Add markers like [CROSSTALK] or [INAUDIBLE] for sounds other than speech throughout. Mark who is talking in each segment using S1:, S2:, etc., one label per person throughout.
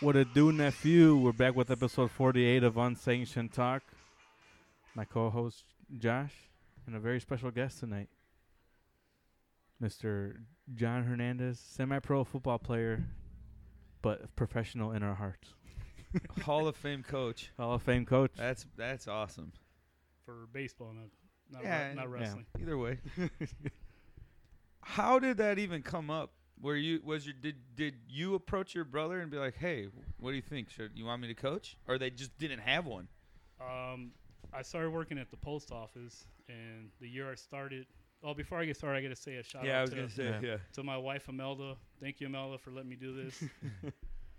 S1: What a do, nephew. We're back with episode 48 of Unsanctioned Talk. My co host, Josh, and a very special guest tonight, Mr. John Hernandez, semi pro football player, but professional in our hearts.
S2: Hall of Fame coach.
S1: Hall of Fame coach.
S2: That's that's awesome.
S3: for baseball, not not, re-
S2: Yeah,
S3: not
S2: yeah.
S3: wrestling.
S2: Either way, how did that even come up? Where you was your did did you approach your brother and be like, hey, what do you think? Should you want me to coach? Or they just didn't have one?
S3: Um, I started working at the post office, and the year I started. Oh, before I get started, I got to say a shout out to,
S1: say,
S2: yeah.
S3: to my wife Imelda. Thank you, Imelda, for letting me do this.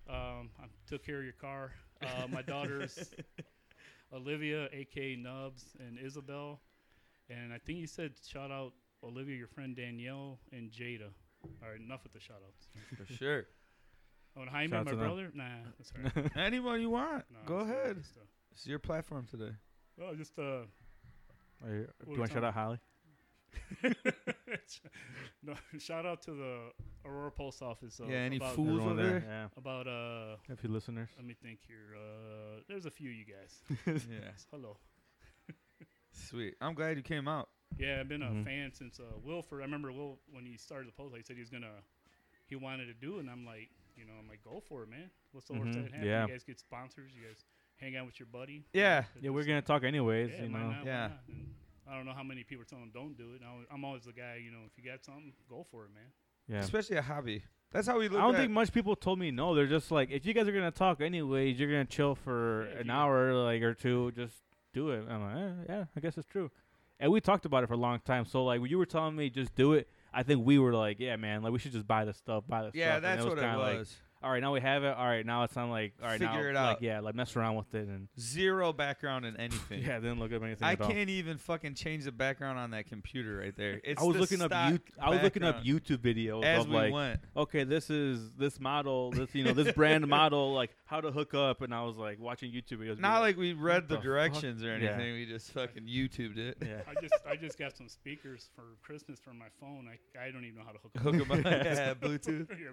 S3: um, I took care of your car. Uh, my daughters, Olivia, aka Nubs, and Isabel, and I think you said shout out Olivia, your friend Danielle, and Jada. All right, enough with the shout outs.
S1: [LAUGHS]
S2: for sure.
S3: Oh, and Jaime,
S1: Shout out
S3: my
S1: to them.
S3: brother. Nah, that's
S2: [LAUGHS]
S3: all right.
S2: Anyone you want,
S3: No,
S2: go
S3: that's all right.
S2: ahead.
S3: Just, uh,
S2: It's your platform
S1: [LAUGHS]
S2: today.
S3: Well, just uh,
S1: Are you- do
S3: we
S1: you want to shout
S3: talking-
S1: out Holly?
S3: [LAUGHS] no, shout out to the Aurora Post Office. Uh,
S2: Yeah, any
S3: about,
S2: fool- Who's
S1: Everyone
S2: over
S1: there?
S2: there?
S1: Yeah.
S3: About uh,
S1: If you listeners.
S3: let me think here. Uh, there's a few of you guys.
S2: yeah,
S3: Hello.
S2: sweet. I'm glad you came out.
S3: Yeah, I've been a
S1: Mhm.
S3: fan since uh, Wilford. I remember Will when he started the post. He said he was gonna, he wanted to do, it, and I'm like, you know, I'm like, go for it, man. What's the worst
S1: Mhm,
S3: that can happen?
S1: yeah.
S3: You guys get sponsors. You guys hang out with your buddy.
S2: Yeah.
S1: Yeah, we're
S3: Just-
S1: going to talk anyways,
S3: Yeah,
S1: you
S3: why
S1: know.
S3: not, why
S2: Yeah.
S3: not? And I don't know how many people are telling them don't do it. And I was- I'm always the guy, you know, if you got something, go for it, man.
S1: Yeah.
S2: Especially a hobby. That's how we
S1: I
S2: look.
S1: don't
S2: at-
S1: think much people told me no. They're just like, if you guys are gonna talk anyways, you're gonna chill for
S3: Yeah, if
S1: an
S3: you-
S1: hour, like or two. Just do it. I'm like, eh, yeah, I guess it's true. And we talked about it for a long time. So like, when you were telling me just do it, I think we were like, yeah, man, like we should just buy the stuff, buy the stuff.
S2: Yeah,
S1: And
S2: that's what it
S1: kinda
S2: was.
S1: Like, all right, now we have it. All right, now it's on like, all right, now
S2: Figure it
S1: like,
S2: out.
S1: yeah, like mess around with it and
S2: Zero background in anything.
S1: [LAUGHS] yeah, then look up anything.
S2: I
S1: at all.
S2: can't even fucking change the background on that computer
S1: [LAUGHS]
S2: right there. It's
S1: I was
S2: the
S1: looking up
S2: stock
S1: you. I was looking up
S2: background
S1: YouTube videos
S2: as
S1: of
S2: we
S1: like
S2: went.
S1: okay, this is this model, this you know, this
S2: [LAUGHS]
S1: brand model, like how to hook up, and I was like watching YouTube videos. be
S2: Not like we read
S1: "What
S2: the
S1: the fuck?"
S2: directions or
S1: Yeah.
S2: anything. We just fucking YouTubed it.
S1: yeah,
S3: I just I just got some speakers for Christmas for my phone. I, I don't even know how to hook 'em
S2: Hook 'em
S3: [LAUGHS]
S2: up.
S3: up.
S2: yeah, Bluetooth.
S3: [LAUGHS] Yeah,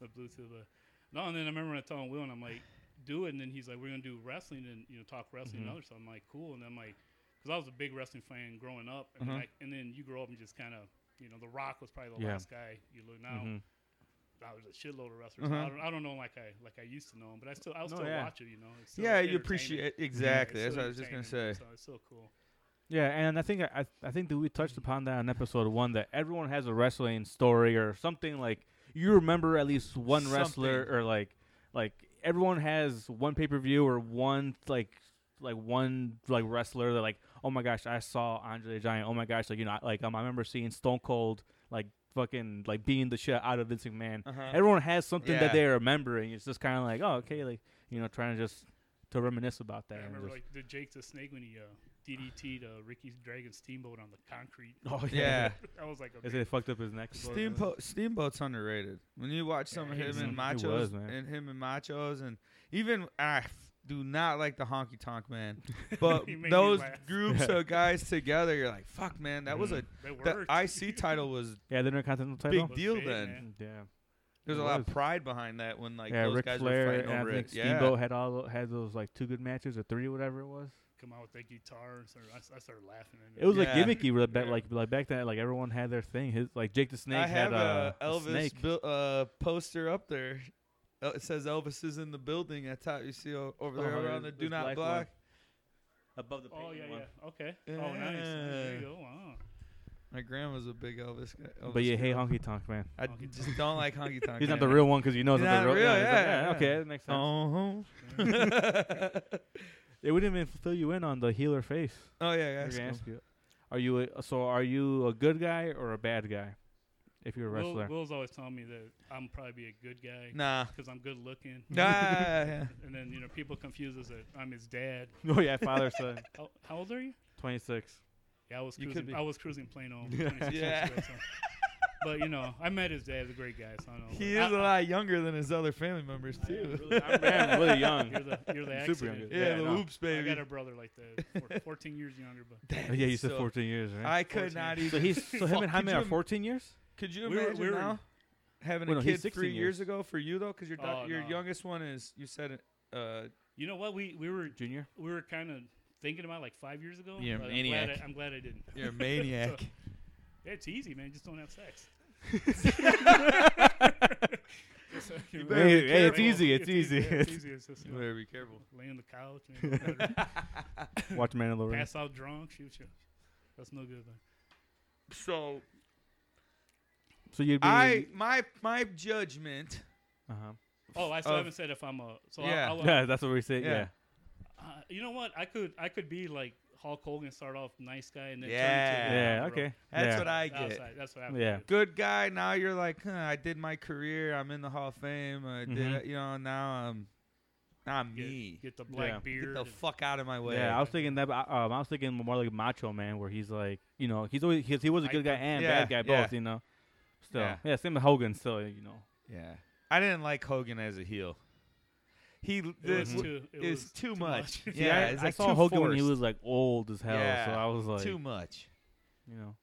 S3: the Bluetooth. But no, and then I remember when I told Will, and I'm like, do it, and then he's like, we're gonna do wrestling and you know talk
S2: Mm-hmm.
S3: wrestling
S1: Mhm.
S3: and other stuff. I'm like, cool, and I'm like, because I was a big wrestling fan growing up, and,
S2: Mhm.
S3: like, and then you grow up and just kind of. You know, The Rock was probably the
S1: Yeah.
S3: last guy you look now.
S2: Mm-hmm.
S1: Mhm.
S3: I was a shitload of wrestlers.
S2: Mhm.
S3: I, don't, I don't know like I like I used to know him, but I still I will
S1: No,
S3: still
S1: yeah.
S3: watch it. You know, It's
S2: [LAUGHS]
S3: still
S2: Yeah, you
S3: entertaining.
S2: appreciate
S3: Yeah, it's
S2: exactly.
S3: still
S2: That's what I was just gonna
S3: entertaining,
S2: say.
S3: So it's still cool.
S1: yeah, and I think I I think that we touched upon that on episode one that everyone has a wrestling story or something like you remember at least one wrestler
S2: Something.
S1: or like like everyone has one pay per view or one like like one like wrestler that like oh my gosh I saw Andre the Giant oh my gosh like you know I- like um, I remember seeing Stone Cold like fucking like beating the shit out of Vince McMahon
S2: Uh-huh.
S1: everyone has something
S2: Yeah.
S1: that they're remembering. It's just kind of like, oh, okay, like you know, trying to just to reminisce about that.
S3: I
S1: and
S3: remember
S1: just-
S3: like the Jake the Snake when he uh, DDT to Ricky uh, Dragon Steamboat on the concrete.
S1: [LAUGHS]
S3: [LAUGHS]
S1: oh [LAUGHS]
S2: Yeah.
S3: I was like, okay.
S1: Is it fucked up his neck?
S2: Steamboat Steamboat's underrated. When you watch some
S3: Yeah,
S2: of
S3: he
S2: him and
S1: was-
S2: Machos
S1: he was, man.
S2: and him and Machos and even I f- do not like the honky tonk man. But
S3: [LAUGHS] He made me
S2: those
S3: laugh.
S2: groups
S1: Yeah. Mm-hmm.
S2: of guys together, you're like, fuck man, that
S3: [LAUGHS]
S2: was a
S3: they
S2: the
S3: worked.
S2: IC title was
S1: Yeah, the Intercontinental
S2: big
S1: title.
S3: Was
S2: deal
S3: big,
S2: then.
S3: man.
S1: Yeah,
S2: There's
S1: It
S2: a lot of
S1: was.
S2: pride behind that when like
S1: yeah.
S2: those
S1: Ric
S2: guys
S1: Flair
S2: were fighting
S1: and I
S2: over
S1: think
S2: it.
S1: Steamboat had all had those like two good matches or three, whatever it was.
S3: [LAUGHS] Come out with that guitar and started, I, s- I started laughing. and-
S1: It was
S2: Yeah.
S1: like gimmicky, really, back,
S3: Yeah.
S1: like like back then, like everyone had their thing. His like Jake the Snake
S2: I have
S1: had uh,
S2: a Elvis
S1: snake.
S2: buil- uh, poster up there. El- It says Elvis is in the building at top. You see o- over there
S1: Oh,
S2: around the
S1: there's-
S2: Do
S1: there's
S2: Not
S1: black
S2: Block.
S1: above the
S3: oh yeah,
S1: one.
S3: yeah, okay. Oh nice. There you go. Wow.
S2: My grandma's a big Elvis guy.
S1: But
S2: Elvis
S1: you hate
S2: girl.
S1: honky tonk man.
S2: I
S3: Honky
S2: just don't like honky
S1: [LAUGHS]
S2: tonk.
S1: He's not the real one because you know he's
S2: He's
S1: not the
S2: not
S1: real.
S2: real,
S1: he's like,
S2: yeah, yeah.
S1: okay, that makes sense.
S2: [LAUGHS] Oh,
S1: It wouldn't even fill you in on the healer face.
S2: oh yeah,
S1: They're
S2: guys.
S1: gonna ask you, are you a, so are you a good guy or a bad guy? If you're a
S3: Will,
S1: wrestler,
S3: Will's always telling me that I'm probably be a good guy
S2: Nah,
S3: because I'm good looking.
S2: [LAUGHS] nah. yeah.
S3: And then you know people confuse us that I'm his dad.
S1: [LAUGHS] oh yeah, father son,
S3: How, how old are you?
S1: twenty six.
S3: Yeah, I was
S2: You could
S3: cruising.
S2: be.
S3: I was cruising
S2: [LAUGHS]
S3: Plano.
S1: Yeah.
S3: 26 years
S2: Yeah.
S3: ago, so. But you know, I met his dad. He's a great guy. So I
S1: Oh,
S3: know.
S2: He
S3: I-
S2: is a lot younger than his other family members
S3: I am
S2: too.
S3: really- I'm
S1: Man, really young.
S3: You're the you're the
S1: Super
S3: accident.
S1: young.
S2: [LAUGHS] yeah,
S1: Yeah,
S2: the
S1: no.
S2: oops
S3: I
S2: baby.
S3: got a brother like that, four- 14 years younger, but
S1: [LAUGHS] Oh, Yeah, you said
S2: So,
S1: fourteen years, right?
S2: I could
S3: 14.
S2: not
S1: so
S2: even. [LAUGHS]
S1: he's so him and
S2: Fuck, could
S1: Jaime
S2: you
S1: are
S2: im-
S1: fourteen years.
S2: Could you
S3: We were-
S2: imagine
S3: we were-
S2: now? having
S1: Wait,
S2: a
S1: no, he's
S2: kid
S1: 16
S2: three years.
S1: years.
S2: ago for you though? Because your doc-
S3: Oh,
S2: your
S3: no.
S2: youngest one is you said uh
S1: [LAUGHS]
S3: You know what? We we were
S1: Junior.
S3: we were kind of thinking about like five years ago.
S2: You're a
S3: but I'm
S2: maniac.
S3: glad I, I'm glad I didn't.
S2: you're a maniac.
S3: It's easy, man. Just don't
S2: [LAUGHS]
S3: have sex. [LAUGHS]
S2: You
S1: better Hey, be hey, it's careful. easy, it's easy.
S3: yeah, It's easy. It's
S2: [LAUGHS]
S3: just
S2: you
S3: you know,
S2: better be careful.
S3: laying on the couch, man, whatever.
S1: [LAUGHS] Watch Mandalorian.
S3: pass out drunk, shoot you. That's no good, man.
S2: So
S1: So you'd be.
S2: I my my judgment.
S1: Uh-huh.
S3: Oh, I still
S2: Of-
S3: haven't said if I'm a. So
S2: Yeah.
S3: I, I,
S1: Yeah, that's what we say.
S2: Yeah.
S1: Yeah.
S3: Uh, you know what? I could I could be like Hulk Hogan, start off nice guy, and then
S2: Yeah.
S1: Yeah.
S3: turn into
S1: okay.
S2: That's
S1: yeah.
S2: what I get.
S3: Outside. That's what happened.
S1: Yeah.
S2: Good guy. Now you're like, huh, I did my career. I'm in the Hall of Fame. I did
S1: Mhm.
S2: it. You know. Now I'm. Now I'm
S3: Get,
S2: me.
S3: get the black
S1: Yeah.
S2: Get
S3: beard.
S2: the
S3: and-
S2: fuck out of my way.
S1: Yeah, I was thinking that. but I- Um, I was thinking more like Macho Man, where he's like, you know, he's always he's, he was a good guy
S3: Hyper.
S1: and
S2: Yeah,
S1: bad guy
S2: yeah.
S1: both, you know. Still,
S2: Yeah.
S1: yeah. same with Hogan. Still, you know,
S2: Yeah. I didn't like Hogan as a heel. He
S3: It was
S2: the-
S3: too.
S2: [LAUGHS]
S3: It
S2: is
S3: was
S2: too,
S3: too
S2: much.
S3: much.
S1: See,
S2: Yeah,
S1: I,
S2: it's
S1: I
S2: like
S1: saw
S2: too
S1: Hogan when he
S2: forced.
S1: was like old as hell, so
S2: Yeah,
S1: I was like,
S2: too much.
S1: you know.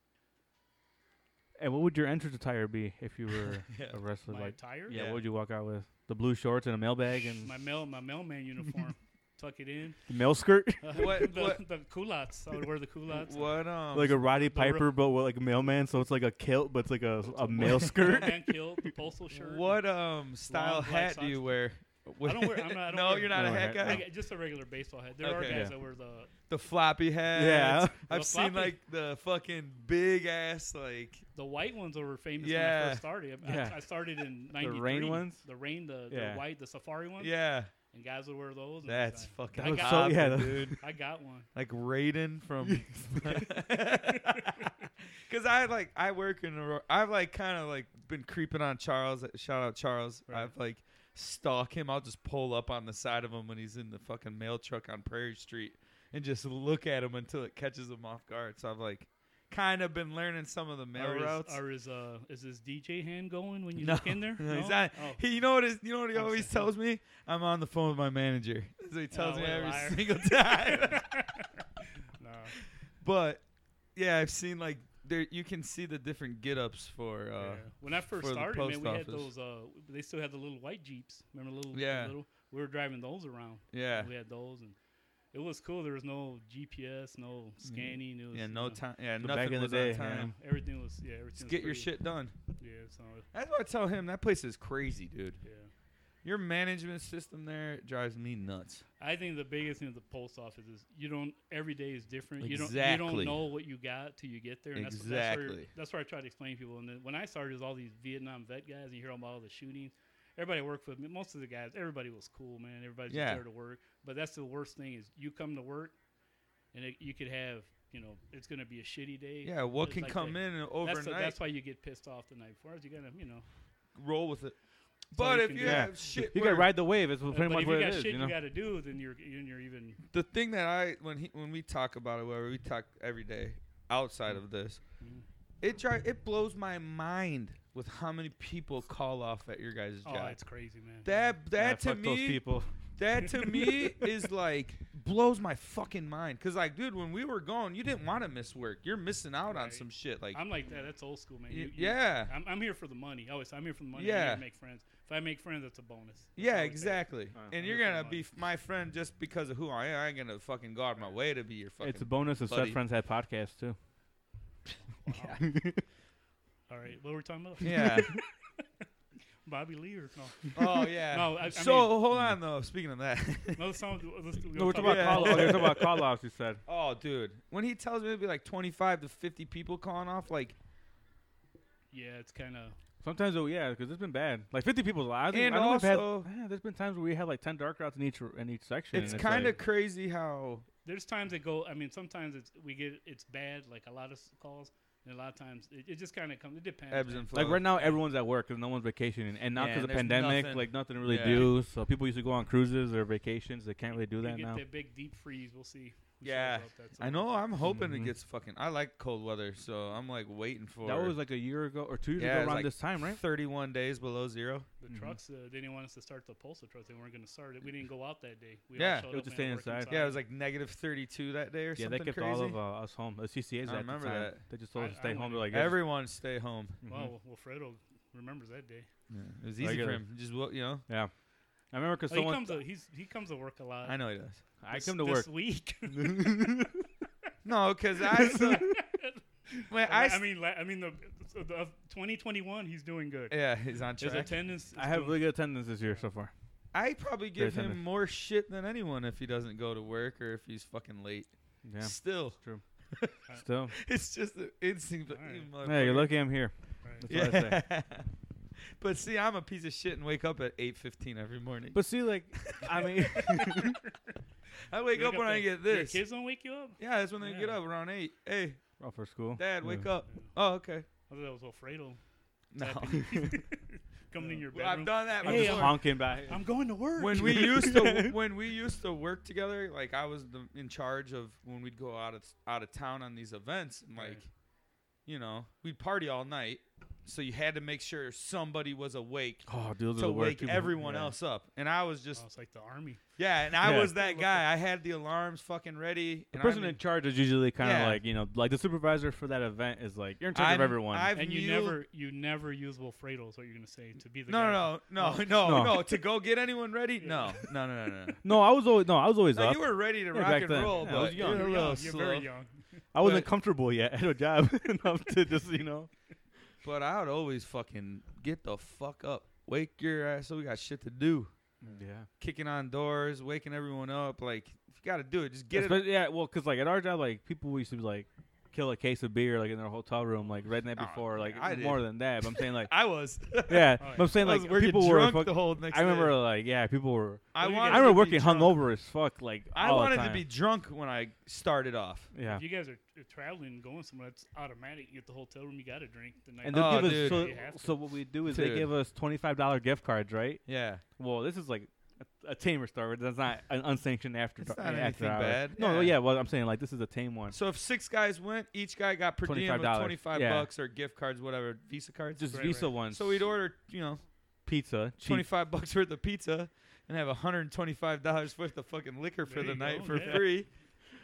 S1: And what would your entrance attire be if you [LAUGHS] were
S2: Yeah.
S1: a wrestler?
S3: my
S1: like,
S3: attire.
S1: yeah,
S2: Yeah.
S1: what would you walk out with? The blue shorts and a mailbag and
S3: My mail my mailman
S1: [LAUGHS]
S3: uniform. Tuck it in. [LAUGHS]
S1: the mail
S2: [LAUGHS]
S1: skirt, [LAUGHS]
S3: Uh,
S2: What-
S3: the,
S2: what-
S3: the culottes. I would wear the culottes.
S2: What um
S1: like a Roddy
S3: the ro-
S1: Piper, but with like a mailman, so it's like a kilt, but it's like a a mail skirt.
S3: Mailman kilt, the postal shirt.
S2: what um style
S3: black
S2: hat do
S3: socks.
S2: you wear?
S3: I don't wear- I'm not- I don't
S2: no,
S3: wear-
S2: you're not
S1: I
S2: a
S1: don't
S2: hat
S1: wear
S2: guy.
S1: hat.
S3: I got just a regular baseball hat. There are
S2: Okay.
S3: guys
S1: Yeah.
S3: that wear the
S2: The floppy hat.
S1: Yeah.
S2: I've
S3: The
S2: seen
S3: floppy-
S2: like the fucking big ass like
S3: the white ones were famous when I
S2: Yeah.
S3: first started. I,
S1: Yeah.
S3: I started in '93.
S1: rain ones?
S3: The rain, the,
S1: Yeah.
S3: the white, the safari ones.
S2: yeah.
S3: And guys would wear those. and
S2: That's
S3: I-
S2: fucking
S3: I
S2: awesome,
S3: got-
S1: yeah, that-
S2: dude.
S3: I got one.
S2: Like Raiden from [LAUGHS] Cuz I like I work in a ro- I've like kind of like been creeping on Charles. Shout out Charles.
S3: Right.
S2: I've like stalk him. I'll just pull up on the side of him when he's in the fucking mail truck on Prairie Street and just look at him until it catches him off guard. So I've like kind of been learning some of the mail
S3: Or
S2: [LAUGHS]
S3: is,
S2: routes.
S3: or is uh is his DJ hand going when you
S2: No.
S3: look in there?
S2: [LAUGHS] No, he's not.
S3: Oh.
S2: He, you know what? Is, you know what he
S3: I'm
S2: always
S3: sorry.
S2: tells me? I'm on the phone with my manager. [LAUGHS] So he tells me
S3: Oh, what a
S2: every
S3: liar. [LAUGHS]
S2: single time.
S3: no.
S2: Uh, but yeah, I've seen like there. You can see the different get-ups for. Uh,
S3: yeah. When I first
S2: for the
S3: started, man,
S2: post
S3: we had
S2: office.
S3: those. Uh, they still had the little white jeeps. Remember, the little
S2: Yeah.
S3: the little. We were driving those around.
S2: yeah.
S3: We had those, and it was cool. There was no GPS, no scanning. It
S2: Mm-hmm.
S3: was,
S2: Yeah, no
S3: you know,
S2: time. Yeah,
S1: back in [LAUGHS]
S2: nothing
S1: the
S2: was
S1: day,
S2: on
S1: yeah.
S2: time.
S3: Everything was yeah. Everything
S2: Just
S3: was
S2: get your
S3: pretty-
S2: shit done.
S3: Yeah. So
S2: That's what I tell him. That place is crazy, dude.
S3: yeah.
S2: Your management system there drives me nuts.
S3: I think the biggest thing at the post office is you don't every day is different. You don't you
S2: Exactly.
S3: don't know what you got till you get there. And That's, that's, where,
S2: Exactly.
S3: that's where I try to explain to people. And then when I started, it was all these Vietnam vet guys. And you hear about all the shootings. Everybody I worked with, most of the guys, everybody was cool, man. Everybody's
S2: Yeah.
S3: just there to work. But that's the worst thing is you come to work, and it, you could have you know it's going to be a shitty day.
S2: Yeah, what
S3: It's
S2: can
S3: like
S2: come
S3: that-
S2: in and
S3: That's, the,
S2: overnight
S3: that's why you get pissed off the night before. Is you gotta you know.
S2: roll with it.
S3: all
S2: But
S3: you
S2: if
S3: can
S2: you
S3: do.
S1: Yeah.
S2: have shit,
S1: You
S2: where-
S1: can ride the wave. It's
S3: but
S1: pretty
S3: if
S1: much
S3: you
S1: what
S3: got
S1: it is,
S3: shit
S1: you know.
S3: got to do, then you're then you're even
S2: the thing that I when he when we talk about it, where we talk every day outside of this,
S3: Mhm.
S2: it dri- it blows my mind with how many people call off at your guys'
S3: oh,
S2: job.
S3: it's crazy, man.
S2: that
S1: Yeah,
S2: that to
S1: fuck those
S2: me
S1: people.
S2: that
S1: [LAUGHS]
S2: to me is like blows my fucking mind. Cause like, dude, when we were going, you didn't want to miss work. You're missing out on
S3: Right.
S2: some shit. Like,
S3: I'm like that. That's old school, man.
S2: y-
S3: You- you-
S2: yeah,
S3: I'm, I'm here for the money. Always, I'm here for the money. I'm
S2: Yeah.
S3: here to make friends. If I make friends, that's a bonus. That's
S2: yeah,
S3: all it takes.
S2: exactly.
S1: Uh,
S2: and
S3: Uh-huh. I'm
S2: you're
S3: here for
S2: gonna
S3: the
S2: be
S3: money.
S2: f- my friend just because of who I am. I ain't gonna fucking go out of my way to be your fucking.
S1: It's a bonus if
S2: buddy.
S1: Seth Friends had podcasts too.
S3: Wow.
S2: [LAUGHS]
S3: All right, what were we talking about?
S1: [LAUGHS]
S2: yeah.
S3: [LAUGHS] Bobby Lee or no?
S2: Oh yeah.
S3: No, I- I
S2: so
S3: mean-
S2: hold on though. Speaking of that. [LAUGHS]
S3: No, the song. Let's, we
S1: No,
S3: were
S1: we're talking about
S2: Yeah.
S1: call. Okay, we're talking about
S2: [LAUGHS]
S1: call offs. You said.
S2: Oh, dude. When he tells me it'd be like 25 to 50 people calling off, like,
S3: Yeah, it's kind of.
S1: Sometimes, oh yeah, because it's been bad. Like fifty people's lives.
S2: And
S1: I don't know if I've had-
S2: also-
S1: yeah, there's been times where we had like ten dark routes in each in each section.
S2: it's
S1: and
S2: kind of
S1: like-
S2: crazy how.
S3: There's times it go. I mean, sometimes it's we get it's bad, like a lot of s- calls, and a lot of times it, it just kind of comes. It depends.
S2: Ebbs
S3: man.
S2: and
S1: like
S2: flows.
S1: right now everyone's at work because no one's vacationing, and now
S2: Yeah,
S1: because
S2: and
S1: of the
S2: there's
S1: pandemic,
S2: nothing-
S1: like nothing to really
S2: Yeah.
S1: do. So people used to go on cruises or vacations. They can't really do
S3: We
S1: that
S3: get
S1: now.
S3: that big deep freeze. We'll see. who shows
S2: Yeah.
S3: up. That's
S2: I know. I'm hoping it
S1: Mhm.
S2: gets fucking. I like cold weather, so I'm like waiting for.
S1: That was like a year ago or two years
S2: Yeah, it
S1: ago
S2: was,
S1: around
S2: like,
S1: this time, right?
S2: 31 days below zero.
S3: The
S1: Mhm.
S3: trucks, uh, they didn't want us to start the postal trucks. They weren't going to start it. We didn't go out that day. We
S2: Yeah.
S3: all showed
S1: We'll
S3: up
S1: just
S3: and had
S1: stay
S3: to work
S1: inside.
S2: Yeah, it was like negative 32 that day or
S1: Yeah,
S2: something
S1: they kept
S2: crazy.
S1: all of uh, us home. The CCA's
S2: I
S1: at
S2: remember
S1: the time.
S2: that.
S1: They just told
S3: I-
S1: us to
S3: I
S1: stay home.
S3: went-
S1: They're like, yeah, just-
S2: Everyone stay home.
S1: mhm.
S3: Well, well, Fredo remembers that day.
S2: Yeah, it was
S1: I
S2: easy
S1: get
S2: for
S1: it.
S2: him. He Just wo- you know,
S1: I remember because
S3: Oh, he
S1: someone
S3: comes. To, he's he comes to work a lot.
S2: I know he does.
S1: I
S3: This-
S1: come to
S3: this
S1: work.
S3: week.
S2: No, because
S1: [LAUGHS]
S3: [LAUGHS]
S2: I, saw- when I,
S3: I,
S2: s-
S3: mean, la- I mean, the, so the of 2021, he's doing good.
S2: yeah, he's on
S3: His
S2: track.
S3: attendance. is
S1: I have
S3: doing-
S1: really good attendance this year so far.
S2: I probably give
S1: Great
S2: him
S1: attendance.
S2: more shit than anyone if he doesn't go to work or if he's fucking late.
S1: Yeah,
S2: Still,
S1: still.
S2: [LAUGHS] it's just an instinct. but
S3: Alright.
S2: you
S1: Hey, you're
S2: motherfucker.
S1: lucky I'm here.
S3: Right.
S1: That's what I say.
S2: [LAUGHS] but see, I'm a piece of shit and wake up at 8:15 every morning.
S1: But see, like,
S2: [LAUGHS]
S1: I
S3: [LAUGHS]
S1: mean, [LAUGHS]
S2: I wake
S3: Wake
S2: up when I
S3: the-
S2: get
S3: your
S2: this.
S3: kids don't wake you up.
S2: Yeah, that's when they get
S3: Yeah.
S2: up around eight. Hey,
S1: oh, for school.
S2: Dad, wake
S1: Yeah.
S2: up. Oh, okay.
S3: I thought that was Alfredo
S2: No,
S3: coming in your
S2: [LAUGHS] Well, I've
S3: bedroom.
S2: done that.
S1: I'm
S3: Hey,
S1: just
S3: I'm-
S2: before.
S1: honking back.
S3: I'm going to
S1: [LAUGHS]
S3: work. [LAUGHS]
S2: when we used to when we used to work together, like I was the, in charge of when we'd go out of out of town on these events, and like,
S3: Right.
S2: you know, we'd party all night, so you had to make sure somebody was awake
S1: Oh, dude, those are
S2: to
S1: the worst
S2: wake
S1: people.
S2: everyone
S1: Yeah.
S2: else up. And I was just
S3: Oh, it's like the army.
S2: yeah, and I
S1: Yeah.
S2: was that guy. I had the alarms fucking ready.
S1: The
S2: and I
S1: person
S2: mean-
S1: in charge is usually kind of
S2: Yeah.
S1: like you know, like the supervisor for that event is like you're in charge of
S2: I'm-
S1: everyone.
S2: I've
S3: And you
S2: kneeled-
S3: never, you never use Wilfredo. Is what you're gonna say to be the guy.
S2: No, no, no, no,
S1: No.
S2: [LAUGHS] no, no. To go get anyone ready? No,
S3: Yeah.
S2: no,
S1: [LAUGHS]
S2: no, no, no.
S1: no, I was always no, I was always
S2: No,
S1: up.
S2: you were ready to
S1: Yeah,
S2: rock
S1: back
S2: and
S1: then.
S2: roll,
S1: Yeah, I
S2: but
S1: was
S2: you
S1: young.
S2: were a
S3: You're,
S2: little
S3: young. You're
S2: slow.
S3: very young.
S1: I wasn't
S2: but-
S1: comfortable yet [LAUGHS] at a job enough to just you know.
S2: But I would always fucking get the fuck up, wake your ass up. We got shit to do.
S1: Yeah.
S2: Kicking on doors, waking everyone up. Like if you got to do it, just get it.
S1: Espe- Yeah, well, because like at our job, like people used to like kill a case of beer like in their hotel room like right night
S2: Oh,
S1: before like
S2: I did.
S1: more than that. But I'm saying
S2: [LAUGHS]
S1: like
S2: I was.
S1: yeah,
S3: Oh, yeah.
S1: but I'm saying
S2: I was
S1: like
S2: working
S1: people were
S2: drunk
S1: fuck-
S2: the whole next.
S1: I
S2: Day.
S1: remember like yeah, people were.
S2: I
S3: you
S2: wanted.
S1: I
S2: to
S1: remember
S2: be
S1: working
S2: drunk.
S1: hungover as fuck. Like
S2: I
S1: all the
S2: wanted to
S1: time.
S2: be drunk when I started off.
S1: Yeah.
S3: If you guys are are traveling, going somewhere, it's automatic. You get the hotel room. You got to drink the night.
S1: And
S2: then-
S1: they
S2: Oh,
S1: give us
S2: dude.
S1: so,
S3: You have to.
S1: so what we do is they
S2: Dude.
S1: give us twenty five dollar gift cards, right?
S2: Yeah.
S1: Well, this is like a, a tamer Star. That's not an unsanctioned after.
S2: It's
S1: dar-
S2: not
S1: after
S2: anything
S1: hours.
S2: bad.
S1: No, well,
S2: Yeah.
S1: yeah. Well, I'm saying like this is a tame one.
S2: So if six guys went, each guy got per diem of
S1: $25,
S2: twenty five
S1: yeah.
S2: bucks or gift cards, whatever, Visa cards.
S1: Just
S3: Right,
S1: Visa
S3: right.
S1: ones.
S2: so we'd order, you know,
S1: pizza.
S2: twenty
S1: Cheap.
S2: five bucks worth of pizza and have hundred and twenty five dollars worth of fucking liquor for
S3: There
S2: the
S3: you
S2: night
S3: go,
S2: for
S3: yeah.
S2: free.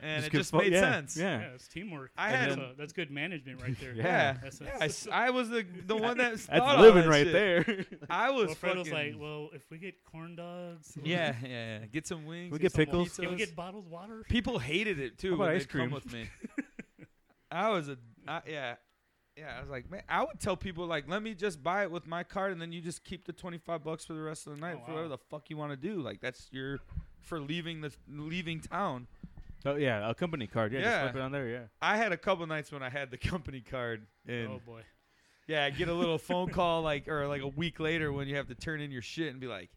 S2: And it
S1: give
S2: just
S1: fu-
S2: made
S1: yeah,
S2: sense.
S1: Yeah.
S3: yeah, it's teamwork.
S2: I
S3: that's,
S1: had-
S3: uh, that's good management right there.
S1: [LAUGHS] Yeah.
S2: Yeah,
S3: That's-
S2: yeah [LAUGHS] I s- I was the the one that thought all
S1: That's living
S2: that
S1: right
S2: shit.
S1: there. [LAUGHS]
S2: I was
S3: Well, Fredo's
S2: fucking
S3: like, well, if we get corn dogs, or
S2: yeah, yeah, yeah. Get some wings.
S1: We get
S2: get
S1: [LAUGHS]
S2: some
S1: pickles.
S3: Can we
S2: pizzas.
S3: get bottled water?
S2: People hated it too.
S1: How about
S2: when
S1: ice
S2: they'd come
S1: cream? [LAUGHS]
S2: with me. I was a I, yeah. Yeah, I was like, man, I would tell people like, let me just buy it with my card, and then you just keep the twenty five bucks for the rest of the night
S3: Oh,
S2: for whatever
S3: wow.
S2: the fuck you want to do. Like that's your for leaving the leaving town.
S1: oh yeah, a company card. Yeah,
S2: Yeah.
S1: Just slip it on there. Yeah.
S2: I had a couple nights when I had the [LAUGHS] company card, and
S3: Oh boy,
S2: yeah, I get a little phone call like or like a week later when you have to turn in your shit and be like.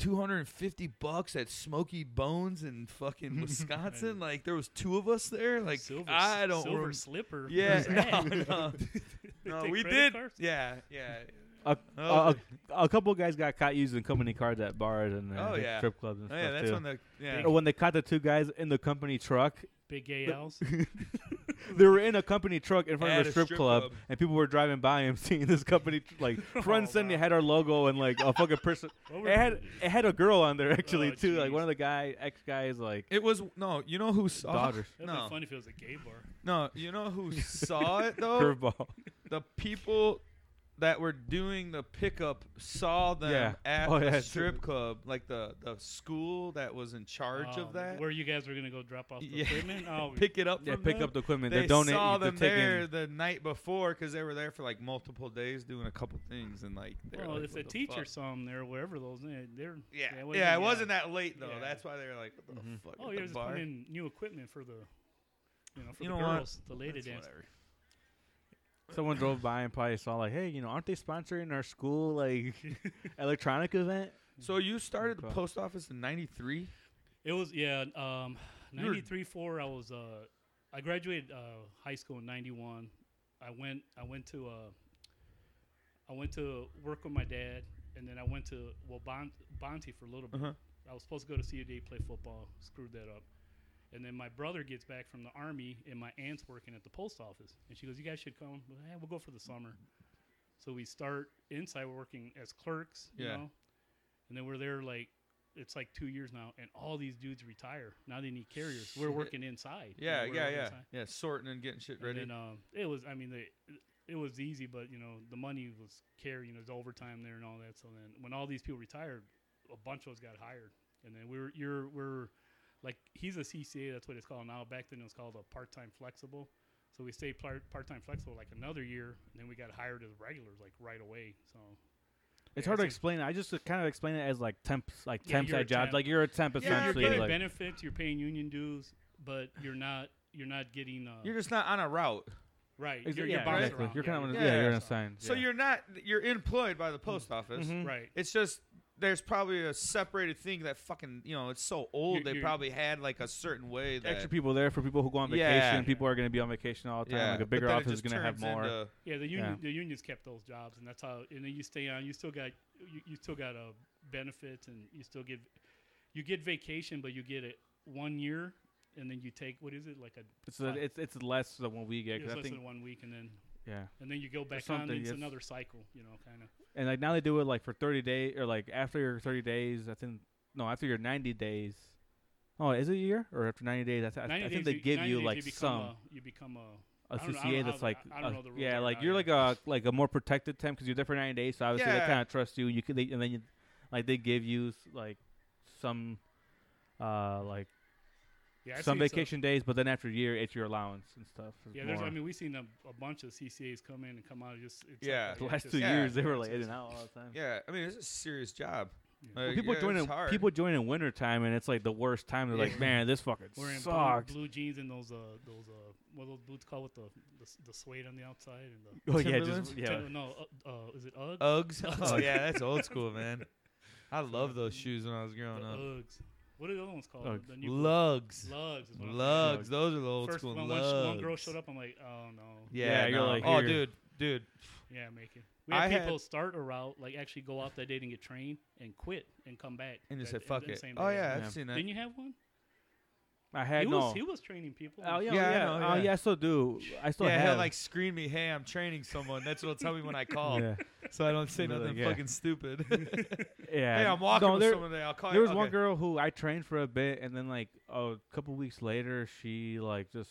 S2: 250 bucks at Smoky Bones in
S3: [LAUGHS]
S2: fucking Wisconsin. like there was two of us there. Like
S3: silver,
S2: I don't
S3: silver
S2: rem-
S3: slipper.
S2: Yeah,
S3: [LAUGHS]
S2: [LAUGHS]
S3: Who's
S2: no, no,
S3: that? They
S2: no
S3: take
S2: we
S3: credit
S2: did.
S3: cards?
S2: Yeah, yeah.
S1: A, a,
S2: Oh,
S1: Uh, a, a couple guys got caught using company cards at bars and uh,
S2: Oh,
S1: like,
S2: yeah.
S1: strip clubs and
S2: oh,
S1: stuff
S2: yeah, that's
S1: too.
S2: when the yeah.
S1: or when they caught the two guys in the company truck,
S3: Big gay
S1: But-
S3: owls.
S1: they were in a company truck in front
S2: At
S1: of
S2: a
S1: a strip,
S2: strip
S1: club,
S2: club.
S1: and people were driving by him, [LAUGHS] seeing this company tr- like front
S3: Oh,
S1: and center
S3: wow.
S1: had our logo and like a fucking person.
S2: [LAUGHS]
S3: What were
S1: It had
S3: you-
S1: it had a girl on there actually
S3: Oh,
S1: too, like
S3: jeez.
S1: one of the guy ex guys like
S2: It was no, you know who saw
S1: Dodgers.
S2: it?
S3: That'd be
S2: No,
S3: funny if it was a gay bar.
S2: no, you know
S3: [LAUGHS]
S2: who saw it though?
S1: curveball.
S2: The people that were doing the pickup saw them
S1: Yeah.
S2: at
S1: Oh,
S2: the
S1: yeah.
S2: strip club, like the the school that was in charge
S3: Oh,
S2: of that.
S3: Where you guys were gonna go
S2: [LAUGHS]
S3: drop off the
S2: Yeah.
S3: equipment? Oh,
S2: Pick it up.
S1: Yeah,
S2: from
S1: pick
S2: them.
S1: up the equipment.
S2: They
S1: They're donating.
S2: saw
S1: they're
S2: them
S1: taking-
S2: there the night before because they were there for like multiple days doing a couple things and like. they were
S3: well,
S2: like,
S3: if
S2: "What
S3: the
S2: the
S3: teacher
S2: fuck?"
S3: saw them there, wherever those, eh, they're
S2: Yeah, yeah,
S3: would've
S2: it,
S3: been-
S2: wasn't that late though.
S3: Yeah.
S2: That's why they were like, what the
S1: Mhm.
S2: fuck?
S3: Oh,
S2: at
S3: you're
S2: the
S3: just
S2: bar?
S3: putting in new equipment for the, you know, for
S2: You
S3: the
S2: know what?
S3: girls, the lady
S2: That's
S3: dance.
S2: whatever.
S1: Mm-hmm. Someone drove by and probably saw like, hey, you know, aren't they sponsoring our school like electronic event?
S2: So you started the
S1: Okay.
S2: post office in '93.
S3: It was yeah, um,
S2: You were-
S3: ninety three four. I was uh, I graduated uh, high school in ninety one. I went I went to uh, I went to work with my dad, and then I went to well Bon- Bonte for a little bit.
S2: Uh-huh.
S3: I was supposed to go to CUD play football, screwed that up. And then my brother gets back from the army, and my aunt's working at the post office, and she goes, "You guys should come. Well, eh, we'll go for the summer." So we start inside working as clerks, you
S2: Yeah.
S3: know, and then we're there like it's like two years now, and all these dudes retire. Now they need carriers. We're
S2: Shit.
S3: working inside. you know,
S2: Yeah,
S3: we're
S2: yeah,
S3: working
S2: yeah,
S3: inside.
S2: yeah. Sorting and getting shit
S3: And uh,
S2: ready.
S3: then, um, it was. I mean, they, it was easy, but you know the money was carry. You know, there's overtime there and all that. So then when all these people retired, a bunch of us got hired, and then we were you're we're like he's a CCA. That's what it's called now. Back then it was called a part time flexible. So we stayed part time flexible like another year, and then we got hired as regulars like right away. So
S1: It's
S3: Yeah,
S1: hard to
S3: so-
S1: explain. it. I just kind of explain it as like temps, like
S3: Yeah,
S1: temps
S3: you're a
S1: at jobs.
S3: temp.
S1: Like you're a temp
S2: Yeah,
S3: you're
S1: essentially.
S3: getting
S1: like,
S3: benefits, you're paying union dues, but you're not you're not getting uh,
S2: You're just not on a route.
S3: right.
S1: Exa-
S3: You're,
S1: yeah,
S3: you're bouncing
S1: exactly.
S3: around.
S1: You're kind of
S2: Yeah,
S1: yeah,
S2: yeah,
S1: you're
S2: yeah.
S1: assigned.
S2: So
S1: yeah.
S2: you're not you're employed by the post office.
S1: Mhm.
S3: right.
S2: It's just there's probably a separated thing that fucking you know it's so old
S3: You're-
S2: they
S3: you're-
S2: probably had like a certain way that
S1: extra people there for people who go on vacation.
S2: Yeah.
S1: People are going to be on vacation all the time.
S2: yeah
S1: Like a
S2: but
S1: bigger
S2: then it
S1: office is
S2: just
S1: going to have
S2: turns
S1: more.
S2: into-
S3: Yeah, the union the unions kept those jobs, and that's how. And then you stay on. You still got you, you still got uh, benefits, and you still get you get vacation, but you get it one year, and then you take what is it like a
S1: it's, a, it's it's less than what we get
S3: it's
S1: because I
S3: less
S1: think
S3: than one week, and then
S1: yeah.
S3: and then you go back on.
S1: something,
S3: And it's
S1: yes.
S3: another cycle, you know, kind of.
S1: And like now they do it like for 30 days or like after your 30 days. I think no after your 90 days. Oh, is it a year or after 90 days? I, th- I think they give you like some.
S3: A, you become uh, a
S1: a
S3: I don't know-
S1: CCA
S3: I don't know
S1: that's
S3: how
S1: like
S3: the- I don't
S1: a-
S3: know the rules
S1: yeah,
S3: right
S1: like
S3: now,
S1: you're
S3: yeah.
S1: like a like a more protected temp because you're there for 90 days, so obviously they
S2: Yeah.
S1: kind of trust you. You can they, and then you, like they give you s- like some uh like
S3: yeah, I've
S1: some
S3: seen
S1: vacation days, but then after a year it's your allowance and stuff. It's
S3: Yeah, there's. I
S1: more.
S3: mean, we've seen a, a bunch of CCAs come in and come out. Just it's like,
S2: Yeah.
S1: [LAUGHS] the
S3: it's
S1: last
S3: just-
S1: two
S2: yeah,
S1: years they were
S3: it's
S1: like in
S3: just-
S1: and out all the time.
S2: yeah I mean it's a serious job
S3: Yeah.
S2: Like,
S1: Well, people
S2: yeah,
S1: join
S2: it's
S1: in
S2: hard.
S1: people join in winter time and it's like the worst time. They're
S2: Yeah.
S1: like, man, this fucking
S3: Wearing blue,
S1: sucks.
S3: blue jeans and those uh those uh what are those boots called with the the, s- the suede on the outside and
S1: [LAUGHS]
S3: the
S1: Oh yeah,
S2: Timberlands?
S1: just [LAUGHS] yeah.
S3: Tell- no uh, uh, is it Uggs?
S1: [LAUGHS]
S2: [LAUGHS] Uggs oh
S3: Uggs.
S2: yeah that's old school man I love those shoes when I was
S3: the
S2: growing up
S3: Uggs. What are the other ones called?
S1: Uggs.
S3: The
S2: lugs
S3: Lugs. Is what I'm
S2: lugs those are the
S3: thinking.
S2: old
S3: First
S2: school
S3: when one,
S2: lugs
S3: sh- one girl showed up, I'm like, oh no,
S2: yeah,
S1: Yeah, you're
S2: no.
S1: like,
S2: oh
S1: here.
S2: dude dude
S3: yeah, make it. We had
S2: I had-
S3: people start a route, like actually go off that date and get trained and quit and come back.
S2: and just
S3: that-
S2: said fuck
S3: that
S2: it
S3: same
S2: oh
S3: day.
S2: yeah
S1: Yeah.
S2: I've seen that
S3: Didn't you have one?
S1: I
S3: He
S1: had
S3: was
S1: no.
S3: he was training people.
S1: Oh yeah,
S2: Yeah, I
S1: yeah.
S2: know,
S1: Oh
S2: yeah.
S1: yeah, I still do. I still
S2: yeah
S1: have
S2: he'll like oh. screen me hey I'm training someone that's what tell me when I call
S1: yeah.
S2: so I don't say
S1: Be like,
S2: nothing
S1: yeah. [LAUGHS]
S2: fucking stupid.
S1: Yeah.
S2: hey, I'm walking
S1: No,
S2: with
S1: there-
S2: someone today. I'll call
S1: There
S2: you.
S1: was one
S2: Okay.
S1: girl who I trained for a bit, and then like a couple weeks later, she like just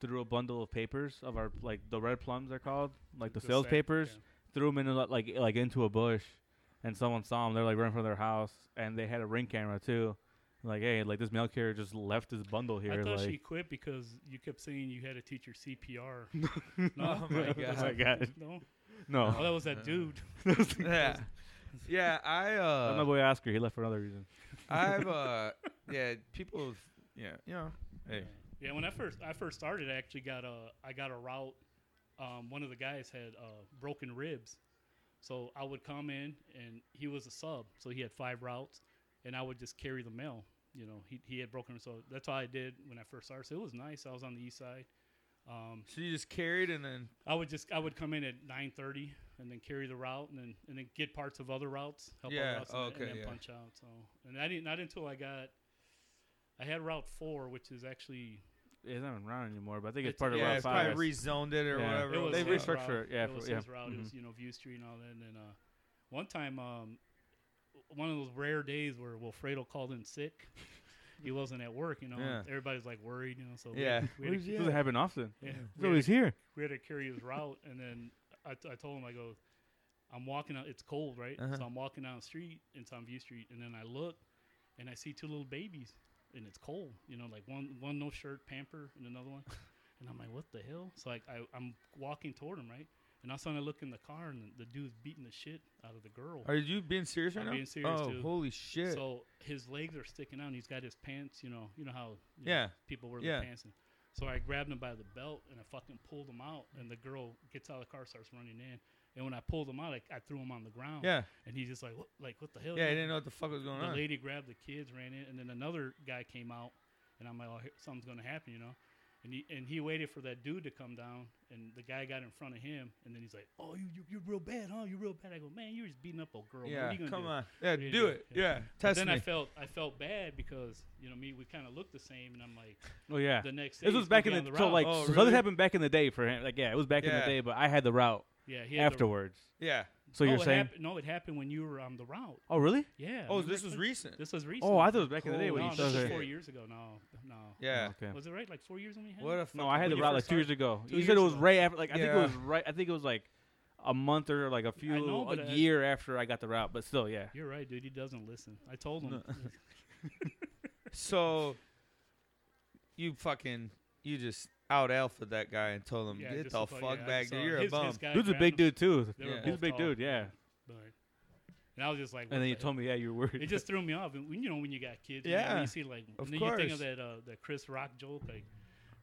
S1: threw a bundle of papers of our like the red plums they're called, like the, sales
S3: sack,
S1: papers.
S3: yeah.
S1: Threw them into li- like like into a bush, and someone saw them. They're like right in front of their house, and they had a ring camera too. Like hey, like this mail carrier just left this bundle here.
S3: I thought
S1: like
S3: she quit because you kept saying you had to teach her CPR.
S2: [LAUGHS]
S3: [LAUGHS]
S2: Oh my God.
S3: That's
S2: Uh,
S1: Oh my
S3: what-
S1: God.
S3: No, oh,
S1: no.
S3: that was that dude.
S2: yeah, yeah.
S1: [LAUGHS]
S2: I
S1: That's my
S2: uh,
S1: boy Oscar. He left for another reason.
S2: I've uh, yeah. People, yeah, you know, hey,
S3: Yeah, when I first I first started, I actually got a I got a route. Um, one of the guys had uh, broken ribs, so I would come in and he was a sub, so he had five routes, and I would just carry the mail. You know, he he had broken, so that's how I did when I first started. So it was nice. I was on the east side. Um,
S2: so you just carried and then
S3: I would just I would come in at nine thirty and then carry the route and then and then get parts of other routes, help
S2: Yeah,
S3: other routes, and, then-
S2: okay,
S3: and then
S2: yeah.
S3: punch out. So and I didn't not until I got I had route four, which is actually
S1: It's not even around anymore, but I think it's,
S3: It's-
S1: part of
S2: yeah,
S1: Route
S2: it's
S1: Five.
S2: probably rezoned it or
S1: Yeah.
S2: whatever.
S3: it was
S1: they
S2: They
S3: his
S2: restructured.
S1: restructure
S3: route.
S1: it, yeah,
S3: it
S1: for-
S3: was
S1: yeah. Mm-hmm.
S3: his route. It was you know View Street and all that. And then uh, one time, um, one of those rare days where Wilfredo called in sick. He wasn't at work, you know.
S2: Yeah.
S3: and Everybody's like worried, you know. So we
S2: Yeah.
S3: had- we had to-
S1: Doesn't happen often.
S3: yeah,
S1: It's
S3: we had to
S1: always here.
S3: we had to carry his route, and then I, t- I told him, I go, I'm walking out. It's cold, right?
S2: Uh-huh.
S3: So I'm walking down the street, and it's on View Street, and then I look, and I see two little babies, and it's cold. You know, like one one no shirt pamper, and another one, and I'm like, what the hell? So like I, I'm walking toward him, right? And all of a sudden I look in the car, and the dude's beating the shit out of the girl.
S2: Are you being serious right
S3: I'm
S2: now?
S3: being serious,
S2: oh,
S3: dude.
S2: holy shit!
S3: So his legs are sticking out, and he's got his pants. You know, you know how you know,
S2: Yeah.
S3: people wear
S2: Yeah.
S3: their pants. And so I grabbed him by the belt and I fucking pulled him out. And the girl gets out of the car, starts running in. And when I pulled him out, I, I threw him on the ground.
S2: yeah,
S3: And he's just like, what? Like what the hell?
S2: yeah. I
S3: you know?
S2: didn't know what the fuck was going
S3: the
S2: on.
S3: lady grabbed the kids, ran in, and then another guy came out, and I'm like, oh, here- something's gonna happen, you know. And he and he waited for that dude to come down, and the guy got in front of him, and then he's like, "Oh, you you you're real bad, huh? You're real bad." I go, "Man, you're just beating up a girl. man.
S2: yeah,
S3: what are you gonna
S2: come
S3: do?"
S2: on. Yeah,
S3: do you
S2: do
S3: do?
S2: it.
S3: Yeah.
S2: Yeah,
S3: But
S2: test
S3: then I
S2: me.
S3: felt I felt bad because you know me we kind of looked the same and I'm like
S1: Oh yeah.
S3: the next day
S1: This
S3: he's
S1: was back
S3: gonna
S1: in
S3: be
S1: the,
S3: on
S1: so
S3: route.
S1: like
S2: Oh,
S1: so
S2: really?
S1: this happened back in the day for him. Like yeah, it was back in
S2: Yeah.
S1: the day, but I had the route
S3: yeah he had the-
S1: afterwards.
S2: Yeah,
S1: So
S3: No,
S1: you're
S3: it
S1: saying?
S3: hap- no? It happened when you were on the route.
S1: oh, really?
S3: Yeah.
S2: Oh,
S3: remember
S2: this
S3: that
S2: was
S3: clip?
S2: recent.
S3: This was recent.
S1: Oh, I thought it was back in the day
S2: Oh,
S1: when
S3: no,
S1: you
S3: this
S1: does
S3: was
S2: shit.
S1: it.
S3: four years ago. No, no.
S2: yeah.
S1: Okay.
S3: Was it right? Like four years when we had.
S2: What
S3: it?
S2: a
S1: No, I had
S2: fucking
S1: the
S3: you
S1: route like
S3: first
S1: two years ago.
S2: Two
S1: You said it
S2: years
S1: was
S2: ago.
S1: right after. Like I think it
S2: Yeah.
S1: was right. I think it was like a month or like a few
S3: know, but uh,
S1: a
S3: I-
S1: year after I got the route. But still, yeah.
S3: You're right, dude. He doesn't listen. I told him.
S1: [LAUGHS]
S2: No. So you fucking you just out alpha that guy and told him
S3: Yeah,
S2: get
S3: just
S2: the
S3: to
S2: fuck
S3: yeah, I
S2: back
S3: just
S2: there.
S3: saw
S2: You're
S3: his-
S2: a bum.
S3: his guy
S1: Dude's a
S3: grabbed
S1: big
S3: him,
S1: dude too.
S3: They were
S2: Yeah.
S1: He's a
S3: both
S1: big
S3: tall.
S1: dude. Yeah.
S3: But, and I was just like. what
S1: And then you
S3: the
S1: told me, yeah, you were worried.
S3: [LAUGHS] It just threw me off. And when you know when you got kids, yeah. You,
S2: Yeah,
S3: see like,
S2: of
S3: and then you think of
S2: course.
S3: that uh, that Chris Rock joke, like,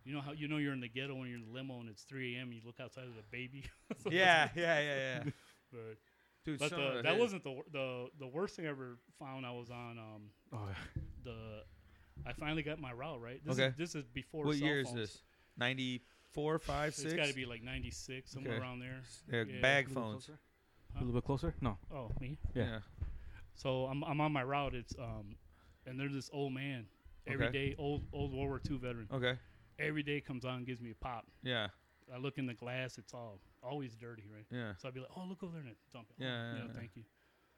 S3: you know how you know you're in the ghetto when you're in the limo and it's 3 a.m. You look outside at the baby. [LAUGHS] So-
S2: Yeah, yeah, yeah, yeah.
S3: but,
S2: Dude,
S3: but
S2: son
S3: the,
S2: of a
S3: that
S2: bitch.
S3: wasn't the wor- the the worst thing I ever found. I was on um
S1: [LAUGHS] Oh,
S3: the. I finally got my route right. This
S2: Okay.
S3: Is, this is before.
S2: what
S3: cell
S2: year is
S3: phones.
S2: this? 94, 5, 6?
S3: It's got to be like 96, somewhere
S2: Okay.
S3: around there.
S2: They're
S3: yeah.
S2: bag phones.
S1: A little bit closer? No.
S3: Oh, me.
S1: Yeah.
S3: So I'm I'm on my route. It's um, and there's this old man, every day
S2: Okay.
S3: old old World War II veteran.
S2: Okay.
S3: every day comes on and gives me a pop.
S2: Yeah.
S3: I look in the glass, it's all always dirty, right?
S2: Yeah.
S3: So I'd be like, oh, look over there and it dump it.
S2: Yeah,
S3: You
S2: yeah,
S3: know,
S2: yeah.
S3: thank you.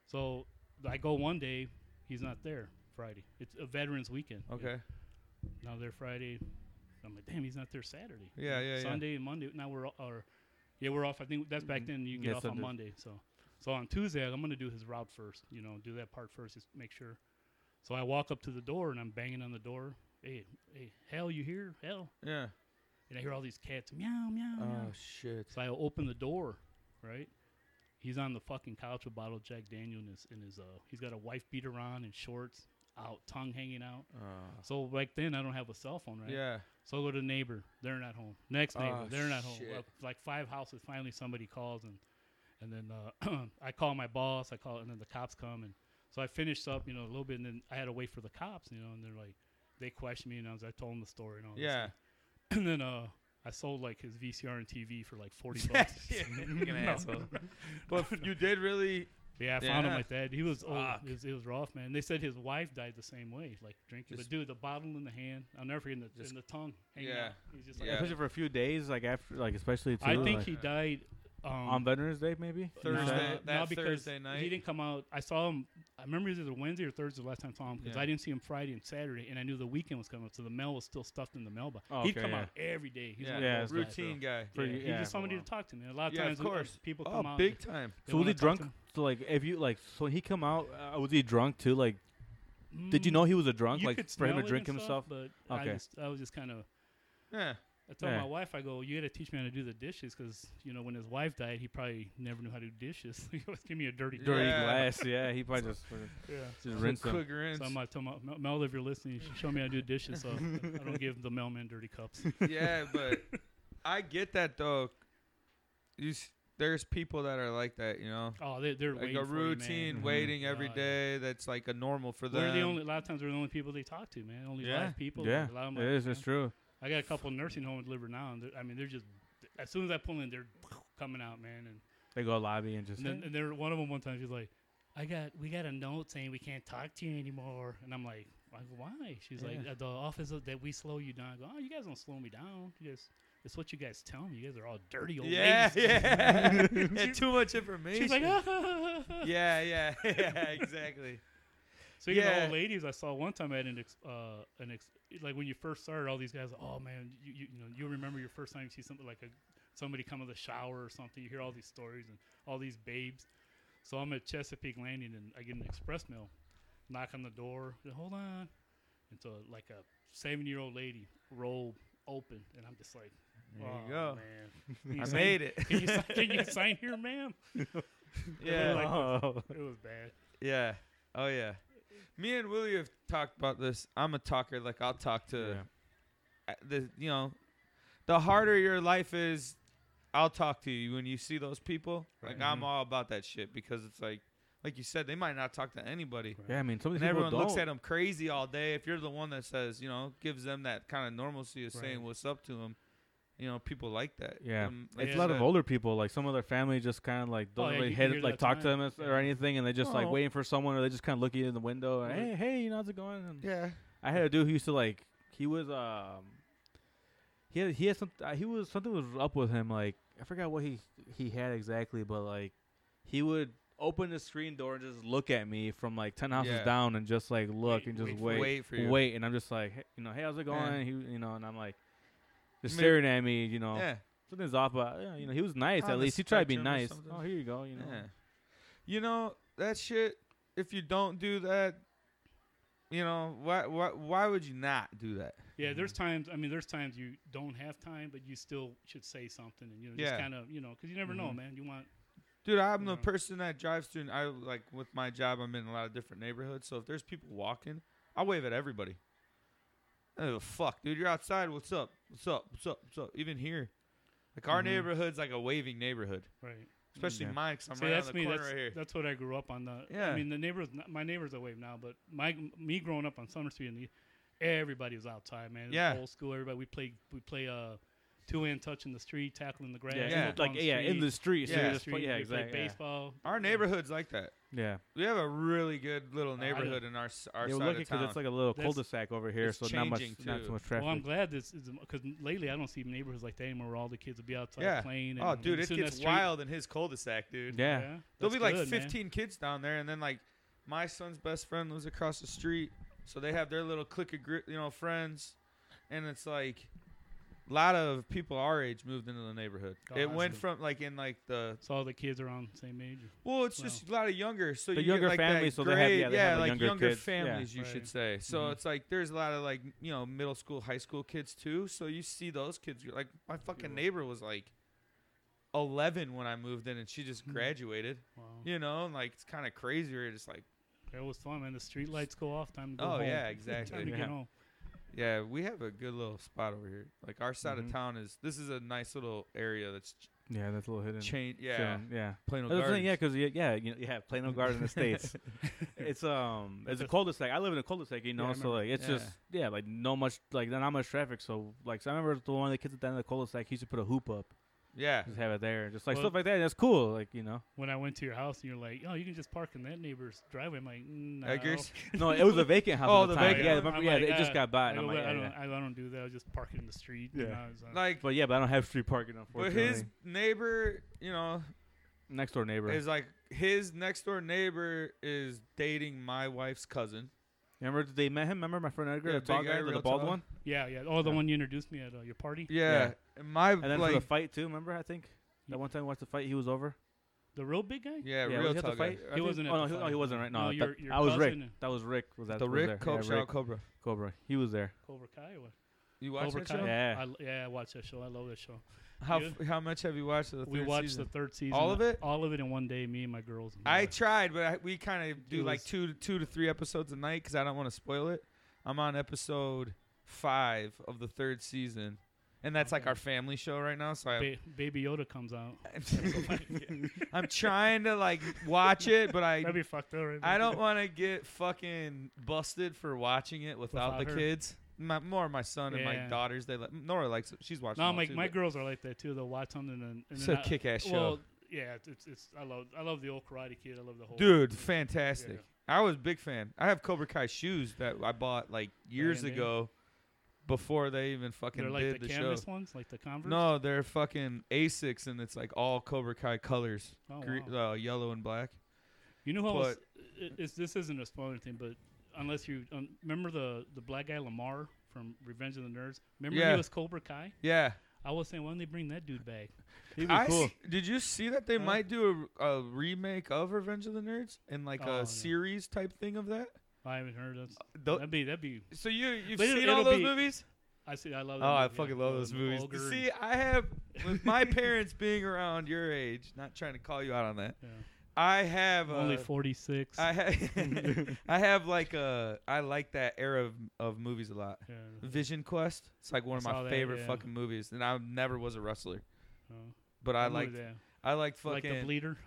S3: So I go one day, he's not there Friday. It's a veterans weekend. you know.
S2: Okay.
S3: Now they're Friday. I'm like, damn, he's not there Saturday.
S2: Yeah, yeah, yeah.
S3: Sunday and Monday. Now we're all, or, yeah, we're off. I think that's
S2: Mm-hmm.
S3: back then. You get
S1: Yeah,
S3: off
S1: Sunday.
S3: on Monday. So, so on Tuesday, I'm gonna do his route first. You know, do that part first. Just make sure. So I walk up to the door and I'm banging on the door. Hey, hey, hell, you here? Hell,
S2: Yeah.
S3: and I hear all these cats meow meow meow.
S2: Oh shit.
S3: So I open the door, right? He's on the fucking couch with bottle of Jack Daniel in his, in his uh he's got a wife beater on and shorts out, tongue hanging out.
S2: Oh.
S3: So like then I don't have a cell phone, right?
S2: Yeah.
S3: So I go to the neighbor, they're not home. Next neighbor,
S2: Oh,
S3: they're not home.
S2: shit.
S3: Well, like five houses, finally somebody calls and and then uh, [CLEARS THROAT] I call my boss, I call and then the cops come and so I finished up, you know, a little bit and then I had to wait for the cops, you know, and they're like they questioned me and I was I told them the story and all this
S2: Yeah.
S3: [CLEARS THROAT] and then uh I sold like his VCR and TV for like
S2: [LAUGHS]
S3: forty bucks.
S2: Yeah,
S3: [LAUGHS] No.
S2: But
S3: [LAUGHS]
S2: you did really
S3: Yeah, I found him
S2: Yeah.
S3: like that. He was old.
S2: Fuck.
S3: It was, it was rough, man. They said his wife died the same way, like drinking.
S2: Just-
S3: but dude, the bottle in the hand, I'll never forget in the,
S2: Just-
S3: in the tongue hanging
S2: Yeah.
S3: out. He's just like,
S2: Yeah.
S1: Especially for a few days, like after, like especially. Too,
S3: I think
S1: like,
S3: he died um,
S1: on Veterans Day maybe.
S3: no,
S2: Thursday- that
S3: no, because
S2: Thursday night?
S3: He didn't come out. I saw him. I remember it was either Wednesday or Thursday the last time I saw him because
S2: Yeah.
S3: I didn't see him Friday and Saturday, and I knew the weekend was coming up, so the mail was still stuffed in the mailbox.
S1: Oh,
S3: He'd
S1: okay,
S3: come
S1: yeah.
S3: out every day. He's
S2: Yeah.
S3: one of
S1: Yeah,
S3: those
S1: it's like-
S3: guys.
S2: routine guy.
S1: For
S3: Yeah,
S1: you-
S3: he's
S1: yeah,
S3: just
S1: for a
S3: somebody to
S1: while.
S3: talk to, man. A lot of
S2: Yeah, of
S3: times, uh,
S2: course.
S3: people come
S2: Oh,
S3: out.
S2: big time.
S3: they
S1: So was
S3: wanna
S1: he
S3: talk
S1: drunk?
S3: to him.
S1: So like, if you like, so when he come out, uh, was he drunk too? Like, did you
S3: Mm,
S1: know he was a drunk?
S3: you
S1: like
S3: could
S1: for him
S3: smell
S1: to
S3: it
S1: drink
S3: and
S1: himself.
S3: stuff, But I,
S1: Okay.
S3: just, I was just kind of.
S2: Yeah.
S3: I told
S1: Yeah.
S3: my wife, I go, you got to teach me how to do the dishes because you know when his wife died, he probably never knew how to do dishes. [LAUGHS] he always give me a dirty,
S1: Dirty
S2: Yeah.
S1: glass. Yeah, he probably
S3: [LAUGHS]
S1: just
S3: Yeah.
S1: just rinse him.
S2: Quick rinse.
S3: So I'm like, tell my, Mel- Mel, if you're listening, you should show me how to do dishes. So I don't give the mailman dirty
S1: [LAUGHS]
S3: cups.
S2: yeah,
S3: [LAUGHS]
S2: but I get that though. You s- there's people that are like that, you know,
S3: Oh, they, they're
S2: like
S3: waiting
S2: a
S3: for you, man. Mm-hmm. Oh,
S2: routine
S1: Mhm.
S2: waiting every
S3: Yeah,
S2: day. That's like a normal for them.
S3: We're the only. A lot of times, we're the only people they talk to, man. Only
S2: Yeah.
S3: live people.
S1: Yeah,
S3: like, a lot of
S1: it
S3: my-
S1: is. It's true.
S3: I got a couple nursing home delivered now, and they're- I mean, they're just as soon as I pull in, they're coming out, man. And
S1: They go lobby and just.
S3: And then and there, one of them one time she's like, "I got we got a note saying we can't talk to you anymore," and I'm like, "Why- "Why?" She's like,
S2: Yeah.
S3: "At the office of- that we slow you down." I go, "Oh, you guys don't slow me down. You guys, it's what you guys tell me. You guys are all dirty old
S2: yeah,
S3: ladies."
S2: yeah. [LAUGHS]
S3: [LAUGHS]
S2: yeah.
S3: She's-
S2: Too much information.
S3: She's like, ah. [LAUGHS]
S2: yeah, yeah, [LAUGHS] yeah, exactly.
S3: Speaking of
S2: Yeah.
S3: old ladies, I saw one time at an ex, uh, an ex, like when you first started, all these guys, oh man, you, you, you know, you remember your first time you see something like a somebody come in the shower or something. You hear all these stories and all these babes. So I'm at Chesapeake Landing and I get an express mail, knock on the door, and hold on, and so like a seven year old lady roll open, and I'm just like,
S2: There
S3: oh,
S2: you go. [LAUGHS]
S3: man, Can you
S2: I
S3: sign-
S2: made it.
S3: Can you, sign,
S2: [LAUGHS]
S3: can you sign here, ma'am?
S2: yeah,
S3: [LAUGHS] like-
S1: Oh.
S2: [LAUGHS]
S3: It was bad.
S2: yeah. Oh yeah. Me and Willie have talked about this. I'm a talker. Like I'll talk to.
S1: Yeah.
S2: I- the you know, the harder your life is, I'll talk to you when you see those people. Like
S1: Right.
S2: I'm
S1: Mhm.
S2: all about that shit because it's like, like you said, they might not talk to anybody,
S3: Right.
S1: Yeah, I mean, some of
S2: and
S1: these people
S2: everyone
S1: don't.
S2: looks at them crazy all day. If you're the one that says, you know, gives them that kind of normalcy of saying
S3: Right.
S2: what's up to them, you know, people like that.
S1: Yeah.
S2: Um,
S1: It's
S2: you
S1: a lot of
S2: said-
S1: older people. Like some of their family just kind of like
S3: Oh,
S1: don't
S3: yeah,
S1: really
S3: you-
S1: hit,
S3: you're
S1: like
S3: that
S1: talk to
S3: time.
S1: them as- or anything, and they just like
S2: Oh.
S1: waiting for someone, or they just kind of look at you in the window. And,
S3: Right.
S1: hey, hey, you know how's it going? And
S2: Yeah.
S1: I had a dude who used to like he was um he had he had some uh, he was something was up with him like I forgot what he he had exactly, but like he would open the screen door and just look at me from like ten houses
S2: Yeah.
S1: down and just like look
S3: Wait,
S1: and just
S3: wait for
S1: wait,
S2: Wait for you.
S1: wait, and I'm just like, hey, you know, hey, how's it going?
S2: Yeah.
S1: He, you know, and I'm like, just
S2: Maybe-
S1: staring at me, you know,
S2: Yeah.
S1: something's off. But yeah, you know, he was nice.
S2: On
S1: At
S2: the
S1: least he tried to be
S2: spectrum or
S1: nice.
S2: something.
S1: Oh, here you go. You know,
S2: Yeah. You know, that shit, if you don't do that, you know, why why why would you not do that?
S3: Yeah, there's
S2: Mm-hmm.
S3: times. I mean, there's times you don't have time, but you still should say something, and you know, just
S2: Yeah. Mm-hmm.
S3: kind of, you know, because you never know,
S1: Mhm.
S3: man. You want
S2: Dude, I'm the
S3: No.
S2: person that drives through and I like with my job I'm in a lot of different neighborhoods, so if there's people walking, I wave at everybody. I don't give a fuck, dude. You're outside, what's up? What's up? What's up? What's up? Even here. Like our
S3: Mm-hmm.
S1: Mhm.
S2: neighborhood's like a waving neighborhood.
S3: right.
S2: Especially
S1: Yeah.
S2: mine, because I'm
S3: See,
S2: right on
S3: that's
S2: the
S3: me.
S2: corner
S3: That's
S2: right here.
S3: that's what I grew up on. The
S2: Yeah.
S3: I mean, the neighbors. My neighbors are wave now, but my me growing up on Summer Street, and the, everybody was outside, man. It was
S2: Yeah.
S3: old school. Everybody. We played. We play uh, two hand touch in the street, tackling the grass.
S1: yeah,
S2: Yeah.
S3: smoke
S1: like
S3: on
S1: yeah, in the street.
S2: Yeah.
S1: Yeah,
S2: In
S1: yeah,
S2: the
S1: just,
S3: street,
S1: yeah
S3: we
S1: exactly.
S3: Played
S1: yeah.
S3: baseball.
S2: Our neighborhood's like that.
S1: Yeah,
S2: We have a really good little
S3: I don't-
S2: neighborhood in our s- our
S1: they were
S2: side
S1: looking
S2: of town.
S1: because it's like a little
S3: That's-
S1: cul-de-sac over here,
S2: it's
S1: so not much,
S2: changing,
S1: not
S2: too.
S1: too much traffic.
S3: Well, I'm glad this is because lately I don't see neighborhoods like that anymore, where all the kids will be outside
S2: Yeah.
S3: playing. And
S2: Oh, dude, it
S3: sitting in that
S2: gets
S3: street.
S2: wild in his cul-de-sac, dude.
S1: yeah.
S2: There'll be
S3: that's
S2: like
S3: good, man.
S2: 15 kids down there, and then like my son's best friend lives across the street, so they have their little clique of gri- you know friends, and it's like a lot of people our age moved into the neighborhood.
S3: Oh,
S2: it went
S3: absolutely.
S2: from like in like the
S3: So all the kids are on the same age.
S2: well, it's just a lot of younger, so
S1: The
S2: you get,
S1: younger
S2: like, that
S1: families, so they have- yeah,
S2: grade-
S1: they have the
S2: like
S1: younger kids, yeah.
S2: families, you should
S3: Right.
S2: say. So
S1: Mhm.
S2: it's like there's a lot of like you know middle school, high school kids too. So you see those kids you're like my fucking
S3: Yeah.
S2: neighbor was like 11 when I moved in, and she just
S1: Mm-hmm.
S3: Hmm.
S2: graduated.
S3: Wow.
S2: You know, and like it's kind of crazy. You're just like,
S3: That was fun, man. The street lights go off. Time to go
S2: oh
S3: home.
S2: yeah,
S3: [LAUGHS] Time
S2: exactly.
S3: to get
S1: Yeah.
S3: home.
S2: yeah, we have a good little spot over here. Like our side
S1: Mhm.
S2: of town is. This is a nice little area that's
S1: yeah, that's a little hidden.
S2: changed. Yeah,
S1: feeling, yeah.
S2: Plano
S1: That's the
S2: Gardens.
S1: thing, yeah, because yeah, yeah, you know, yeah, Plano Garden in the states. it's um, it's a
S3: That's-
S1: cul-de-sac. I live in a cul-de-sac, you
S3: Yeah, I
S1: know, so like it's
S2: Yeah.
S1: just yeah, like no much, like not much traffic. So like, so I remember the one of the kids at the end of the cul-de-sac, he used to put a hoop up,
S2: yeah.
S1: just have it there, just like
S3: Well-
S1: stuff like that. That's cool, like you know.
S3: When I went to your house and you're like, oh, you can just park in that neighbor's driveway. I'm like, "Mm, no. [LAUGHS]
S2: Eggers?
S1: No, it was a vacant house.
S2: Oh,
S1: at the,
S2: the
S1: time.
S2: vacant
S1: Yeah,
S3: one.
S1: remember,
S3: I'm
S1: yeah,
S3: like,
S1: it just
S3: uh,
S1: got by.
S3: I
S1: And
S3: don't,
S1: I'm like,
S3: I,
S1: yeah,
S3: don't
S1: yeah.
S3: I don't do that. I just park it in the street.
S1: Yeah.
S3: You know, it's, uh,
S2: Like,
S1: But yeah, but I don't have street parking,
S2: but
S1: unfortunately.
S2: his neighbor, you know,
S1: next door neighbor.
S2: is like his next door neighbor is dating my wife's cousin.
S1: remember they met him? Remember my friend Edgar,
S2: Yeah,
S1: the tall
S2: big guy,
S1: guy, with the
S2: real
S1: bald
S2: tall.
S1: one,
S3: yeah, yeah. Oh, the
S1: Yeah.
S3: one you introduced me at uh, your party.
S2: Yeah,
S1: Yeah.
S2: and my
S1: and then
S2: like,
S1: for the fight too. Remember, I think that one time we watched the fight, he was over.
S3: The real big guy?
S2: yeah,
S1: yeah,
S2: real
S1: was he at
S2: tough
S1: the fight. I think-
S3: wasn't at
S1: Oh no,
S3: the
S1: he, no,
S3: fight.
S1: he wasn't right. No,
S3: No,
S1: that-
S3: your- your
S1: I was Rick.
S3: cousin.
S1: That was Rick. Was that
S2: The
S1: was there.
S2: Rick Coke
S1: yeah, Rick
S2: Cobra.
S1: Cobra? He was there.
S3: Cobra Kai or what?
S2: You watch
S3: Cobra
S2: that
S3: Kai?
S2: show?
S1: Yeah.
S3: I l- yeah, I watched that show. I love that show.
S2: How
S3: Yeah.
S2: f- how much have you watched of the
S3: We
S2: third
S3: watched
S2: season?
S3: the third season.
S2: All of it?
S3: All of it in one day. Me and my girls. and my
S2: I
S3: wife.
S2: tried, but I, we kind of do
S3: It
S2: like
S3: was-
S2: two two to three episodes a night because I don't want to spoil it. I'm on episode five of the third season, and that's like
S3: Okay.
S2: our family show right now. So [LAUGHS]
S3: [LAUGHS]
S2: I,
S3: Ba- Baby Yoda comes
S2: [LAUGHS]
S3: out.
S2: I'm trying to like watch it, but I
S3: [LAUGHS] That'd be fucked up. Right?
S2: I don't want to get fucking busted for watching it without,
S3: Without
S2: the
S3: her.
S2: kids. My, more my son and my
S3: Yeah.
S2: daughters. They like Nora likes it. She's watching.
S3: No,
S2: them
S3: my
S2: too,
S3: my
S2: but
S3: girls are like that too. They'll watch something and, and
S2: It's
S3: then
S2: a
S3: I-
S2: kick ass show.
S3: Well, yeah, it's- it's it's I love I love the old Karate Kid. I love the whole
S2: Dude,
S3: it's-
S2: fantastic. I was a big fan. I have Cobra Kai shoes that I bought like years
S3: Brand new?
S2: ago before they even fucking
S3: They're like
S2: did
S3: the,
S2: the, show.
S3: canvas ones, like the Converse.
S2: No, they're fucking Asics and it's like all Cobra Kai colors.
S3: Oh,
S2: Gre-
S3: wow.
S2: uh, yellow and black.
S3: you know who was? i- It's, this isn't a spoiler thing, but unless you um, remember the the black guy Lamar from Revenge of the Nerds, remember
S2: Yeah.
S3: he was Cobra Kai.
S2: Yeah.
S3: I was saying, why don't they bring that
S2: [LAUGHS]
S3: dude back?
S1: He'd
S2: I
S1: cool.
S2: s- did you see that they
S3: Huh?
S2: might do a, a remake of Revenge of the Nerds and like
S3: Oh,
S2: a
S3: yeah.
S2: series type thing of that?
S3: I haven't heard of.
S2: Uh, Tho-
S3: That'd be that'd be.
S2: so you you've
S3: But it-
S2: seen all
S3: it'll
S2: those
S3: be-
S2: movies?
S3: I see. I love.
S2: Oh,
S3: that
S2: I
S3: movie, yeah.
S2: fucking love
S3: Uh,
S2: those
S3: the
S2: movies.
S3: Bulger and-
S2: See, I have with
S3: [LAUGHS]
S2: my parents being around your age. Not trying to call you out on that.
S3: yeah.
S2: I have
S3: only
S2: uh,
S3: forty six.
S2: I have, [LAUGHS] I have like a, I like that era of, of movies a lot.
S3: Yeah.
S2: Vision Quest. It's like one of
S3: I saw
S2: my
S3: that,
S2: favorite
S3: yeah.
S2: fucking movies, and I never was a wrestler,
S3: uh,
S2: but I
S3: remember
S2: liked,
S3: that.
S2: I liked
S3: like
S2: fucking,
S3: the bleeder.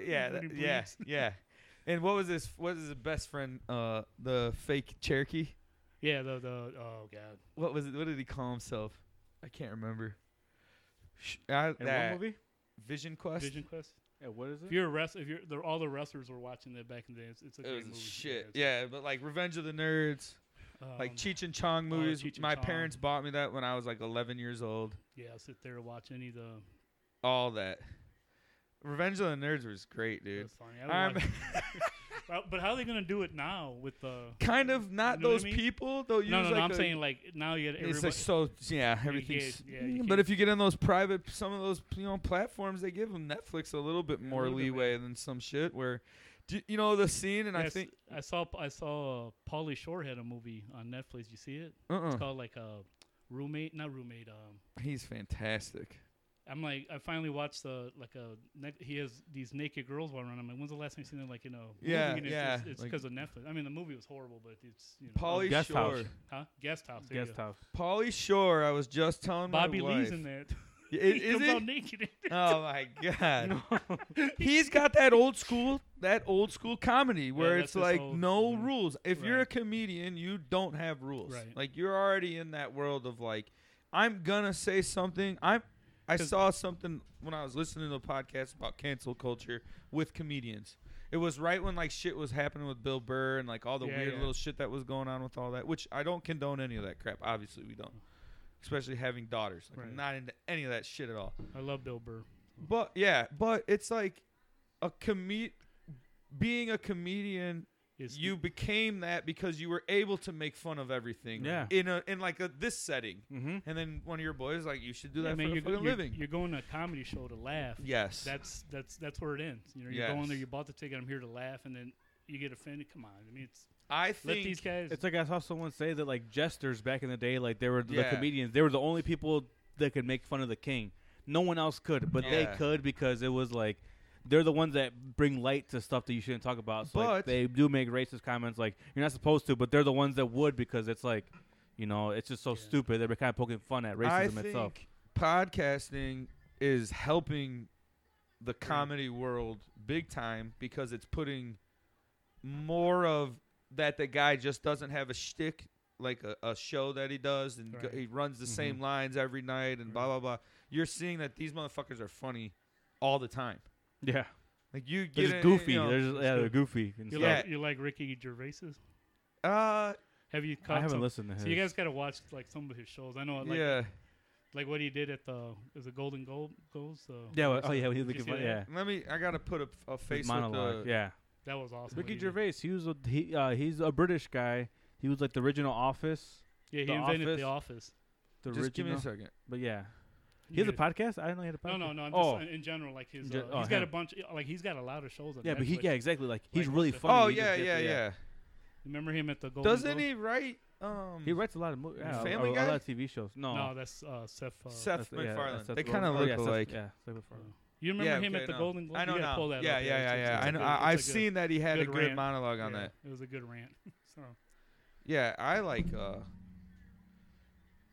S2: yeah,
S3: when
S2: that-
S3: he
S2: yeah,
S3: bleeds.
S2: yeah. And what was this? What is his best friend? Uh, the fake Cherokee.
S3: Yeah, the the oh god,
S2: What was it? What did he call himself? I can't remember. Sh- I,
S1: In
S2: that-
S1: what movie?
S2: Vision Quest.
S3: Vision Quest.
S1: Yeah, what is
S3: If
S1: it?
S3: you're a wrestler, if you're the, all the wrestlers were watching that back in the day, it's, it's a
S2: It
S3: great
S2: was
S3: movie.
S2: shit. Yeah, but like Revenge of the Nerds,
S3: yeah, it's-
S2: like
S3: um,
S2: Cheech and Chong
S3: oh,
S2: movies.
S3: Cheech and
S2: my
S3: Chong.
S2: parents bought me that when I was like 11 years old.
S3: yeah, I'll sit there and watch any of the
S2: all that. Revenge of the Nerds was great,
S3: It
S2: dude.
S3: was funny. I would
S2: I'm
S3: watch-
S2: [LAUGHS]
S3: but- but how are they gonna do it now with uh?
S2: kind of not
S3: You know what I
S2: those
S3: mean?
S2: people. They'll use
S3: No, no,
S2: like
S3: no. I'm
S2: a-
S3: saying like now you got
S2: It's
S3: everybody.
S2: like so yeah,
S3: you
S2: everything's. mm,
S3: can't- yeah, you
S2: but
S3: can't-
S2: if you get in those private, some of those you know platforms, they give them Netflix a little bit
S3: Yeah, a
S2: more
S3: little bit,
S2: leeway than some shit. Where, do you- you know the scene? And I
S3: Yes,
S2: think
S3: I saw I saw uh, Paulie Shore had a movie on Netflix. You see it?
S2: uh-uh,
S3: It's called like a roommate, not roommate. Um,
S2: he's fantastic.
S3: I'm like I finally watched the like a ne- he has these naked girls walking around. I'm like, when's the last time you seen them? Like you know,
S2: Yeah,
S3: movie? And it's-
S2: yeah,
S3: It's it's
S2: like-
S3: because of Netflix. I mean, the movie was horrible, but it's you know,
S2: Polly
S1: Guest
S2: Shore.
S1: House.
S3: huh? Guest house. there you
S1: Guest
S3: go.
S1: house.
S2: Polly Shore. I was just telling
S3: Bobby
S2: my wife.
S3: Lee's in that.
S2: Y-
S3: [LAUGHS] he
S2: i- is
S3: comes
S2: he?
S3: out naked.
S2: Oh
S3: [LAUGHS]
S2: my god. [LAUGHS] He's got that old school that old school comedy where
S3: that's
S2: it's
S3: his
S2: like
S3: whole-
S2: no
S3: mhm.
S2: rules. If you're a
S3: Right.
S2: comedian, you don't have rules.
S3: Right.
S2: Like you're already in that world of like I'm gonna say something. I'm I
S3: 'Cause-
S2: saw something when I was listening to a podcast about cancel culture with comedians. It was right when like shit was happening with Bill Burr and like all the
S3: Yeah,
S2: weird
S3: yeah.
S2: little shit that was going on with all that, which I don't condone any of that crap. Obviously, we don't. Especially having daughters. Like,
S3: Right.
S2: I'm not into any of that shit at all.
S3: I love Bill Burr.
S2: But yeah, but it's like a comed being a comedian,
S3: It's-
S2: you became that because you were able to make fun of everything.
S1: Yeah.
S2: In a in like a this setting,
S1: Mm-hmm.
S2: and then one of your boys like you should do that
S3: I mean,
S2: for
S3: you're,
S2: a
S3: go-
S2: fucking
S3: you're-
S2: living.
S3: You're going to a comedy show to laugh.
S2: yes.
S3: That's that's that's where it ends. You know, you're going there.
S2: Yes.
S3: You bought the ticket. I'm here to laugh, and then you get offended. Come on. I mean, it's
S2: I
S3: let
S2: think
S3: these guys.
S1: It's like I saw someone say that like jesters back in the day, like they were
S2: Yeah.
S1: the comedians. They were the only people that could make fun of the king. No one else could, but
S2: Yeah.
S1: they could because it was like they're the ones that bring light to stuff that you shouldn't talk about. So
S2: But-
S1: like, they do make racist comments, like you're not supposed to, but they're the ones that would because it's like, you know, it's just so
S3: Yeah.
S1: stupid. They're kind of poking fun at
S2: I
S1: racism
S2: think
S1: itself.
S2: podcasting is helping the comedy world big time because it's putting more of that the guy just doesn't have a shtick like a, a show that he does and go,
S3: Right.
S2: he runs the
S1: Mhm.
S2: same lines every night and blah blah blah. You're seeing that these motherfuckers are funny all the time.
S1: Yeah,
S2: Like you get
S1: they're
S2: a-
S1: just goofy.
S2: You know,
S1: they're just, yeah, they're goofy. And
S3: you
S1: stuff.
S3: like
S2: yeah.
S3: you like Ricky Gervais's.
S2: uh,
S3: Have you caught?
S1: I haven't
S3: some-
S1: listened to him.
S3: So you guys gotta watch like some of his shows. I know, like
S2: yeah.
S3: like what he did at the is it Golden Gold Goals. Uh,
S1: yeah, well,
S3: or
S1: oh yeah, he's
S3: something. Did you
S1: looking
S3: see
S1: fun.
S3: that?
S1: Yeah,
S2: Let me. I gotta put a, a face uh,
S1: His monologue.
S2: With the,
S1: yeah.
S3: that was awesome. what
S1: Ricky
S3: he did.
S1: Gervais, he was a, he uh, he's a British guy. He was like the original Office.
S3: Yeah, he
S1: The
S3: invented the Office.
S1: The
S2: Just give me
S1: original,
S2: a second.
S1: but yeah,
S3: You
S1: he has a
S3: did.
S1: podcast. I didn't know he had a podcast.
S3: No, no, no. I'm
S1: oh,
S3: just in- in general, like his.
S1: Ge-
S3: Uh,
S1: oh,
S3: he's got a
S1: him.
S3: bunch. Like he's got a lot of shows on.
S1: yeah, but he
S3: Netflix.
S1: yeah, exactly. Like he's
S3: what
S1: really
S3: the-
S1: funny.
S2: oh
S1: you just
S2: yeah,
S1: get
S2: yeah,
S1: the-
S2: yeah.
S3: Remember him at the Golden
S2: Doesn't
S3: Globes?
S2: he write? Um,
S1: He writes a lot of movies. Yeah,
S2: Family
S1: a,
S2: Guy?
S1: a lot of TV shows. No,
S3: No, that's uh, Seth. Uh,
S2: Oh. Seth
S1: that's- yeah,
S2: MacFarlane.
S1: that's Seth
S2: they
S1: Rogen.
S2: kind of
S1: Oh,
S2: look
S1: yeah, Seth-
S2: alike.
S1: Yeah, Seth MacFarlane.
S3: You remember
S2: Yeah,
S3: him
S2: okay,
S3: at the
S2: no.
S3: Golden Globe?
S2: I know
S3: you gotta
S2: now.
S3: pull that
S2: yeah,
S3: up.
S2: yeah, yeah,
S3: it's-
S2: yeah,
S3: it's
S2: I
S3: a
S2: know.
S3: good-
S2: I, I've
S3: it's a good-
S2: seen that he had a
S3: good
S2: great
S3: rant.
S2: monologue on that.
S3: It was a good rant. [LAUGHS] so
S2: Yeah, I like. uh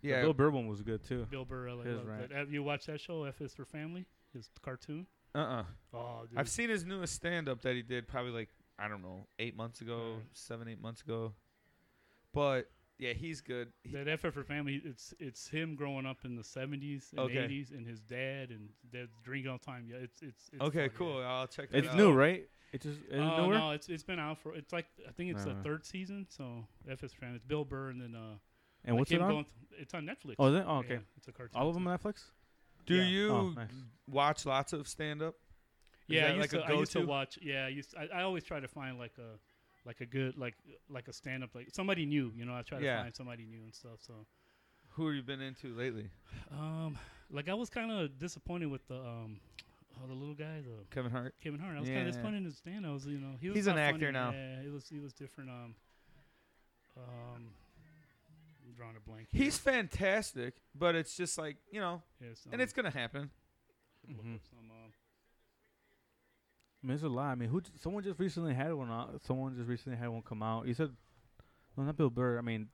S1: The
S2: Yeah.
S1: Bill Burr one was good too.
S3: Bill Burr, I like
S1: His
S3: loved
S1: rant.
S3: that. Have you watched that show? F is for Family. His cartoon.
S2: Uh. uh
S3: Oh, dude.
S2: I've seen his newest stand up that he did probably like I don't know eight months ago,
S3: Alright.
S2: seven eight months ago. But yeah, he's good. He-
S3: that F is for Family. It's it's him growing up in the seventies and
S2: Okay.
S3: eighties, and his dad and dad's drinking all the time. Yeah, it's it's. it's
S2: okay,
S3: funny.
S2: cool. I'll check. That
S1: It's
S2: out.
S1: new, right? It just is it
S3: Oh
S1: newer.
S3: no, it's it's been out for it's like I think it's the
S1: Uh-huh.
S3: third season. So F is for Family. It's Bill Burr and then uh.
S1: And
S3: like
S1: what's it
S3: him
S1: on?
S3: Going th- it's on Netflix.
S1: oh, is it? Oh, okay.
S3: Yeah, it's a cartoon.
S1: All of them
S3: too.
S1: on Netflix.
S2: Do
S3: Yeah.
S2: you
S1: Oh, nice.
S2: watch lots of stand up?
S3: Yeah, I
S2: that
S3: used,
S2: like a
S3: to, I used to
S2: go-to?
S3: watch. Yeah, I used. I, I always try to find like a, like a good like like a stand up like somebody new. You know, I try to
S2: Yeah.
S3: find somebody new and stuff. So,
S2: Who have you been into lately?
S3: um, like I was kind of disappointed with the um, oh, the little guy, the
S2: Kevin Hart.
S3: Kevin Hart. I was kind
S2: Yeah.
S3: of disappointed in his stand. I was, you know, he was
S2: He's an
S3: not
S2: actor
S3: funny.
S2: now.
S3: Yeah, he was he was different. Um, um, I'm drawing a blank. here.
S2: He's fantastic, but it's just like you know,
S3: Yes, um,
S2: and it's gonna happen.
S3: look
S2: Mm-hmm.
S1: Mhm.
S3: up some, um,
S1: I mean, it's a lot. I mean, who? j- Someone just recently had one. Out, someone just recently had one come out. You said, no, not Bill Burr. I mean,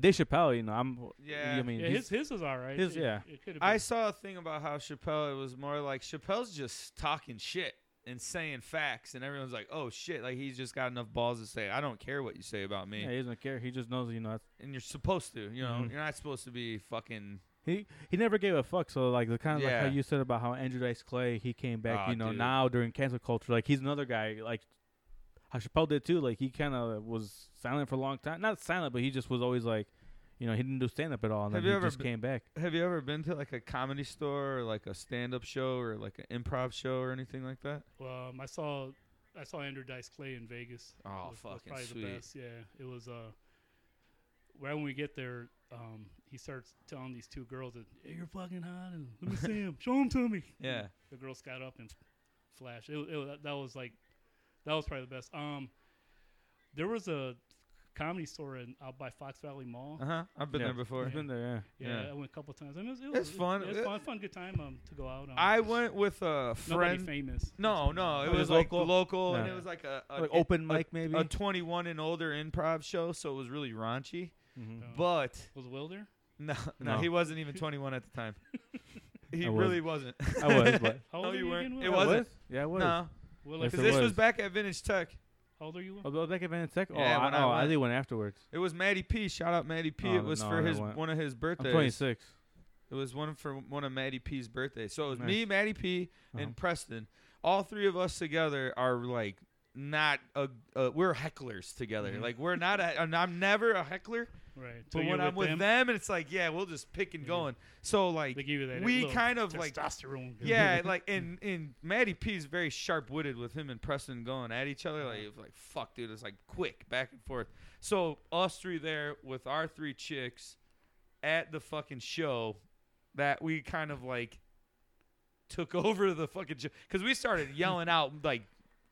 S1: Dave Chappelle. You know, I'm.
S2: Yeah.
S1: I mean,
S3: yeah,
S1: he's-
S3: his his was all right.
S1: his-
S3: It-
S1: yeah.
S3: it could have
S2: I
S3: been-
S2: saw a thing about how Chappelle. It was more like Chappelle's just talking shit and saying facts, and everyone's like, "Oh shit!" Like he's just got enough balls to say, "I don't care what you say about me,"
S1: yeah, he doesn't care. He just knows. You know, that's-
S2: and you're supposed to. You know,
S1: Mhm.
S2: you're not supposed to be fucking.
S1: He he never gave a fuck. So like the kind of like
S2: Yeah.
S1: how you said about how Andrew Dice Clay he came back.
S2: Aw,
S1: you know
S2: dude.
S1: now during cancel culture, like he's another guy. Like how Chappelle did too. Like he kind of was silent for a long time. Not silent, but he just was always like, You know, he didn't do stand up at all, and
S2: Have
S1: then
S2: you
S1: he
S2: ever
S1: just
S2: been-
S1: came back.
S2: Have you ever been to like a comedy store or like a stand up show or like an improv show or anything like that?
S3: Um, I saw I saw Andrew Dice Clay in Vegas.
S2: Oh,
S3: was- was
S2: fucking
S3: probably
S2: sweet.
S3: The best. Yeah, it was. Uh, right when we get there, um, he starts telling these two girls that hey, you're fucking hot, and let me see him, show him to me.
S2: Yeah.
S3: The girls got up and flashed. It, wa- it, wa- that was like, that was probably the best. Um, there was a comedy store in out by Fox Valley Mall.
S2: Uh huh. I've been
S1: Yeah.
S2: there before.
S1: He's been there, yeah.
S3: Yeah,
S2: yeah.
S3: I went a couple times. I mean, it was, it
S2: It's
S3: was
S2: fun.
S3: It was
S2: It-
S3: fun, fun, good time um, to go out. Um,
S2: I went with a
S3: nobody
S2: friend.
S3: famous.
S2: No, no, it
S1: Oh,
S2: was,
S1: just
S2: like local,
S1: local? Yeah.
S2: and Uh, it uh, was like a, a
S1: Like open
S2: a-
S1: mic, maybe.
S2: a 21 and older improv show, so it was really raunchy. [LAUGHS]
S1: Mhm.
S3: Um,
S2: But
S3: was Will there?
S1: [LAUGHS]
S2: no, no,
S1: No.
S2: he wasn't even 21 at
S1: [LAUGHS]
S2: the time. He
S1: I was.
S2: really wasn't.
S1: I was, but
S3: How old
S2: No,
S3: are
S2: you
S3: you
S2: weren't.
S3: again, Will?
S2: It
S1: I
S2: wasn't.
S1: was? Yeah, I was.
S2: no,
S3: Will,
S1: Yes,
S3: like,
S2: because
S1: it
S2: this was.
S1: was.
S2: back at Vintage Tech.
S3: how old are you? Will?
S1: Oh, but back at Van Tech. Oh,
S2: Yeah,
S1: I,
S2: when I
S1: oh, I
S2: went.
S1: did one afterwards.
S2: It was Maddie P. Shout out Maddie P.
S1: No,
S2: it was
S1: Oh, no,
S2: for
S1: I
S2: his
S1: went-
S2: one of his
S1: I'm
S2: birthdays.
S1: 26.
S2: It was one for one of Maddie P's birthdays. So it was
S1: Nice.
S2: me, Maddie P,
S1: Uh-huh.
S2: and Preston. All three of us together are like not a uh, we're hecklers together.
S1: Mm-hmm.
S3: Mhm.
S2: Like we're not a and I'm never a heckler,
S3: Right.
S2: but
S3: you're
S2: when I'm with them, it's like yeah, we'll just pick and
S3: Mhm.
S2: go and so
S3: they
S2: like
S3: give you that.
S2: we
S3: little
S2: kind of like
S3: testosterone.
S2: yeah,
S3: [LAUGHS]
S2: like and and Maddie P's very sharp witted with him and Preston going at each other. Like
S3: Yeah.
S2: it was like fuck, dude. It's like quick back and forth. So us three there with our three chicks at the fucking show that we kind of like took [LAUGHS] over the fucking show because we started yelling out like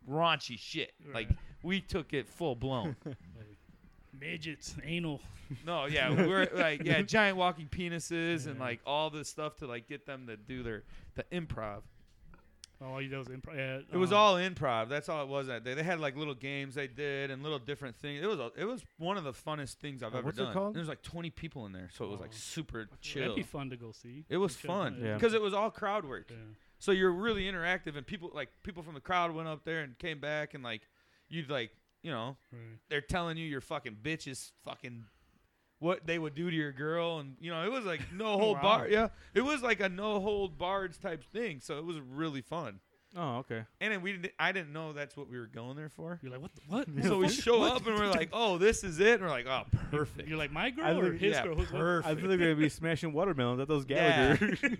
S2: raunchy shit. Like
S3: Right.
S2: we took it full blown.
S3: Like, midgets, anal.
S2: no, [LAUGHS] yeah, we're like yeah, giant walking penises and
S3: Yeah.
S2: like all this stuff to like get them to do their the improv.
S3: Oh, you those improv. Yeah,
S2: It was
S1: Uh-huh.
S3: um,
S2: all improv. That's all it was that day. They had like little games they did and little different things. It was a, it was one of the funnest things I've
S1: Uh,
S2: ever
S1: what's it
S2: done.
S1: called?
S2: There was like 20 people in there, so it was like
S3: Oh.
S2: super
S3: That'd
S2: chill.
S3: be fun to go see.
S2: It was
S3: Check
S2: fun
S3: it out.
S1: Yeah.
S2: because it was all crowd work.
S3: Yeah.
S2: So you're really interactive and people like people from the crowd went up there and came back and like you'd like, you know,
S3: Right.
S2: they're telling you your fucking bitch is fucking what they would do to your girl and you know, it was like
S1: [LAUGHS]
S2: no hold
S1: Wow.
S2: bar. Yeah. It was like a no hold bards type thing, so it was really fun.
S1: Oh, okay.
S2: And then we didn't, I didn't know that's what we were going
S1: [LAUGHS]
S2: there for.
S3: You're like what? The, [LAUGHS] what?
S2: So we show up and we're like, oh, this is it. And we're like, oh,
S1: [LAUGHS]
S2: perfect.
S3: You're like my
S1: I
S3: girl or
S1: look-
S3: his
S2: yeah,
S3: girl? Who's what?
S2: perfect.
S1: I feel like they're gonna be smashing watermelons at those
S2: Yeah. [LAUGHS]
S1: Gallagher,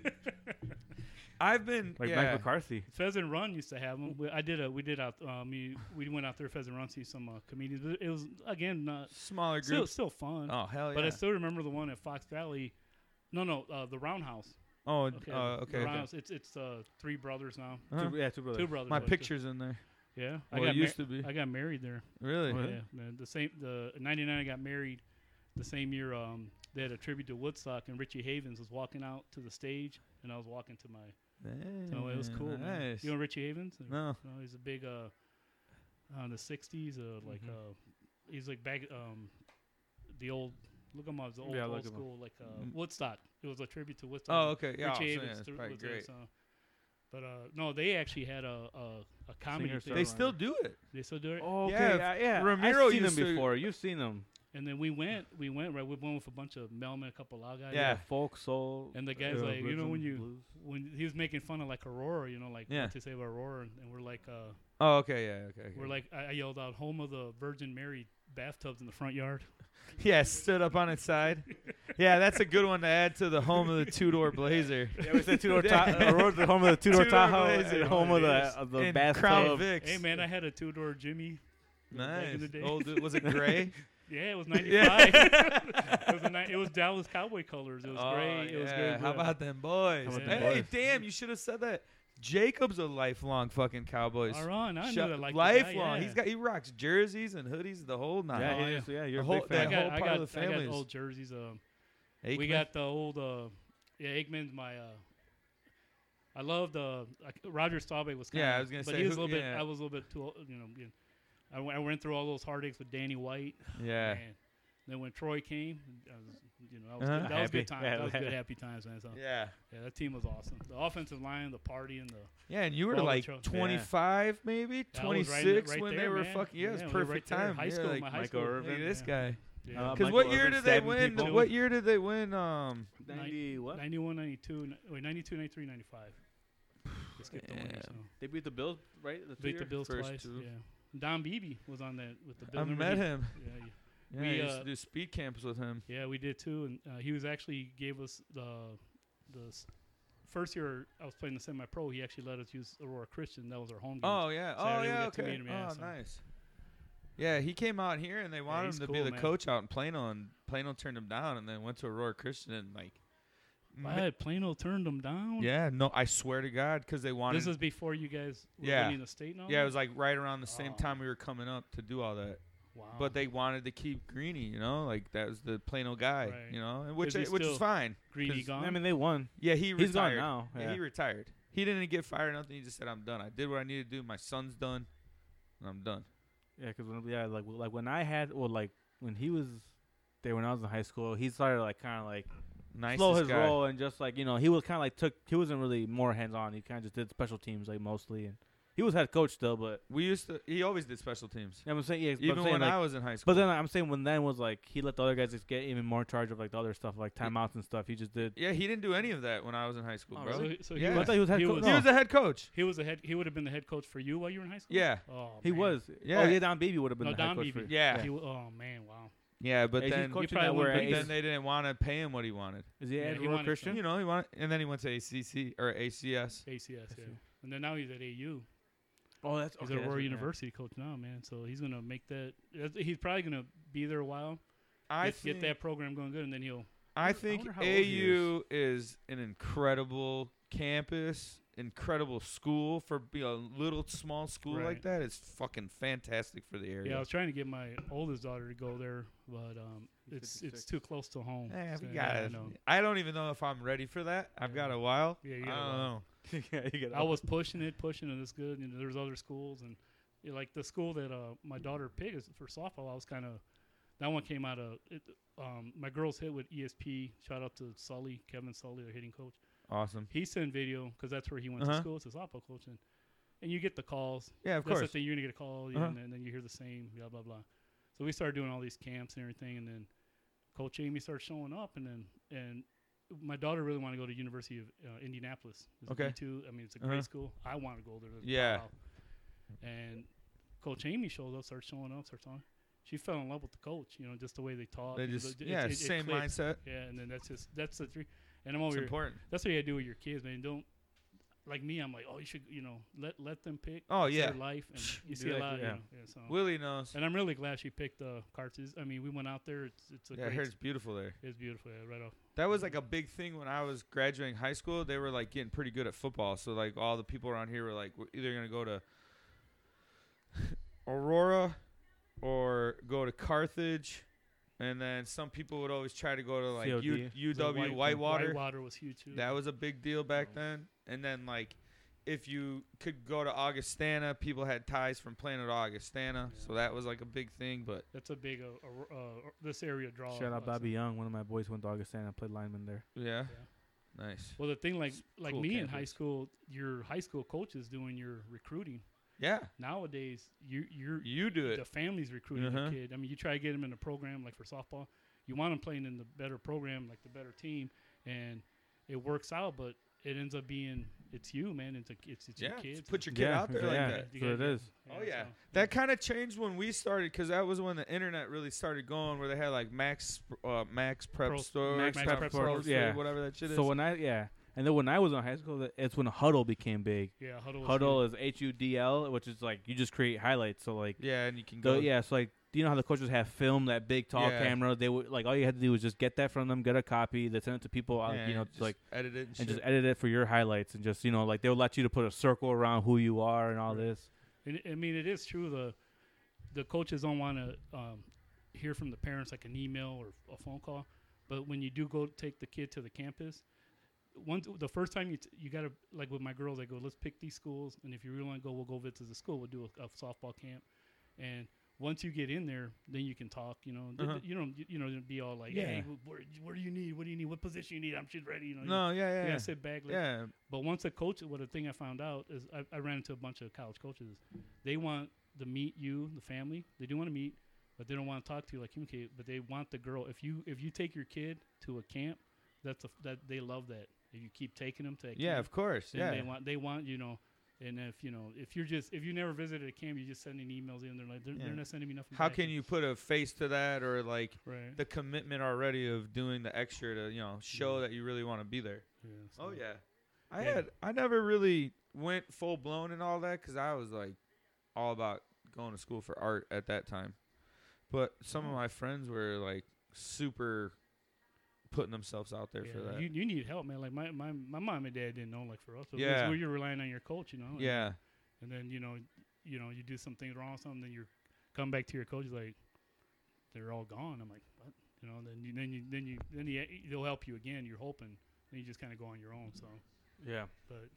S2: I've been
S1: like
S2: yeah.
S1: Mike McCarthy.
S3: Pheasant Run used to have them. We, I did a. We did out. Um, we, we went out there to Pheasant Run see some uh, comedians. But it was again not
S2: smaller
S3: still
S2: groups.
S3: still fun.
S2: Oh hell yeah!
S3: But I still remember the one at Fox Valley. No, no, uh, the Roundhouse.
S2: oh
S3: Okay,
S2: okay. Uh, okay,
S3: The
S2: okay.
S3: Roundhouse. It's it's uh, three brothers now.
S2: Huh?
S1: Two, yeah, two brothers.
S3: Two brothers.
S2: My
S3: but-
S2: picture's in there.
S3: Yeah,
S2: Well, it
S3: mar-
S2: used to be.
S3: I got married there.
S2: Really?
S1: Really?
S3: Yeah, man. The same. The '99 I got married. The same year, um, they had a tribute to Woodstock, and Richie Havens was walking out to the stage, and I was walking to my. So it was
S2: Yeah,
S3: cool. Man.
S2: nice.
S3: You know Richie Havens? Or-
S2: No.
S3: No, he's a big uh, on the '60s. Uh, like
S1: Mhm.
S2: Mm-hmm.
S3: uh, he's like back um, the old. Look him up. The old,
S1: Yeah, look
S3: old
S1: him up.
S3: school like uh,
S2: Mm.
S3: Woodstock. It was a tribute to Woodstock.
S2: Oh okay. Yeah.
S3: Richie
S2: oh, so yeah,
S3: Havens
S2: it's
S3: th-
S2: probably
S3: was there,
S2: great.
S3: so. But uh, no, they actually had a a, a comedy.
S1: Singer-songwriter.
S3: thing.
S2: They still do it.
S3: They still do it.
S1: Oh, okay.
S2: Yeah,
S1: Yeah, yeah.
S2: Ramiro
S1: I've seen them
S2: used to-
S1: before. You've seen them.
S3: And then we went, we went right. We went with a bunch of Melman, a couple of guys.
S2: Yeah.
S1: folk soul.
S3: And the guy's
S1: uh,
S3: like, you know,
S1: rhythm,
S3: when you-
S1: blues.
S3: When he was making fun of like Aurora, you know, like
S2: Yeah.
S3: what they say about Aurora, and, and we're like, uh,
S2: Oh okay. Yeah. Okay. okay.
S3: we're like, I, I yelled out, "Home of the Virgin Mary bathtubs in the front yard."
S2: [LAUGHS] yeah, stood up on its side. yeah, that's a good one to add to the home of the two
S3: [LAUGHS]
S2: door Blazer.
S1: [LAUGHS] Yeah, we said [LAUGHS] Tudor
S2: [LAUGHS]
S3: uh,
S2: Yeah.
S1: Tahoe. the home of the Tudor
S2: Tudor
S1: Tahoe,
S2: Blazer.
S1: and home of the
S3: Yes.
S1: of the
S2: And Crown
S1: bathtub.
S2: Vicks.
S3: Hey man, I had a two door Jimmy. you know, back
S2: Nice.
S3: in the day.
S2: Old,
S3: [LAUGHS]
S2: was it gray?
S3: Yeah, it was
S2: [LAUGHS] Yeah.
S3: '95. it was a ni- it was Dallas Cowboy colors. It was
S2: Oh,
S3: great. It was
S2: yeah.
S3: good.
S2: How about them boys?
S1: How
S3: about
S2: hey,
S3: them
S1: boys?
S2: damn, you should have said that. Jacob's a lifelong fucking Cowboys.
S3: Aron? I
S2: Shut-
S3: knew that like
S2: lifelong. He's got he rocks jerseys and hoodies the whole nine.
S1: Yeah,
S3: Oh,
S1: he
S3: yeah.
S1: is, yeah, you're
S2: The
S1: a
S2: whole-
S1: big
S2: that
S3: I
S1: fan.
S2: whole
S3: got, I
S2: part
S3: got,
S2: of the
S3: I got
S2: families.
S3: old jerseys. Um, We
S2: Aikman?
S3: got the old, uh, yeah, Aikman's my. Uh, I loved uh, like, Roger Staubach was kind
S2: Yeah,
S3: of.
S2: I was gonna
S3: but
S2: say,
S3: he was
S2: who-
S3: a little
S2: yeah.
S3: bit. I was a little bit too. old, You know, you know, I, w- I went through all those heartaches with Danny White.
S2: yeah.
S3: Man. Then when Troy came, I was, you know, that was,
S2: Uh-huh.
S3: good, that was
S1: Happy.
S3: good times.
S1: Yeah,
S3: that was
S1: yeah.
S3: good happy times, man. So yeah.
S2: Yeah.
S3: that team was awesome. The offensive line, the party, and the
S2: Yeah, and you were
S3: All the
S2: like
S3: trophies.
S2: 25 maybe,
S3: Yeah, I was
S2: 26
S3: right- right
S2: when they
S3: there,
S2: were
S3: man.
S2: fucking yeah, it's
S3: we were
S2: perfect
S3: right there.
S2: time.
S3: High
S2: yeah,
S3: school,
S2: like, Um,
S3: my high
S1: Michael
S3: school.
S1: Irvin,
S2: look at this
S3: yeah.
S2: guy.
S3: Yeah.
S1: Uh,
S2: Cuz
S1: Michael
S2: what year
S1: Irvin
S2: did they
S1: stabbing
S2: win?
S1: people.
S2: What year did they win um
S1: Ninety what?
S3: 91, 92, ni- wait, 92, 93, 95. They skipped the
S2: Yeah.
S3: winner, so.
S1: They beat the Bills, right? The two
S3: Beat
S1: year-
S3: the Bills
S2: first
S3: twice.
S2: two.
S3: Yeah. Don Beebe was on that with the
S2: I
S3: Bills. Remember
S2: met
S3: he-
S2: him.
S3: Yeah,
S2: Yeah,
S3: We,
S2: I used
S3: uh,
S2: to do speed camps with him.
S3: Yeah, we did too, and uh, he was actually gave us the the s- first year I was playing the semi pro. He actually let us use Aurora Christian. That was our home game.
S2: Oh yeah.
S3: Saturday
S2: oh
S3: we
S2: yeah.
S3: got to
S2: Okay.
S3: meet him,
S2: oh
S3: yeah, so.
S2: nice. Yeah, he came out here and they wanted
S3: he's
S2: him to be
S3: cool,
S2: the
S3: man.
S2: coach out in Plano, and Plano turned him down, and then went to Aurora Christian and like. m-
S3: Why, Plano turned him down.
S2: Yeah. No, I swear to God, because they wanted.
S3: This is before you guys were
S2: Yeah.
S3: winning the state now.
S2: yeah, it was like right around the same
S3: Oh.
S2: time we were coming up to do all that,
S3: wow.
S1: Um,
S2: but they wanted to keep Greeny, you know, like that was the Plano guy,
S3: Right.
S2: you know, and which
S3: he
S2: is which is
S3: still-
S2: fine.
S3: Greedy
S2: 'cause-
S3: gone.
S1: I mean, they won.
S2: Yeah, he
S1: He's gone
S2: retired.
S1: now.
S2: Yeah.
S1: Yeah.
S2: he retired. He didn't get fired or nothing. He just said, "I'm done. I did what I needed to do. My son's done, and I'm done."
S1: Yeah, because when yeah, like like when I had well like when he was there when I was in high school, he started like kind of like
S2: Nice
S1: slow his
S2: guy.
S1: role and just like you know he was kind of like took he wasn't really more hands on. He kind of just did special teams like mostly, and he was head coach still. But
S2: We used to. He always did special teams,
S1: yeah, I'm saying yeah, but I'm
S2: even
S1: saying,
S2: when
S1: like-
S2: I was in high school.
S1: But then I'm saying when then was like he let the other guys just get even more in charge of like the other stuff like
S2: Yeah.
S1: timeouts and stuff. He just did.
S2: yeah, he didn't do any of that when I was in high school,
S1: Oh,
S2: bro.
S1: really?
S3: So, so he
S2: Yeah.
S1: I
S3: was
S1: thought he was head
S3: He
S1: coach.
S3: was-
S1: no.
S2: He was a head coach.
S3: he was a head. He would have been the head coach for you while you were in high school.
S2: Yeah,
S3: Oh,
S1: He
S3: man.
S1: was.
S2: Yeah.
S1: Oh yeah, Don Beebe would have been
S3: No,
S1: the head
S3: Don
S1: coach
S3: Beebe.
S1: for-
S2: Yeah.
S3: He w- oh man, wow.
S2: yeah, but
S1: Hey, he's
S2: then,
S1: coaching
S3: probably
S1: that
S3: would've
S1: where
S2: but
S3: been
S1: Ace-
S2: then they didn't want to pay him what he wanted.
S1: is he
S3: Yeah,
S1: at
S3: he
S1: Aurora
S3: wanted
S1: Christian?
S2: You know, he wanted, and then he went to ACC or ACS.
S3: ACS. Yeah.
S1: see.
S3: And then now he's at AU.
S1: Oh, that's
S3: He's
S1: okay,
S3: at
S1: that's
S3: Aurora
S1: right, yeah.
S3: University coach now, man. So he's gonna make that. that's- He's probably gonna be there a while.
S2: I
S3: get, get
S2: think-
S3: that program going good, and then he'll.
S2: I
S1: wonder- I
S2: think
S1: wonder how old he
S2: AU is an incredible campus, incredible school for be a little small school like
S3: Right.
S2: that. It's fucking fantastic for the
S3: Yeah, I
S2: area.
S3: was trying to get my oldest daughter to go there, but um,
S1: He's
S3: it's
S1: 56.
S3: it's too close to home.
S2: Eh,
S3: So,
S2: we
S3: yeah, I
S2: got
S3: know.
S2: I don't even know if I'm ready for that. I've
S3: Yeah.
S2: got a while.
S3: Yeah, you
S2: I
S3: got a
S2: don't
S3: while.
S2: know.
S1: [LAUGHS] yeah, you get
S3: I
S1: all-
S3: was pushing it, pushing it. It's good. And there was other schools, and you know, like the school that uh, my daughter picked is for softball, I was kind of that one came out of it, um, my girls hit with ESP. Shout out to Sully, Kevin Sully, their hitting coach.
S2: Awesome.
S3: He sent video because that's where he went
S2: Uh-huh.
S3: to school. It's a softball coach, and, and you get the calls.
S2: Yeah, of
S3: that's
S2: course.
S3: the thing. You're gonna get a call, yeah,
S2: Uh-huh.
S3: and, then, and then you hear the same, blah blah blah. So we started doing all these camps and everything, and then Coach Amy started showing up, and then and my daughter really wanted to go to University of uh, Indianapolis. It's
S2: Okay.
S3: a B2. I mean, it's a
S2: Uh-huh.
S3: great school. I want to go there. It's a
S2: Yeah.
S3: powerhouse. And Coach Amy shows up, starts showing up, starts on. She fell in love with the coach. You know, just the way they talk.
S2: They
S3: you know,
S2: just
S3: it-
S2: yeah,
S3: it- it
S2: same
S3: clicked. Oh,
S2: mindset.
S3: Yeah, and then that's just that's the three. And I'm over
S2: It's
S3: here
S2: important.
S3: that's what you gotta do with your kids, man. Don't like me. I'm like, oh, you should, you know, let let them pick.
S2: Oh,
S3: It's
S2: yeah.
S3: their life,
S2: [LAUGHS]
S3: and you see a
S1: Exactly,
S3: lot.
S1: yeah.
S3: You know, yeah, so.
S2: Willie knows.
S3: and I'm really glad she picked uh, Cartes. I mean, we went out there. It's it's a
S2: Yeah, I
S3: great.
S2: heard it's beautiful there.
S3: it's beautiful. Yeah, right off.
S2: That was like a big thing when I was graduating high school. They were like getting pretty good at football. So like all the people around here were like, we're either gonna go to [LAUGHS] Aurora or go to Carthage, and then some people would always try to go to like U-
S1: COD.
S3: It was a
S2: UW
S3: white-
S2: Whitewater.
S3: Whitewater was huge too.
S2: That was a big deal back
S3: Oh.
S2: then. And then like if you could go to Augustana, people had ties from Planet Augustana,
S3: Yeah.
S2: so that was like a big thing. But
S3: That's a big uh, uh, uh, this area draw.
S1: Shout out
S3: uh, so-
S1: Bobby Young. One of my boys went to Augustana. I played lineman there.
S2: yeah,
S3: Yeah.
S2: nice.
S3: Well, the thing like
S2: It's
S3: like
S2: cool
S3: me in high
S2: campus.
S3: school, your high school coach is doing your recruiting.
S2: Yeah,
S3: Nowadays, you you're
S2: you do it.
S3: the family's recruiting
S2: Uh-huh.
S3: the kid. I mean, you try to get him in a program like for softball. You want him playing in the better program, like the better team, and it works out. But it ends up being it's you, man. It's a, it's, it's
S2: Yeah,
S3: your kids.
S2: put your [LAUGHS] kid
S1: Yeah,
S2: out there
S1: yeah,
S2: like
S1: yeah.
S2: that.
S1: So it is.
S2: Oh yeah,
S3: so-
S2: that kind of changed when we started because that was when the internet really started going, where they had like Max, uh, Max Prep
S3: Pro-
S2: Store,
S1: Max
S3: Prep Store,
S1: yeah.
S2: whatever that shit is.
S1: So when I yeah, and then when I was in high school, that- it's when huddle became big.
S3: yeah, huddle. is
S1: Huddle is H U D L, which is like you just create highlights. So like
S2: yeah, and you can go.
S1: the, yeah, so like do you know how the coaches have film that big tall
S2: Yeah.
S1: camera? They would like all you had to do was just get that from them, get a copy, they send it to people, uh,
S2: yeah,
S1: you know,
S2: just
S1: like
S2: edit it and,
S1: and
S2: shit.
S1: just edit it for your highlights and just you know like they would let you to put a circle around who you are and all
S3: Right.
S1: this.
S3: And it- I mean, it is true. The the coaches don't want to um, hear from the parents like an email or a phone call, but when you do go take the kid to the campus, once the first time you t- you gotta like with my girls, I go, let's pick these schools, and if you really want to go, we'll go visit the school. We'll do a, a softball camp, and once you get in there, then you can talk. You know, Th-
S2: Uh-huh.
S3: you don't you know be all like,
S2: Yeah.
S3: hey, wh- where, where do you need? What do you need? What position you need? I'm shit ready. You know,
S2: no, yeah,
S3: you,
S2: yeah,
S3: you
S2: yeah.
S3: gotta sit back. let-
S2: yeah.
S3: but once a coach, what a thing I found out is I, I ran into a bunch of college coaches. They want to meet you, the family. They do want to meet, but they don't want to talk to you like communicate. But they want the girl. If you if you take your kid to a camp, that's a, that they love that. If you keep taking them to a
S2: Yeah,
S3: camp,
S2: of course,
S3: then
S2: yeah,
S3: they want they want you know And if you know, if you're just if you never visited a camp, you're just sending emails in. They're like they're,
S2: Yeah.
S3: they're not sending me nothing.
S2: How
S3: back.
S2: can you put a face to that or like
S3: Right.
S2: the commitment already of doing the extra to, you know, show that you really want to be there?
S3: Yeah, so-
S2: Oh yeah. I
S1: Yeah.
S2: had I never really went full blown and all that cuz I was like all about going to school for art at that time. But some
S3: Mm.
S2: of my friends were like super putting themselves out there
S3: yeah,
S2: for that.
S3: You, you need help, man. Like my, my, my mom and dad didn't know. Like for us, so
S2: Yeah.
S3: you're relying on your coach, you know. and-
S2: yeah.
S3: And then you know, you know, you do something wrong, something, then you come back to your coach like, they're all gone. I'm like, what? You know, then you, then you then you then you, they'll help you again. You're hoping. Then you just kind of go on your own. So,
S1: Yeah.
S3: but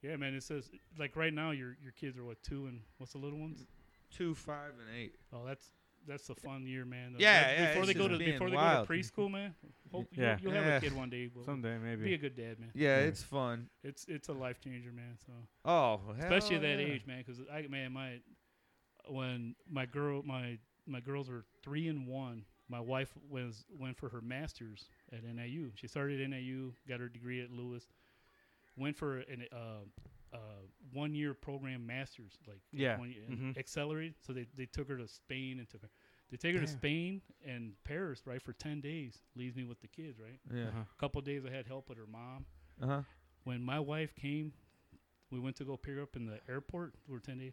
S3: yeah, man, it says like right now your your kids are what two and what's the little ones?
S2: 2 5 and 8.
S3: Oh, that's that's a fun year, man.
S2: Yeah,
S3: That-
S2: yeah,
S3: Before
S2: it's
S3: they go
S2: just
S3: to
S2: being
S3: before they
S2: wild.
S3: go to preschool, man. Hope
S1: Yeah.
S3: you'll, you'll
S2: Yeah.
S3: have a kid one day. Well,
S1: Someday
S3: be a
S1: maybe.
S3: good dad, man.
S2: Yeah,
S1: Yeah.
S2: it's fun.
S3: It's it's a life changer, man. So.
S2: Oh,
S3: especially at
S2: hell
S3: that
S2: yeah.
S3: age, man. Because I, man, my when my girl, my my girls were three and one. My wife was went for her masters at NIU. She started at NIU, got her degree at Lewis, went for an uh, uh, one year program masters, like
S1: Yeah.
S3: 20 and
S1: Mhm.
S3: accelerated. So they, they took her to Spain and took her. They take her to
S1: Damn.
S3: Spain and Paris, right, for ten days. Leaves me with the kids, right.
S2: Yeah.
S1: Uh-huh.
S3: A couple days I had help with her mom [LAUGHS]
S2: Uh-huh.
S3: when my wife came, we went to go pick her up in the airport. We were ten days.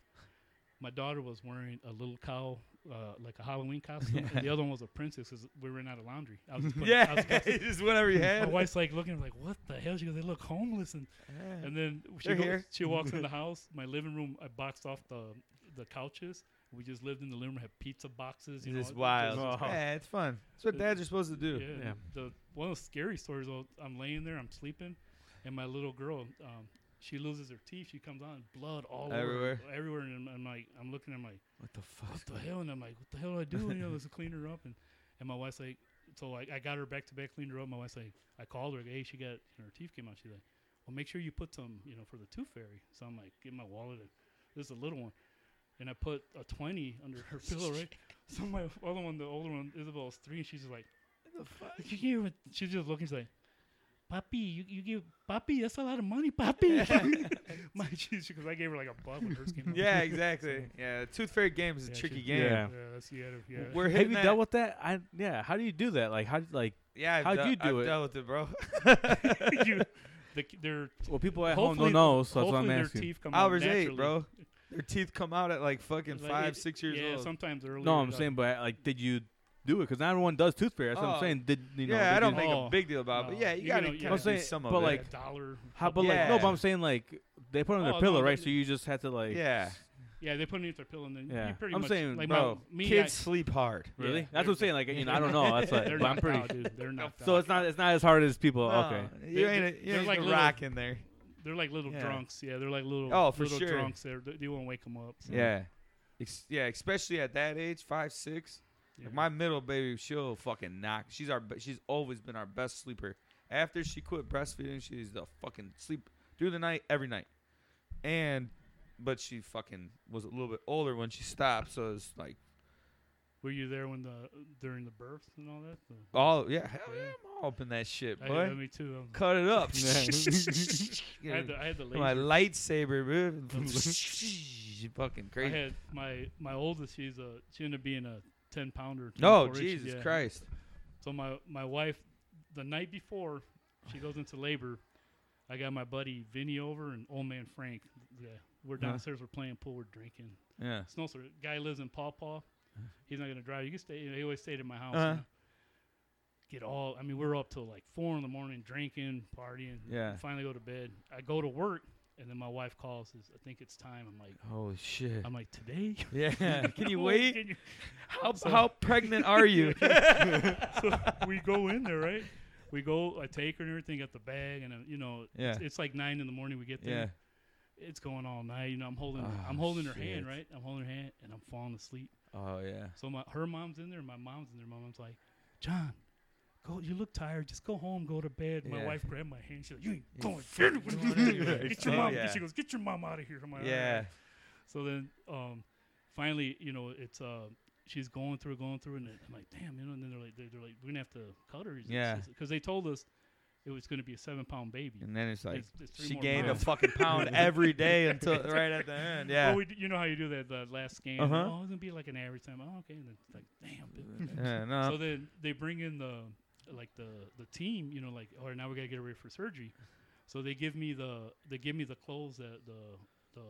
S3: My daughter was wearing a little cow, uh, like a Halloween costume,
S2: [LAUGHS]
S3: and the other one was a princess because we ran out of laundry. I was just putting- I was
S2: Yeah, [LAUGHS]
S3: just-
S2: just whatever
S3: [LAUGHS]
S2: you
S3: my
S2: had.
S3: wife's like looking like, "What the hell?" She goes, "They look homeless," and
S2: Yeah.
S3: and then she
S2: They're
S3: goes,
S2: here.
S3: she walks
S2: [LAUGHS]
S3: in the house. My living room, I boxed off the the couches. We just lived in the living room, had pizza boxes. You
S2: It's
S3: know,
S2: wild.
S1: Oh.
S2: Yeah, it's fun. That's what
S3: It-
S2: dads are supposed to do.
S3: Yeah.
S1: Yeah.
S3: The one of the scary stories. though, I'm laying there, I'm sleeping, and my little girl, um, she loses her teeth. She comes out, blood all
S2: Everywhere.
S3: over, everywhere. And I'm, I'm like, I'm looking, I'm like,
S2: What the fuck?
S3: what the hell? And I'm like, what the hell do I do? And, you know, let's clean her up. And and my wife's like, so I, I got her back to back, cleaned her up. My wife's like, I called her, hey, she got and her teeth came out. She's like, well, make sure you put some, you know, for the tooth fairy. So I'm like, get my wallet. And this is a little one. And I put a 20 under
S2: [LAUGHS]
S3: her pillow, right? So my other one, the older one, Isabel's three, and she's just like,
S2: What the fuck?
S3: you give it, she's just looking, she's like, Papi, you, you give Papi, that's a lot of
S2: [LAUGHS]
S3: money, Papi. [LAUGHS] My she's because I gave her like a butt when hers came out. [LAUGHS]
S2: Yeah, exactly. Yeah, Tooth Fairy game is a
S3: Yeah,
S2: tricky
S3: she-
S2: game.
S1: Yeah.
S3: Yeah, that's you gotta, yeah.
S2: We're
S1: Have
S2: hitting
S1: you
S2: that.
S1: dealt with that? I yeah. How do you do that? Like how like
S2: yeah, I've
S1: how'd
S2: dea-
S1: you do
S2: I've
S1: it?
S2: dealt with it, [LAUGHS] bro.
S3: [LAUGHS] you, the, their,
S1: well people at
S3: hopefully,
S1: home don't know, so that's what
S3: hopefully
S1: I'm
S3: their
S1: asking.
S3: teeth come out
S2: Hours eight,
S3: naturally.
S2: bro. Their teeth come out at like fucking
S3: Like,
S2: five,
S3: it-
S2: six years
S3: yeah,
S2: old.
S3: sometimes earlier. uh,
S1: No, I'm
S3: like-
S1: saying, but like, did you do it? Because not everyone does tooth fairy. That's what
S2: Oh.
S1: I'm saying. Did you know?
S2: [LAUGHS] yeah,
S1: did
S2: I don't
S1: you-
S2: make a
S3: No.
S2: big deal about it. But
S3: No.
S2: yeah, you,
S3: You
S2: gotta
S3: know, yeah.
S2: kind of
S1: I'm
S2: do
S1: saying-
S2: some
S1: but,
S2: of
S1: like-
S2: it.
S3: a dollar.
S1: How, but like, no, but
S2: Yeah.
S1: I'm saying like they put it on
S3: Oh,
S1: their
S3: no,
S1: pillow,
S3: they-
S1: right? So you just had to like.
S2: Yeah,
S3: yeah, they put it in their pillow and then
S1: Yeah.
S3: you pretty
S1: I'm
S3: much,
S1: saying,
S3: like
S2: bro.
S3: my, me,
S2: kids
S3: I,
S2: sleep hard.
S1: Really?
S3: Yeah,
S1: That's what I'm
S3: they're-
S1: saying. Like, you know, I don't know. That's like,
S3: [LAUGHS] they're
S1: but I'm
S3: knocked
S1: pretty.
S3: out, dude. They're not
S1: [LAUGHS] So it's not it's not as hard as people.
S2: No,
S1: Okay.
S2: you
S3: They-
S2: ain't a, you
S3: they're
S2: ain't
S3: like
S2: a
S3: little-
S2: rock in there.
S3: They're like little
S2: Yeah.
S3: drunks. Yeah, they're like little.
S2: Oh, for
S3: little
S2: sure.
S3: Drunks. They're, they won't wake them up. so,
S2: Yeah, Ex- yeah, especially at that age, five, six.
S3: yeah.
S2: Like my middle baby, she'll fucking knock. She's our. be- She's always been our best sleeper. After she quit breastfeeding, she's the fucking sleep through the night every night. And, but she fucking was a little bit older when she stopped. So it's like
S3: Were you there when the during the births and all that? The-
S2: all yeah, hell yeah,
S3: Yeah.
S2: I'm all up in that shit,
S3: I,
S2: boy.
S3: yeah, me too. um,
S2: Cut it
S3: [LAUGHS]
S2: up. [LAUGHS]
S3: I had the, I had the
S2: my
S3: laser.
S2: lightsaber, bro. [LAUGHS] fucking
S3: I
S2: crazy.
S3: had my my oldest. She's a she ended up being a ten pounder.
S1: Oh,
S2: No,
S3: 24 inches,
S2: Jesus
S3: yeah.
S2: Christ.
S3: So my my wife, the night before she goes into labor, I got my buddy Vinny over and old man Frank. Yeah, we're
S2: Huh.
S3: downstairs. We're playing pool. We're drinking.
S2: Yeah.
S3: Snow sir, guy lives in Paw Paw. He's not gonna drive. You can stay. You know, he always stayed at my house. you
S2: Uh-huh.
S3: know. Get all. I mean, we're up till like four in the morning, drinking, partying.
S2: Yeah.
S3: Finally go to bed. I go to work, and then my wife calls. Says, "I think it's time."
S2: [LAUGHS]
S3: I'm like,
S2: Holy shit.
S3: I'm like, today. [LAUGHS]
S2: Yeah. Can you
S3: Oh,
S2: wait?
S3: can you-
S2: How,
S3: So-
S2: how pregnant are you?
S3: [LAUGHS]
S2: [LAUGHS]
S3: so we go in there, right? We go. I take her and everything. Got the bag, and uh, you know,
S2: Yeah.
S3: it's, it's like nine in the morning. We get there.
S2: yeah.
S3: It's going all night. You know, I'm holding.
S2: Oh,
S3: I'm holding her
S2: shit.
S3: hand, right? I'm holding her hand, and I'm falling asleep.
S2: Oh yeah.
S3: So my her mom's in there, my mom's in there. My mom's like, John, go. You look tired. Just go home. Go to bed. My
S2: Yeah.
S3: wife grabbed my hand. She's like, You ain't
S2: You
S3: going
S2: [LAUGHS] fucking
S3: anywhere.
S2: going anywhere."
S3: [LAUGHS] Get your
S2: Oh,
S3: mom.
S2: yeah.
S3: She goes, Get your mom out of here. I'm like, "All
S2: Yeah.
S3: right." So then, um, finally, you know, it's uh, she's going through, going through, and then I'm like, Damn, you know. And then they're like, they're, they're like, We're gonna have to cut her.
S2: Yeah.
S3: Because they told us it was going to be a seven pound baby.
S2: And then it's like
S3: It's- it's three
S2: she
S3: more
S2: gained
S3: pounds.
S2: a fucking pound every day until right at the end. Yeah.
S3: Well, we, d- you know how you do that the last scan.
S2: Uh-huh.
S3: Oh, it's gonna be like an average time. Oh, okay. And then it's like, damn. Dude.
S2: [LAUGHS] Yeah, no.
S3: So then they bring in the like the the team. You know, like, all right, now we gotta get her ready for surgery. So they give me the they give me the clothes that the the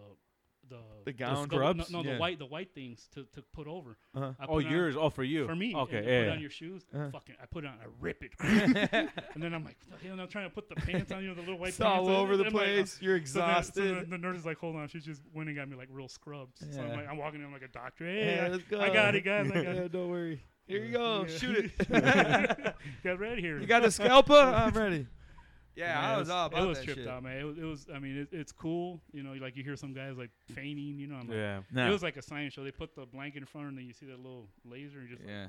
S3: the
S2: The gown?
S1: Scrubs?
S3: No, no
S2: Yeah.
S3: the white the white things to, to put over.
S2: Uh-huh.
S3: I
S1: Oh,
S3: put it on-
S1: yours. Oh, for you.
S3: for me.
S1: Okay.
S3: and you
S1: yeah.
S3: Put on your shoes.
S2: Uh-huh.
S3: Fucking, I put it on. I rip
S2: [LAUGHS]
S3: it. and then I'm like, what the hell? And I'm trying to put the pants on. You know, the little white
S2: it's
S3: pants.
S2: all
S3: on.
S2: over the
S3: I'm like, uh,
S2: place. You're
S3: so then- so
S2: exhausted.
S3: the, the nurse is like, hold on, she just went and got me like real scrubs. So I'm
S2: Yeah.
S3: like, I'm walking in like a doctor. Hey,
S2: Yeah,
S3: I-
S2: let's go.
S3: I got it, guys. I
S2: [LAUGHS]
S3: got
S2: Yeah,
S3: it.
S2: don't worry. Here you
S3: Yeah.
S2: go.
S3: Yeah.
S2: Shoot
S3: [LAUGHS]
S2: [LAUGHS] it.
S3: Got red here.
S2: you got the scalpel? I'm ready. Yeah,
S3: Man,
S2: I
S3: it
S2: was all about
S3: It was
S2: that
S3: tripped
S2: shit.
S3: out, man. It was, it was I mean, it, it's cool. You know, like you hear some guys like fainting. You know, I'm like,
S1: yeah.
S2: No.
S3: it was like a science show. They put the blanket in front, and then you see that little laser, and just,
S2: yeah.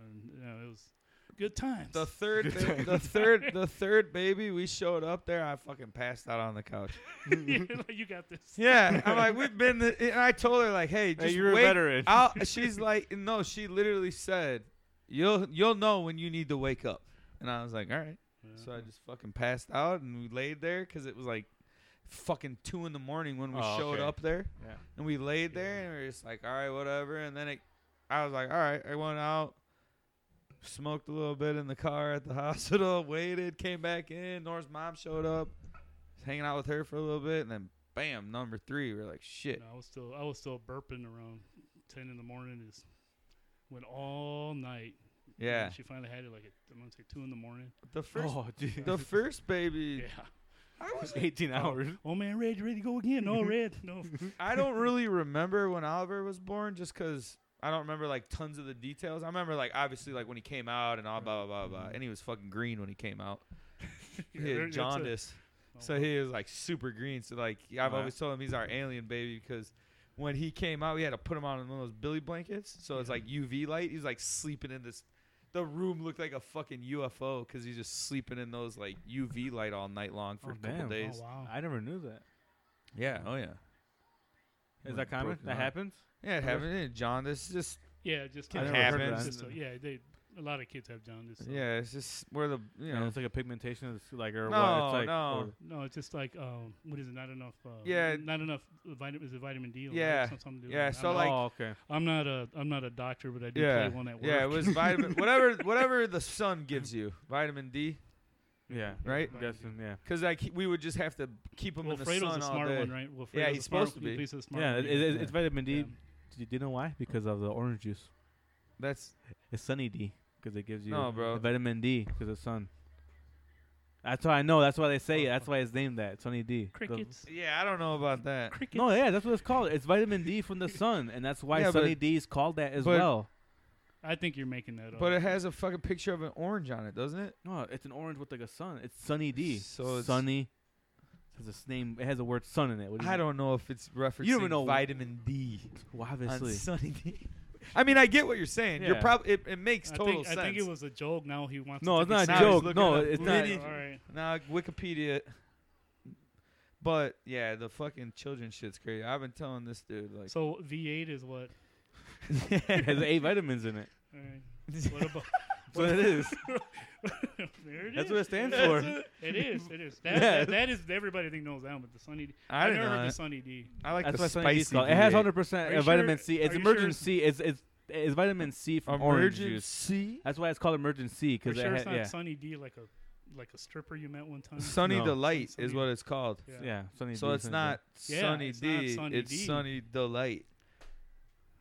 S3: and, you know, it was good times. [LAUGHS]
S2: The [LAUGHS] third, ba- the third, the third baby. We showed up there. I fucking passed out on the couch.
S3: yeah, like, you got this.
S2: mm-hmm. Yeah,
S3: [LAUGHS]
S2: I'm like, we've been. The, and I told her like, hey, just
S1: Hey, you're
S2: wait.
S1: a veteran. [LAUGHS]
S2: I'll, she's like, no, she literally said, you'll you'll know when you need to wake up. And I was like, all right.
S3: Yeah.
S2: So I just fucking passed out and we laid there because it was like fucking two in the morning when we
S1: Oh,
S2: showed
S1: okay.
S2: up there.
S1: Yeah.
S2: And we laid there and we were just like, all right, whatever. And then it, I was like, all right, I went out, smoked a little bit in the car at the [LAUGHS] hospital, waited, came back in. Nora's mom showed up, was hanging out with her for a little bit, and then bam, number three. We are like, shit.
S3: No, I was still I was still burping around ten in the morning. Is went all night. And
S2: Yeah.
S3: she finally had it like at, I'm gonna say two in the morning.
S2: The first,
S1: oh,
S3: [LAUGHS]
S1: dude.
S2: the first baby.
S3: Yeah.
S2: I
S1: [LAUGHS]
S2: was
S1: 18 hours.
S3: Oh man, Red, you ready to go again? No,
S2: Mm-hmm.
S3: Red,
S2: [LAUGHS]
S3: no. [LAUGHS]
S2: I don't really remember when Oliver was born just because I don't remember like tons of the details. I remember like obviously like when he came out and all blah blah blah blah, and he was fucking green when he came out.
S3: Mm-hmm. Yeah,
S2: he
S3: there-
S2: had
S3: that's a-
S2: jaundice,
S3: oh,
S2: so
S3: wow.
S2: he was like super green. So like I've
S1: Wow.
S2: always told him he's our alien baby because when he came out, we had to put him on one of those billy blankets, so it's
S3: Yeah.
S2: like UV light. He's like sleeping in this. The room looked like a fucking UFO because he's just sleeping in those like UV light all night long for
S1: Oh,
S2: a couple
S1: damn.
S2: days.
S3: Oh wow.
S1: I never knew that.
S2: Yeah, oh yeah.
S1: Is
S2: Like
S1: that common?
S2: broken
S1: That
S2: up.
S1: happens?
S2: Yeah, it
S1: Okay.
S2: happened. Yeah, jaundice, just
S3: Yeah, it just
S1: I
S3: kids
S1: never
S3: have
S1: heard of
S3: jaundice,
S1: that.
S3: just so- yeah, they a lot of kids have jaundice. So.
S2: Yeah, it's just where the you
S1: And
S2: know.
S1: it's like a pigmentation, it's like or what?
S2: No,
S1: It's like,
S2: no.
S1: or-
S3: No, it's just like um, what is it? Not enough. Uh,
S2: Yeah.
S3: Not enough vitamin. Is it vitamin D? or
S2: Yeah,
S3: something- something to do with
S2: yeah,
S3: it. I'm
S2: so,
S3: not-
S2: like-
S1: oh, okay.
S3: I'm not a I'm not a doctor, but I do
S2: Yeah,
S3: play one at work.
S2: yeah, it
S3: [LAUGHS]
S2: was vitamin whatever whatever the sun gives you, vitamin D,
S1: Yeah.
S2: right?
S1: I'm guessing, yeah.
S2: Because like he- we would just have to keep them in the
S3: Wilfredo's
S2: sun
S3: a
S2: all
S3: smart
S2: day.
S3: one, right? Wilfredo's
S2: Yeah,
S3: a
S2: he's
S3: smart-
S2: supposed to be.
S3: Lisa's a smart
S1: Yeah,
S3: one.
S1: it, it, it's
S2: Yeah.
S1: vitamin D.
S3: Yeah.
S1: Do you- do you know why? Because of the orange juice.
S2: That's
S1: It's sunny D because it gives you
S2: No, bro.
S1: the vitamin D because of sun. That's why I know. That's why they say it. That's why it's named that. Sunny D. The-
S3: Crickets.
S2: yeah. I don't know about that.
S3: Crickets.
S1: no, yeah, that's what it's called. It's vitamin D from
S2: [LAUGHS]
S1: the sun, and that's why
S2: Yeah,
S1: Sunny
S2: but-
S1: D is called that as
S2: but-
S1: well.
S3: I think you're making that up.
S2: But it has a fucking picture of an orange on it, doesn't it?
S1: No, it's an orange with like a sun. It's Sunny D.
S2: So it's-
S1: Sunny. It has a name. It has the word sun in it. What do you
S2: I
S1: mean?
S2: don't know if it's referencing
S1: You don't even know-
S2: vitamin D
S3: [LAUGHS]
S1: Well,
S2: on
S1: obviously.
S2: sunny D. I mean, I get what you're saying. You're
S1: Yeah.
S2: probably it, it makes
S3: I
S2: total
S3: think,
S2: sense.
S3: I think it was a joke. Now he wants.
S1: No,
S2: [LAUGHS]
S3: to
S1: it's
S3: take
S1: not a
S3: it
S2: Now he's
S3: serious.
S1: joke.
S2: looking
S1: No,
S2: up
S1: it's
S3: All
S1: not. [LAUGHS]
S2: Liddy.
S3: right.
S2: Now Wikipedia. But yeah, the fucking children shit's crazy. I've been telling this dude like
S3: So V8 is what?
S1: it has eight vitamins in it. [LAUGHS]
S3: All right. What about? [LAUGHS]
S1: So it is.
S3: there it
S1: That's
S3: is.
S1: what it
S2: [LAUGHS]
S1: stands
S3: That's
S1: for.
S3: it. It is.
S1: [LAUGHS]
S3: It is. That,
S1: Yeah.
S3: that- that is. Everybody think knows that one, but the Sunny D.
S2: I
S3: I've
S2: didn't
S3: never
S2: know
S3: heard the
S2: that.
S3: Sunny D.
S2: I like
S1: That's
S2: the
S1: why Sunny D
S2: spicy.
S1: is called. It has 100
S3: Are you
S1: percent vitamin
S3: sure-
S1: C.
S3: are
S1: It's
S3: you sure
S1: emergency. It's it's it's vitamin C from orange juice.
S2: C.
S1: That's why it's called emergency
S3: For
S1: because
S3: sure, it's not
S1: yeah,
S3: Sunny D like a like a stripper you met one time.
S2: Sunny
S1: No.
S2: Delight
S3: Sunny-
S2: is what it's called.
S1: yeah. Sunny
S2: So
S1: D, Sunny
S2: it's
S1: D.
S2: not
S3: Yeah,
S2: Sunny
S3: it's not
S2: D.
S3: Sunny
S2: it's
S3: D.
S2: Sunny Delight.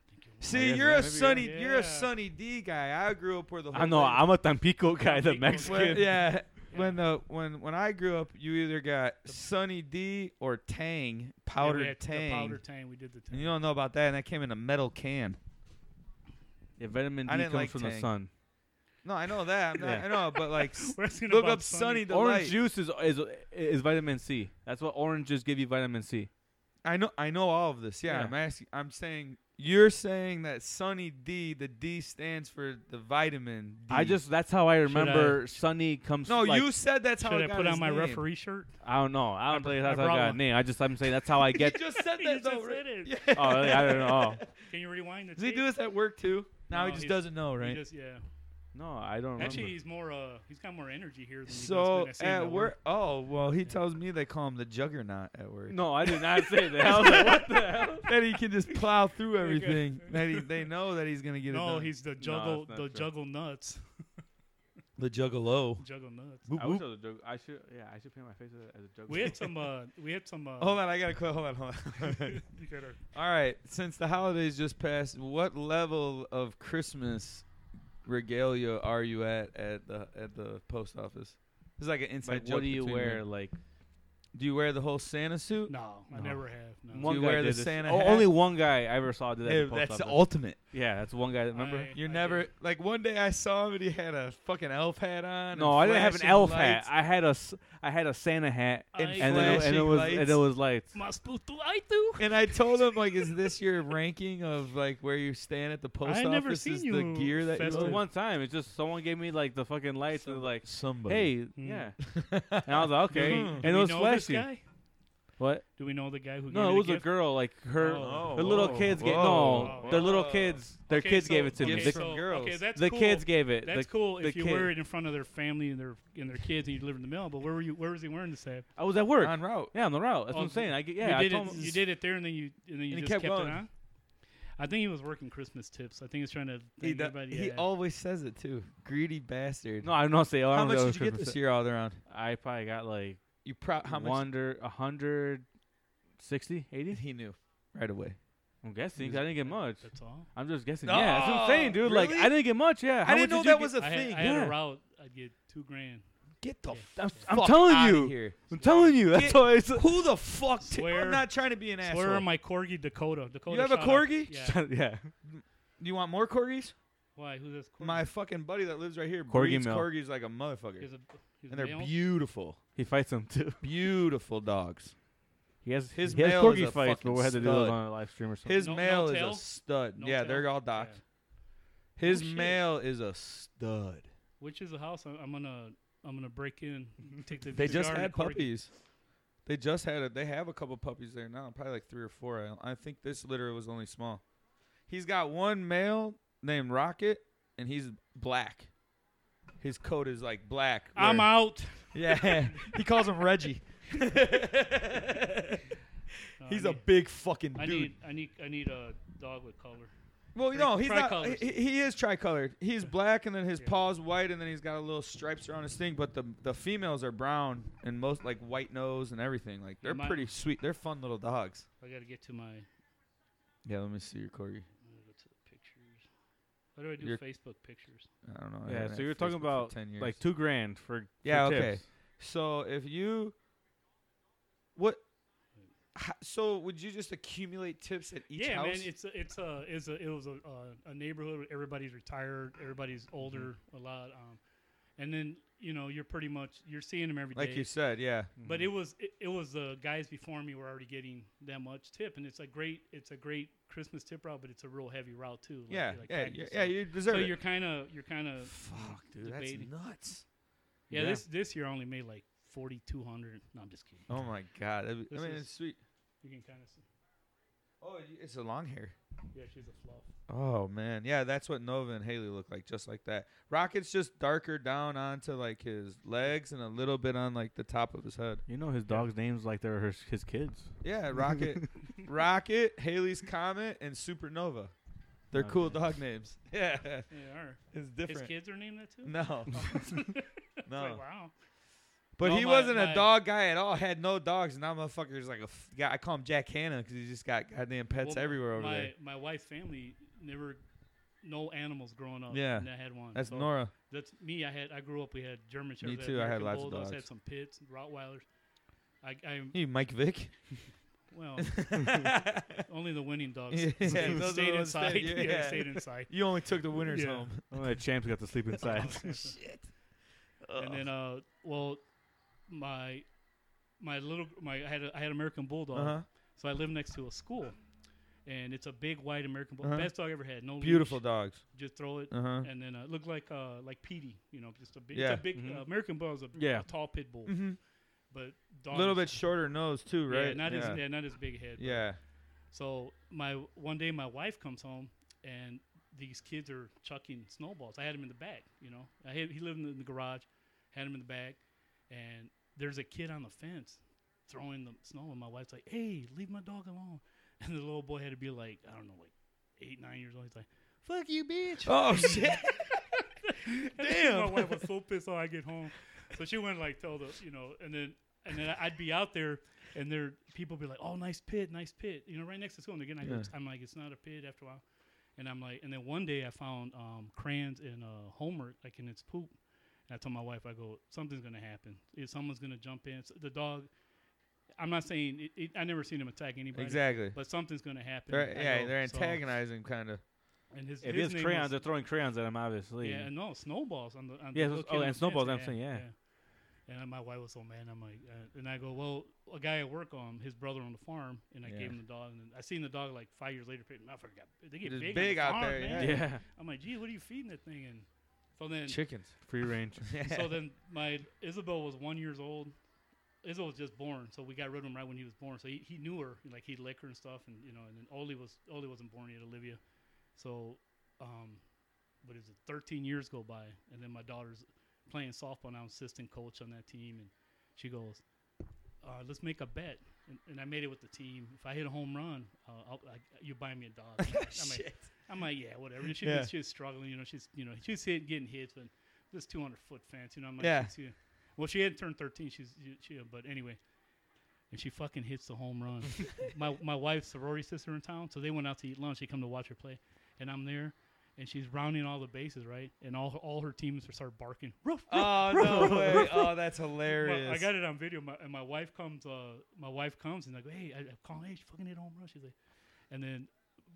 S3: Thank you.
S2: See,
S1: guess
S2: you're
S1: that-
S2: a
S1: maybe you're
S2: Sunny,
S3: right.
S2: you're a
S3: Yeah.
S2: Sunny D guy. I grew up where the whole
S1: I know.
S2: [LAUGHS] thing-
S1: I'm a Tampico guy, the
S3: Tampico.
S1: Mexican.
S2: when, yeah, when the when when I grew up, you either got Sunny D or Tang
S3: Yeah, we
S2: powdered
S3: had the
S2: Tang.
S3: Powder Tang. We did the
S2: And
S3: Tang.
S2: you don't know about that, and that came in a metal can.
S1: Yeah, vitamin D
S2: I
S1: comes
S2: didn't like
S1: from the
S2: Tang.
S1: sun.
S2: No, I know that. I'm not,
S1: Yeah.
S2: I know, but like, s-
S3: [LAUGHS] We're asking
S2: look
S3: about
S2: up Sunny Delight.
S1: Orange juice is, is is vitamin C. That's what oranges give you vitamin C.
S2: I know, I know all of this. Yeah,
S1: Yeah.
S2: I'm asking. I'm saying you're saying that Sunny D, the D stands for the vitamin. D.
S1: I just that's how I remember Sunny comes.
S2: no.
S1: like-
S2: you said that's how
S3: Should
S2: it
S3: I
S2: got
S3: put on
S2: his
S3: my
S2: name.
S3: referee shirt?
S1: I don't know. I don't
S3: br-
S1: think that's
S3: I
S1: how I
S3: brought
S1: got
S3: one.
S1: name. I just I'm saying that's how I
S2: [LAUGHS] You
S1: get.
S2: just said
S3: [LAUGHS] You
S2: that
S3: just
S2: though.
S3: said
S2: right?
S3: it. [LAUGHS]
S2: Yeah.
S1: oh, I don't know.
S3: Can you rewind the
S2: [LAUGHS] Does he
S3: tape?
S2: do this at work too? Now
S3: No,
S2: he just
S3: he's-
S2: doesn't know,
S3: He
S2: right?
S3: just- yeah.
S1: No, I don't.
S3: Actually,
S1: remember.
S3: he's more. Uh, he's got more energy here than he
S2: So
S3: does when I see him
S2: at work, oh well, he tells me they call him the Juggernaut at work.
S1: no, I did not say that. I was like, what the hell?
S2: [LAUGHS] that he can just plow
S3: [LAUGHS]
S2: through everything. that he, they know that he's gonna get it
S3: No,
S2: done.
S3: he's the
S1: that's
S3: juggle.
S1: not true.
S3: the juggle nuts.
S2: the Juggalo.
S1: [LAUGHS]
S3: juggle nuts.
S2: Boop,
S1: I wish
S2: boop.
S1: I was a joke. I should. Yeah, I should paint my face as a- as a joke.
S3: We had [LAUGHS] some. Uh, we had some. Uh,
S2: Hold on, I gotta quit. Hold on, hold on.
S3: [LAUGHS]
S2: [LAUGHS]
S3: you gotta-
S2: All right, since the holidays just passed, what level of Christmas regalia are you at at the at the post office? It's like an inside
S1: like,
S2: joke.
S1: what do you
S2: between
S1: wear?
S2: me.
S1: Like
S2: Do you wear the whole Santa suit?
S3: No, I
S1: No.
S3: never have. No.
S1: one
S2: you
S1: guy
S2: wear the
S1: did this.
S2: Santa
S1: Oh,
S2: hat?
S1: only one guy I ever saw did that. at
S2: Hey,
S1: the post
S2: that's the
S1: office.
S2: ultimate.
S1: yeah, that's one guy. Remember?
S3: I-
S2: You're
S3: I
S2: never
S3: did.
S2: like one day I saw him and he had a fucking elf hat on.
S1: no,
S2: and
S1: I didn't have an
S2: flashing
S1: elf
S2: lights.
S1: hat. I had a s- I had a Santa hat,
S3: I-
S1: and then it, and it
S2: Flashing
S1: was
S2: lights.
S1: and it was lights.
S3: Mas tu tu ai tu.
S2: And I told him like, is this your ranking of like where you stand at the post
S3: I
S2: office?
S3: ain't never
S2: is
S3: seen
S2: the
S3: you
S2: gear that
S1: It
S2: you
S1: was
S3: festive.
S2: own?
S1: one time. It's just someone gave me like the fucking lights and like,
S2: Somebody. [LAUGHS]
S1: hey, yeah, and I was like, okay,
S2: Hmm.
S1: and
S3: Do
S1: it
S3: we
S1: was
S3: know this
S1: flashy.
S3: guy?
S1: What?
S3: Do we know the guy who?
S1: No,
S3: gave
S1: it
S3: you
S1: was
S3: the
S1: a
S3: gift?
S1: girl. Like her,
S3: Oh.
S1: the little
S2: Whoa,
S1: kids. Gave,
S2: whoa,
S1: no, their little
S2: whoa.
S1: kids. Their
S3: Okay,
S1: kids
S3: so-
S1: gave it to me.
S2: Gifts
S1: The,
S3: Okay,
S2: from
S3: so,
S2: girls.
S3: okay, that's
S1: the
S3: cool.
S1: kids gave it.
S3: That's
S1: the,
S3: cool
S1: the
S3: if you
S1: kid.
S3: wear it in front of their family and their and their kids and you deliver the mail. But where were you? Where was he wearing this at?
S1: I was at work.
S2: on route.
S1: yeah, on the route. That's
S3: Oh,
S1: what I'm saying. I get, yeah, I
S3: you did
S1: told
S3: it.
S1: 'em-
S3: You did it there, and then you and then
S2: And
S3: you
S2: he
S3: just
S2: kept
S3: kept,
S2: going.
S3: it on. I think he was working Christmas tips. I think he's trying to.
S2: He,
S3: thank
S2: do-
S3: everybody,
S2: he
S3: yeah.
S2: always says it too. Greedy
S1: [LAUGHS]
S2: bastard.
S1: No, I don't know. Say, oh, I
S2: how
S1: don't
S2: much
S1: know
S2: did you get
S1: Christmas
S2: this
S1: it.
S2: year all around?
S1: [LAUGHS] I probably got like
S2: You pro- how much?
S1: wonder a hundred sixty, eighty.
S2: He knew right away.
S1: I'm guessing. 'cause I didn't get much.
S3: That's all.
S1: I'm just guessing. yeah, that's what I'm saying,
S2: No,
S1: dude. Like,
S2: really?
S1: I didn't get much. Yeah, How
S2: I
S1: much
S2: didn't know
S1: did you
S2: that
S1: get?
S2: was a
S3: I
S2: thing.
S3: had, I had
S1: yeah.
S3: a route. I'd get two grand.
S2: get the
S3: Yeah.
S1: I'm,
S3: Yeah.
S1: I'm
S2: fuck
S1: telling
S2: outta
S1: you.
S2: here.
S1: I'm telling you. That's
S2: Get-
S1: why it's.
S2: Who the fuck? T- I'm
S3: Swear-
S2: not trying to be an
S3: Where
S2: asshole.
S3: are my corgi Dakota? Dakota.
S2: have a
S3: shout out.
S2: corgi?
S3: Yeah.
S1: [LAUGHS] yeah.
S2: you want more corgis?
S3: Why? Who does corgi?
S2: My fucking buddy that lives right here
S1: Corgi
S2: breeds
S1: male.
S2: corgis like a motherfucker,
S3: He's a, he's
S2: and they're
S3: male?
S2: beautiful,
S1: He fights them too.
S2: beautiful dogs.
S1: He has
S2: His
S1: he has
S2: male is
S1: corgi
S2: a
S1: fights, but
S2: fucking
S1: we had to do those
S2: stud.
S1: on a live stream or something.
S2: His
S3: No- no
S2: male is
S3: tail?
S2: a stud.
S3: No
S2: yeah,
S3: tail?
S2: they're all docked.
S3: Yeah.
S2: His
S3: Oh, shit.
S2: male is a stud.
S3: Which is a house I'm, I'm gonna I'm gonna break in. Take the.
S2: They
S3: the
S2: just
S3: yard and
S2: had
S3: corgi.
S2: puppies. They just had it. They have a couple puppies there now, probably like three or four. I, I think this litter was only small. He's got one male named Rocket, and he's black. His coat is like black.
S3: I'm
S2: where- [LAUGHS]
S3: out.
S2: Yeah, he calls him
S3: [LAUGHS]
S2: Reggie.
S3: No,
S2: He's
S3: I
S2: a
S3: need-
S2: big fucking
S3: I
S2: dude.
S3: need I need I need a dog with color.
S2: well,
S3: tri-
S2: no, he's not.
S3: tricolours.
S2: He, he is tricolored. He's black, and then his
S3: Yeah.
S2: paws white, and then he's got a little stripes around his thing. But the the females are brown and most like white nose and everything. Like they're
S3: My-
S2: pretty sweet. They're fun little dogs.
S3: I gotta get to my. I
S2: Yeah, let me see your corgi.
S3: gotta go to the pictures. How do I do
S2: Your-
S3: Facebook pictures?
S2: I don't know. I
S1: Yeah, so
S2: haven't had
S1: you're talking
S2: Facebook for
S1: about,
S2: 10 years.
S1: like two grand for for
S2: Yeah, okay.
S1: tips.
S2: So if you what h- so would you just accumulate tips at each
S3: yeah,
S2: house?
S3: man, it's a, it's a it's a it was a uh, a neighborhood. Where everybody's retired.
S2: Mm-hmm.
S3: Everybody's older a lot. Um, and then you know you're pretty much you're seeing them every day.
S2: like you mm-hmm. said, yeah.
S1: Mm.
S3: but it was it, it was the guys before me were already getting that much tip, and it's a great it's a great Christmas tip route, but it's a real heavy route too. like-
S2: Yeah,
S3: like
S2: yeah,
S3: practice.
S2: yeah,
S3: So-
S2: yeah, you deserve
S3: So
S2: it.
S3: you're kind of you're kind of
S2: Fuck, dude,
S3: debating.
S2: that's
S3: [LAUGHS]
S2: nuts.
S3: yeah,
S2: Yeah.
S3: This this year I only made like forty two hundred. No, I'm just kidding.
S2: Oh my god. that'd be- I
S3: This
S2: mean,
S3: is-
S2: it's sweet.
S3: You can kind of see.
S2: Oh, y- it's a long hair.
S3: Yeah, she's a fluff.
S2: Oh man, yeah, that's what Nova and Haley look like, just like that. Rocket's just darker down onto like his legs and a little bit on like the top of his head.
S1: You know his dog's names like they're his, his kids.
S2: [LAUGHS] Yeah, Rocket, Rocket, Haley's Comet, and Supernova. They're
S1: Okay.
S2: cool dog names. [LAUGHS] Yeah,
S3: Yeah, they are.
S2: it's
S3: His
S2: different.
S3: kids are named that too.
S2: No,
S3: It's like,
S2: [LAUGHS]
S3: [LAUGHS]
S2: no.
S3: wow.
S2: But
S3: No,
S2: he
S3: my-
S2: wasn't a
S3: my-
S2: dog guy at all. Had no dogs, and now motherfucker's like a f- guy. I call him Jack Hanna because he just got goddamn pets
S3: Well,
S2: everywhere over
S3: my
S2: there.
S3: my wife's family never no animals growing up.
S2: Yeah.
S3: and I had one.
S2: That's
S3: So
S2: Nora.
S3: That's me. I had I grew up. We had German Shepherds.
S2: Me too, I had
S3: American
S2: lots of
S3: Bulldogs,
S2: dogs.
S3: Had some pits, Rottweilers. I,
S2: [LAUGHS]
S3: I
S2: You Mike Vick.
S3: well, only the winning dogs
S2: [LAUGHS] Yeah,
S3: [LAUGHS] stayed,
S2: those are the
S3: stayed
S2: ones that-
S3: inside. Yeah,
S2: yeah.
S3: stayed inside.
S2: you only took the winners
S3: Yeah.
S2: home.
S1: Only the Oh, champs got to sleep
S2: [LAUGHS]
S1: inside.
S2: Oh, Shit.
S3: [LAUGHS] and then uh, well, my my little my I had a, I had American Bulldog.
S2: uh huh.
S3: So I live next to a school, and it's a big white American Bulldog.
S2: Uh-huh.
S3: Best dog I ever had. No leash.
S2: Beautiful dogs.
S3: Just throw it,
S2: Uh huh.
S3: and then uh, it looked like uh, like Petey. You know, just a big.
S2: Yeah.
S3: It's a big
S1: Mhm.
S3: uh, American Bulldog is a,
S1: Yeah.
S3: a tall pit bull,
S2: Mm-hmm.
S3: but
S2: A
S3: dog
S2: little
S3: is-
S2: bit shorter nose too,
S3: yeah,
S2: right?
S3: not
S2: yeah.
S3: [LAUGHS] as yeah, not as big head. but-
S2: yeah.
S3: So my one day my wife comes home and these kids are chucking snowballs. I had him in the back, you know. I had, he lived in the, in the garage, had him in the back, and there's a kid on the fence throwing the snow, and my wife's like, "Hey, leave my dog alone." [LAUGHS] And the little boy had to be like, I don't know, like eight, nine years old. He's like, "Fuck you, bitch!"
S2: Oh shit!
S3: Damn.
S2: Damn.
S3: my wife was so pissed when I get home. So she went like tell the you know, and then and then I'd be out there and there people be like, Oh, nice pit, nice pit. You know, right next to school. And again I
S2: Yeah.
S3: I'm like, it's not a pit after a while. And I'm like and then one day I found um crayons and uh homework like in its poop. And I told my wife, I go, something's gonna happen. If someone's gonna jump in. So the dog I'm not saying it, it, I never seen him attack anybody.
S2: Exactly.
S3: But something's gonna happen.
S2: They're,
S3: I
S2: yeah,
S3: go,
S2: they're
S3: so-
S2: antagonizing kind of.
S3: And his,
S1: If
S3: his
S1: it's
S3: name
S1: crayons,
S3: was-
S1: they're throwing crayons at him, obviously.
S3: yeah, and no snowballs on the. On
S1: Yeah, so-
S3: the little
S1: oh,
S3: kid on
S1: and
S3: the
S1: snowballs,
S3: fence,
S1: I'm saying, yeah.
S3: And then my wife was so mad. I'm like, uh, and I go, well, a guy at work, um, his brother on the farm, and I
S2: Yeah.
S3: gave him the dog, and then I seen the dog like five years later. Pig, motherfucker got they get
S2: Just
S3: big,
S2: big
S3: on
S2: out
S3: the farm,
S2: there,
S1: [LAUGHS] Yeah.
S3: man. I'm like, gee, what are you feeding that thing? And so then,
S2: Chickens.
S1: Free range.
S3: [LAUGHS] so then my Isabel was one years old. Isabel was just born, so we got rid of him right when he was born. So he, he knew her, like he'd lick her and stuff, and you know. And then Oli was Oli wasn't born yet, Olivia. So, um, what is it? Thirteen years go by, and then my daughter's playing softball now, assistant coach on that team, and she goes, uh, "Let's make a bet." And, and I made it with the team. If I hit a home run, uh, I'll, I, you buy me a dog. I'm like- I'm like, I'm like, yeah, whatever. And she
S2: Yeah.
S3: was, she was struggling, you know. She's you know she's hit, getting hit, but this 200 foot fence, you know. I'm like,
S2: Yeah.
S3: she's- yeah. well, she hadn't turned 13. She's she, she but anyway, and she fucking hits the home
S2: [LAUGHS]
S3: run. my my wife's sorority sister in town, so they went out to eat lunch. They come to watch her play, and I'm there. And she's rounding all the bases, right? And all her, all her teams start barking, roof, roof,
S2: oh
S3: [LAUGHS]
S2: no way! Oh, that's hilarious.
S3: well, I got it on video, my, and my wife comes. Uh, my wife comes and I go, hey, I, I call, hey, she fucking hit a home run. She's like, and then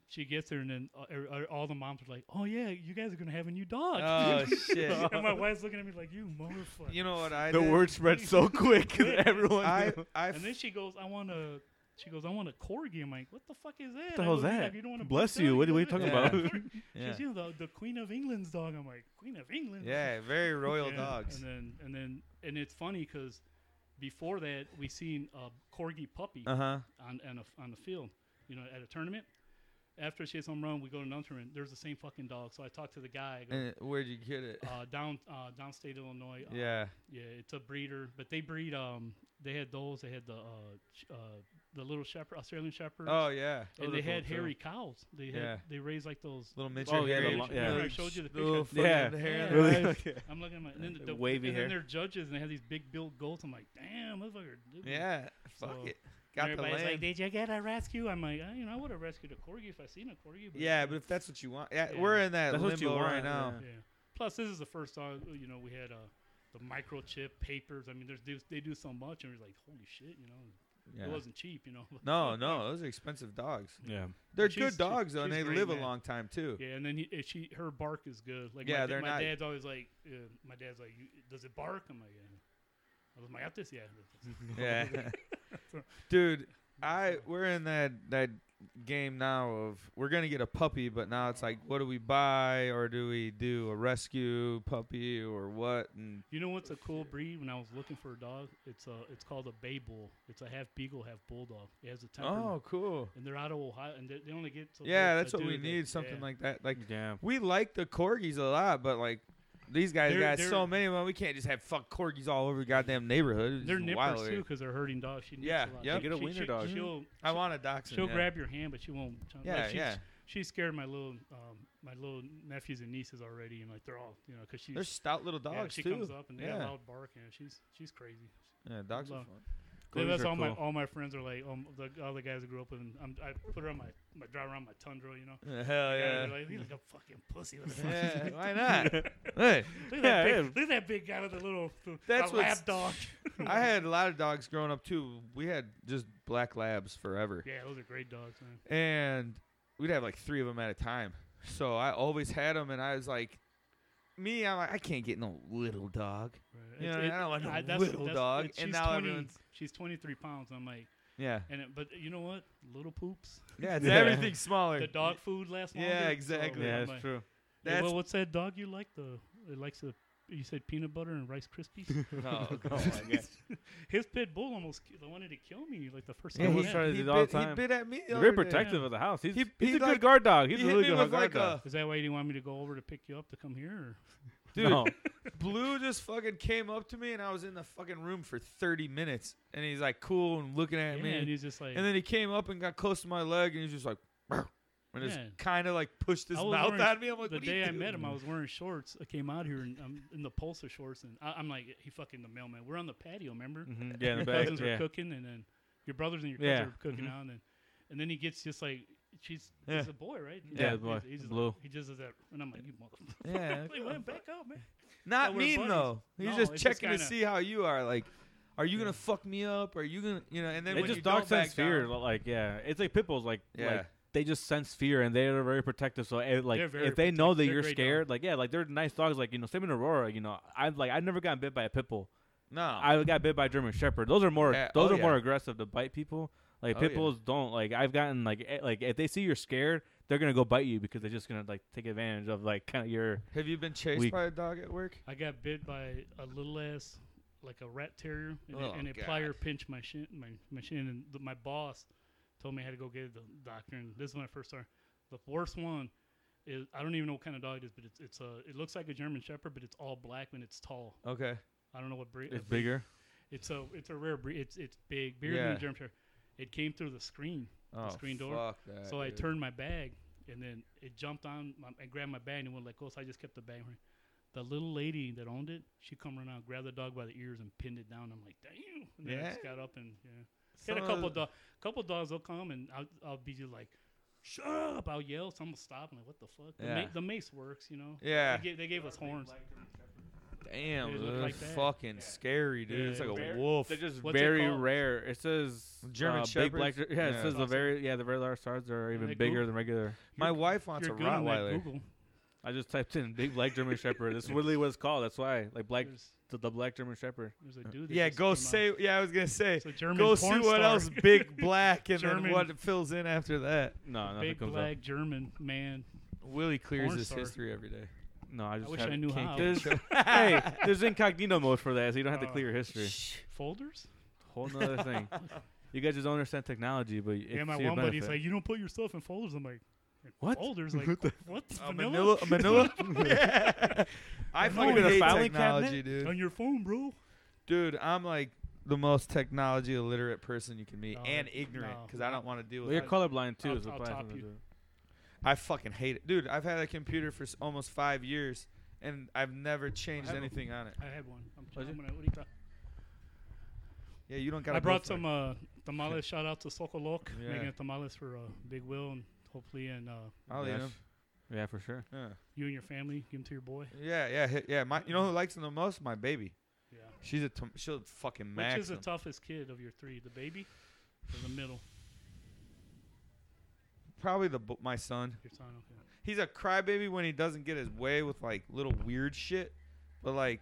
S3: she gets there, and then uh, er- er- all the moms are like, oh yeah, you guys are gonna have a new [LAUGHS] dog.
S2: Oh shit!
S3: [LAUGHS] and my wife's looking at me like, you motherfucker.
S2: You know what I?
S1: the
S2: did?
S1: word spread
S2: [LAUGHS]
S1: so quick 'cause everyone.
S2: I
S1: knew.
S2: I
S3: and then she goes, I want a. She goes, I want a corgi. I'm like, what the fuck is that?
S1: the
S3: I
S1: hell's
S3: go, "Yeah,
S1: that?
S3: if You don't want
S1: Bless you, what are we talking
S2: about? yeah.
S3: [LAUGHS] She's you know, the, the Queen of England's dog. I'm like, Queen of England.
S2: yeah, very royal
S3: Yeah,
S2: dogs.
S3: And then and then and it's funny because before that we seen a corgi puppy
S2: Uh huh.
S3: on on, a, on the field, you know, at a tournament. After she hits home run, we go to another tournament. There's the same fucking dog. So I talked to the guy. I go,
S2: And where'd you get it?
S3: uh, down uh, downstate Illinois. uh,
S2: Yeah.
S3: yeah, it's a breeder, but they breed. Um, they had those. They had the uh, sh- uh the little shepherd, Australian shepherd.
S2: Oh yeah. Those
S3: and
S2: are
S3: they had
S2: cool, too.
S3: hairy cows. They had
S2: Yeah.
S3: they raised like those.
S2: Little miniature
S1: Oh, yeah, the
S2: hairy.
S1: lo-
S2: the
S1: yeah.
S2: little
S3: I showed you the
S2: sh- little
S3: picture.
S1: Yeah.
S2: fucking hair on
S3: Yeah.
S2: the
S1: [LAUGHS] Really?
S2: back.
S1: Okay.
S3: I'm looking at my and then the,
S1: The
S3: the
S1: wavy
S3: and
S1: hair.
S3: then they're judges and they have these big built goats. I'm like, damn, motherfucker. dude."
S2: Yeah. Fuck
S3: So-
S2: it.
S3: And
S2: Got the
S3: everybody's like,
S2: land.
S3: did you get a rescue? I'm like, I, you know, I would have rescued a corgi if I seen a corgi. But
S2: Yeah, but if that's what you want, yeah,
S3: Yeah.
S2: we're in that
S1: That's what you
S2: limbo right
S1: want,
S2: now.
S3: yeah. Plus, this is the first time you know we had uh, the microchip papers. I mean, there's do- they do so much, and we're like, holy shit, you know,
S2: Yeah.
S3: it wasn't cheap, you know.
S2: [LAUGHS] No, no, those are expensive dogs.
S1: yeah.
S2: They're
S3: she's-
S2: good dogs though, and they
S3: she's great,
S2: live
S3: man.
S2: a long time too.
S3: Yeah, and then he, if she her bark is good. Like
S2: Yeah,
S3: my, da-
S2: they're
S3: my
S2: not-
S3: dad's always like, uh, my dad's like, you, does it bark? I'm like, yeah. I was my at
S2: [LAUGHS]
S3: this, [LAUGHS] yeah.
S2: Yeah.
S3: [LAUGHS]
S2: Dude, I we're in that that game now of we're gonna get a puppy, but now it's like what do we buy or do we do a rescue puppy or what? And
S3: You know what's a cool breed? When I was looking for a dog, it's a it's called a bay bull. It's a half beagle, half bulldog. It has a temperament.
S2: oh, cool.
S3: and they're out of Ohio, and they, they only get. So
S2: Yeah,
S3: big,
S2: that's
S3: but
S2: what we
S3: dude, they-
S2: need. Something
S3: yeah.
S2: like that. Like
S1: Damn.
S2: we like the corgis a lot, but like these guys
S3: They're-
S2: got so
S3: they're-
S2: many of 'em, We can't just have fuck corgis all over the goddamn neighborhood. It's
S3: They're
S2: just
S3: nippers
S2: wild
S3: too,
S2: area.
S3: because they're herding dogs. She nips
S2: Yeah,
S3: a lot.
S2: yep. Mm-hmm.
S3: She-
S1: Get a
S3: she-
S1: wiener
S3: she-
S1: dog.
S3: She'll
S2: I want a dachshund.
S3: she'll
S2: yeah.
S3: grab your hand, but she won't. Like,
S2: Yeah,
S3: she,
S2: yeah.
S3: She scared my little um, my little nephews and nieces already, and like they're all you know because she's
S2: They're stout little dogs
S3: yeah, she
S2: too.
S3: comes up and they have
S2: Yeah.
S3: loud bark, and she's she's crazy.
S2: yeah, dogs are
S3: Love.
S2: fun.
S3: Then
S1: Corgis
S3: that's
S1: are
S3: all my
S1: cool.
S3: all my friends are like. Um, the, all the guys I grew up with, and I'm, I put her on my, my drive around my Tundra, you know.
S2: Hell
S3: Yeah,
S2: Oh, yeah. [LAUGHS]
S3: they're like, he's like a fucking pussy. With a fucking-
S2: yeah, [LAUGHS] why not? Hey,
S3: [LAUGHS] look, at
S1: Yeah,
S3: that
S1: yeah.
S3: big, look at that big guy with the little the,
S2: That's
S3: a lab
S2: what's-
S3: dog.
S2: I had a lot of dogs growing up too. We had just black labs forever,
S3: yeah, those are great dogs, man.
S2: and we'd have like three of them at a time. So I always had them, and I was like, me, I'm like, I can't get no little dog.
S3: Right.
S2: You know,
S3: It's-
S2: I don't want no
S3: that's-
S2: little
S3: that's-
S2: dog,
S3: it-
S2: and
S3: she's
S2: now everyone's-
S3: she's 23 pounds. I'm like,
S2: Yeah,
S3: and it, but you know what? Little poops.
S2: yeah, it's
S1: Yeah.
S2: everything smaller.
S3: The dog food lasts
S2: Yeah,
S3: longer.
S2: exactly.
S3: So,
S1: Yeah,
S3: I'm
S1: that's
S3: like,
S1: true.
S2: [LAUGHS]
S3: [LAUGHS] "Hey,
S2: That's
S3: well, what's that dog you like? The it likes to you said peanut butter and Rice
S2: [LAUGHS]
S3: Krispies.
S2: No,
S1: Oh, [LAUGHS] my God.
S3: His pit bull almost ki- wanted to kill me like the first
S1: Yeah,
S3: time.
S1: he
S3: I met.
S1: tried- to
S2: he
S1: do it all
S2: bit,
S1: the
S2: He
S1: time.
S2: bit at me. the
S1: He's very
S2: other day.
S1: protective of the house. He's,
S2: He-
S1: he's
S2: he
S1: a good
S2: like-
S1: guard dog. He's
S2: He
S1: a
S2: hit
S1: really
S2: me
S1: good
S2: with
S1: guard
S2: like
S1: dog.
S2: a
S3: Is that why you didn't want me to go over to pick you up to come here? Or?
S2: dude.
S1: No.
S2: Blue just fucking came up to me, and I was in the fucking room for 30 minutes, and he's like cool and looking at
S3: yeah,
S2: me,
S3: and
S2: and,
S3: he's just like,
S2: then he came up and got close to my leg, and he's just like, "Brr," and just
S3: Yeah.
S2: kind of like pushed his
S3: I was
S2: mouth
S3: wearing-
S2: at me. I'm like,
S3: the
S2: "What are you
S3: day I
S2: doing?"
S3: met him, I was wearing shorts. I came out here and I'm in the pulsa shorts, and I, I'm like, he fucking the mailman. We're on the patio, remember?
S1: Mhm, Yeah, in [LAUGHS] the
S3: your
S1: back.
S3: cousins
S1: Yeah.
S3: are cooking, and then your brothers and your cousins
S1: Yeah,
S3: are cooking
S1: mhm.
S3: out, and then, and then he gets just like she's
S2: Yeah.
S3: he's a boy, right? He's
S1: Yeah,
S3: like-
S1: the boy,
S3: he's- he's just
S1: blue.
S3: like- he just does that, and I'm like, you [LAUGHS]
S2: [LAUGHS]
S3: motherfucker!
S2: Yeah,
S3: like, what? Back up, man.
S2: not
S3: we're
S2: mean
S3: buddies.
S2: though. He's
S3: No,
S2: just
S3: it's just
S2: checking to
S3: kinda-
S2: see how you are. Like, are you
S3: Yeah.
S2: gonna fuck me up? Are you gonna, you know? And then
S1: They
S2: when
S1: just
S2: you don't
S1: dog sense
S2: back
S1: fear.
S2: down-
S1: li- Like yeah, it's like pit bulls. Like
S2: yeah,
S1: like they just sense fear and they're very protective. So eh, like
S3: They're
S1: if
S3: very
S1: they know
S3: protective.
S1: that
S3: They're
S1: you're
S3: great
S1: scared, like yeah, like they're nice dogs. Like you know, same in Aurora. You know, I like I never got bit by a pit bull.
S2: no,
S1: I got bit by a German Shepherd. Those are more
S2: Oh. Yeah,
S1: those
S2: oh,
S1: are more
S2: yeah.
S1: aggressive to bite people. Like
S2: Oh,
S1: pit
S2: yeah.
S1: bulls don't like. I've gotten like eh, like if they see you're scared, they're gonna go bite you because they're just gonna like take advantage of like kind of your
S2: have you been chased
S1: Weak.
S2: by a dog at work?
S3: I got bit by a little ass, like a rat terrier, and,
S2: Oh,
S3: a, and a
S2: God.
S3: plier pinched my shin, my, my shin, and the, my boss told me I had to go get the doctor. And this is when I first started. The worst one is I don't even know what kind of dog it is, but it's it's a it looks like a German Shepherd, but it's all black and it's tall.
S2: Okay,
S3: I don't know what breed.
S1: it's
S3: breed.
S1: bigger.
S3: It's a it's a rare breed. It's it's big, bigger than
S2: Yeah.
S3: a German Shepherd. It came through the screen,
S2: oh,
S3: screen door.
S2: Fuck that,
S3: so I
S2: dude.
S3: turned my bag, and then it jumped on. My, I grabbed my bag and it wouldn't let go, so I just kept the bag. The little lady that owned it, she come running out, grabbed the dog by the ears, and pinned it down. I'm like, damn! And then I just got up and yeah.
S2: Some
S3: Hit a
S2: of
S3: couple
S2: the-
S3: dogs. Couple dogs will come, and I'll, I'll be just like, shut up! I'll yell, someone will stop. I'm like, what the fuck? The,
S2: Yeah.
S3: ma- the mace works, you know.
S2: Yeah.
S3: They gave, they gave us horns.
S2: Damn,
S3: They look
S2: dude,
S3: like
S2: that's
S3: that.
S2: fucking scary, dude.
S3: Yeah,
S2: it's like a
S1: bear-
S2: wolf.
S1: They're just
S3: What's it
S1: very
S3: called?
S1: rare. It says
S2: German
S1: uh, big
S2: Shepherds?
S1: black. Yeah,
S2: Yeah.
S1: it says the very yeah the very large stars are even
S3: they
S1: bigger
S3: Google-
S1: than regular.
S2: My
S3: You're-
S2: wife wants a
S3: You're good on that
S2: Rottweiler.
S3: Google.
S1: I just typed in big black German Shepherd. That's literally what it's called. That's why like black
S3: There's,
S1: the, the black German Shepherd.
S3: there's a dude. that
S2: Yeah,
S3: just
S2: go
S3: came out.
S2: say. Yeah, I was gonna say.
S3: It's a German
S2: Go see
S3: porn
S2: what
S3: star. [LAUGHS]
S2: else big black and then
S3: German-
S2: what fills in after that.
S1: No, Uh, nothing
S3: Big
S1: comes up.
S3: black German man.
S2: Willie clears
S3: Porn
S2: his
S3: star.
S2: history every day.
S1: No, I just
S3: wish
S1: have-
S3: I knew
S1: can't
S3: how.
S1: There's, [LAUGHS] hey, there's incognito mode for that, so you don't have to
S3: Oh.
S1: clear your history.
S2: [LAUGHS]
S3: Folders?
S1: Whole nother
S3: [LAUGHS]
S1: thing. You guys just don't understand technology, but it's
S3: yeah, my
S1: to your
S3: one buddy's
S1: benefit.
S3: like, you don't put your stuff in folders. I'm like, "In
S1: What? [LAUGHS]
S3: Folders? Like, [LAUGHS] what?
S2: Uh,
S3: Vanilla?
S2: Manila,
S3: [LAUGHS]
S2: Manila. yeah. I
S3: Manila
S2: fucking
S3: in a
S2: hate
S1: filing
S2: technology, dude.
S3: On your phone, bro.
S2: Dude, I'm like the most technology illiterate person you can meet,
S3: No,
S2: and
S3: no.
S2: ignorant because I don't want to deal
S1: well,
S2: with.
S1: you're
S2: it.
S1: colorblind too.
S3: I'll-
S1: so
S3: I'll
S1: probably
S3: top
S1: something to
S3: you.
S1: do.
S2: I fucking hate it, dude. I've had a computer for s- almost five years, and I've never changed
S3: have a-
S2: anything on it.
S3: I had one. I'm,
S1: Was
S3: I'm
S1: it?
S3: gonna, what do you talk-
S2: Yeah, you don't got.
S3: I brought some uh, tamales. Shout out to Sokolok
S2: Yeah.
S3: making tamales for uh, Big Will and hopefully and uh,
S2: I'll eat
S1: Yes.
S2: 'em.
S1: Yeah, for sure.
S2: Yeah.
S3: you and your family. Give them to your boy.
S2: Yeah, yeah, hi- yeah. My, you know who likes them the most? My baby.
S3: Yeah.
S2: She's a tom- she'll fucking
S3: Which
S2: max
S3: is the
S2: them.
S3: toughest kid of your three? The baby or the middle?
S2: Probably the bo- my son.
S3: Your son. Okay.
S2: He's a crybaby when he doesn't get his way with like little weird shit. But like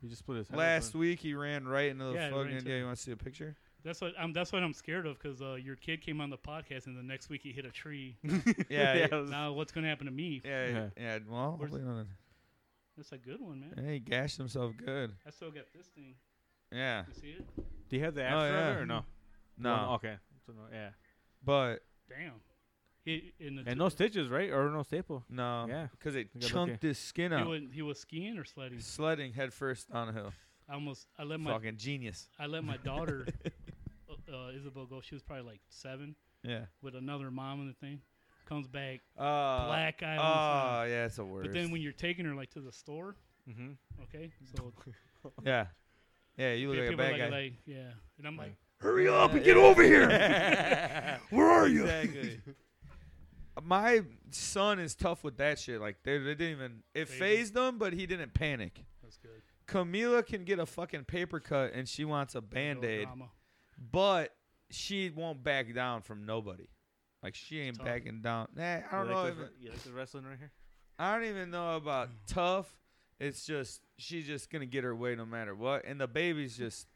S1: You just split his head
S2: last
S1: open.
S2: week, he ran right into the
S3: Yeah, he ran
S2: fucking.
S3: into
S2: yeah,
S3: it.
S2: you want to see
S1: [LAUGHS]
S2: a picture?
S3: That's what I'm. That's what I'm scared of because uh, your kid came on the podcast and the next week he hit a tree.
S1: [LAUGHS]
S2: Yeah, yeah,
S1: it was-
S3: now what's gonna happen to me?
S2: yeah. yeah,
S1: Yeah.
S2: well,
S3: Where's-
S2: hopefully not.
S3: That's a good one, man.
S2: Yeah, he gashed himself good.
S3: I still got this thing.
S2: Yeah.
S3: You see it?
S1: Do you have the
S2: Oh,
S1: app oh,
S2: yeah.
S1: or no? One-
S2: No,
S1: okay. So, no, yeah.
S2: but
S3: Damn. He in the
S1: And no stitches, right? Or no staple?
S2: no.
S1: Yeah.
S2: Because it
S1: We got
S2: chunked
S1: lucky.
S2: his skin
S3: he,
S2: out.
S3: was, he was skiing or sledding.
S2: Sledding head first down a hill.
S3: I almost I let my
S2: Fucking genius.
S3: I let my
S2: [LAUGHS]
S3: daughter uh, uh, Isabel go. She was probably like seven
S2: Yeah.
S3: with another mom and the thing. Comes back
S2: Uh,
S3: black eye. on the
S2: Oh,
S3: side.
S2: yeah, it's a worst.
S3: but then when you're taking her like to the store,
S1: Mm-hmm.
S3: okay,
S2: [LAUGHS]
S3: so
S2: Yeah. Yeah, you look
S3: pe-
S2: like a
S3: people
S2: bad
S3: like,
S2: guy.
S3: like yeah, and I'm
S1: Yeah.
S3: like,
S2: Hurry up and get over [LAUGHS] here. Where are you? Exactly. My son is tough with that shit. Like they, they didn't even it
S3: Phase him.
S2: phased him, but he didn't panic.
S3: that's good.
S2: Camila can get a fucking paper cut and she wants a
S3: Little
S2: band aid,
S3: drama.
S2: but she won't back down from nobody. Like she ain't
S3: tough.
S2: backing down. Nah, I don't
S1: you
S2: know.
S1: Like
S2: if
S1: the,
S2: it-
S1: you like the wrestling right here?
S2: I don't even know about
S3: Mm.
S2: tough.
S3: [LAUGHS]
S2: It's just she's just gonna get her way no matter what, and the baby's just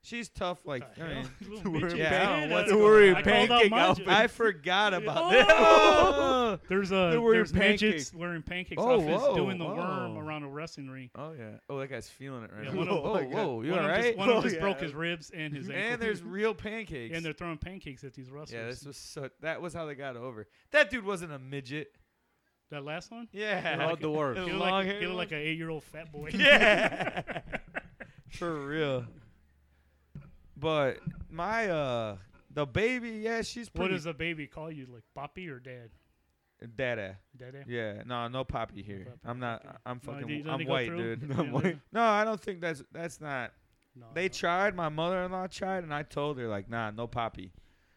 S2: she's tough. Like
S3: What the
S2: I
S3: hell?
S2: mean,
S3: Little
S1: We're
S3: bitchy
S2: Yeah,
S3: kid.
S2: [LAUGHS] I don't know what's
S3: That's-
S2: going on.
S3: I called out
S1: Pancake
S3: mine
S1: outfit.
S3: just-
S2: I forgot about
S3: Oh!
S2: this.
S1: Oh!
S2: Oh,
S3: [LAUGHS] There's a
S1: They're wearing
S3: there's midgets
S1: pancakes.
S3: wearing pancakes
S2: Oh,
S3: outfits
S2: whoa,
S3: doing the worm
S2: whoa.
S3: around a wrestling ring.
S2: yeah. Oh, that guy's feeling it right
S3: Yeah,
S2: now.
S3: one
S2: [LAUGHS]
S3: of- uh,
S2: oh, whoa, you
S3: one
S2: all
S3: of 'em
S2: right?
S3: Just,
S2: [LAUGHS]
S3: one of 'em
S1: Oh,
S3: just broke
S1: yeah.
S3: his ribs and his ankle.
S2: And
S3: [LAUGHS]
S2: there's real pancakes.
S3: and they're throwing pancakes at these wrestlers.
S2: yeah, this was so, that was how they got over. That dude wasn't a midget.
S3: that last one.
S2: Yeah,
S1: They're all dwarves.
S2: The
S3: He looked
S2: long
S3: like,
S2: hair
S3: he looked
S2: one?
S3: like an eight-year-old fat boy.
S2: [LAUGHS]
S3: [LAUGHS]
S2: yeah. [LAUGHS] For real. But my uh the baby, yeah, she's
S3: what
S2: pretty
S3: does a baby call you? Like Poppy or Dad?
S2: dada.
S3: Dada.
S2: Yeah, no, no poppy here.
S3: poppy,
S2: I'm not
S3: okay.
S2: I'm
S3: No,
S2: fucking
S3: do you- don't they
S2: I'm
S3: go
S2: white,
S3: through?
S2: dude. [LAUGHS]
S3: Yeah,
S2: I'm white.
S3: they-
S2: No, I don't think that's that's not.
S3: No,
S2: They
S3: no.
S2: tried, my mother-in-law tried and I told her like, "Nah, no poppy."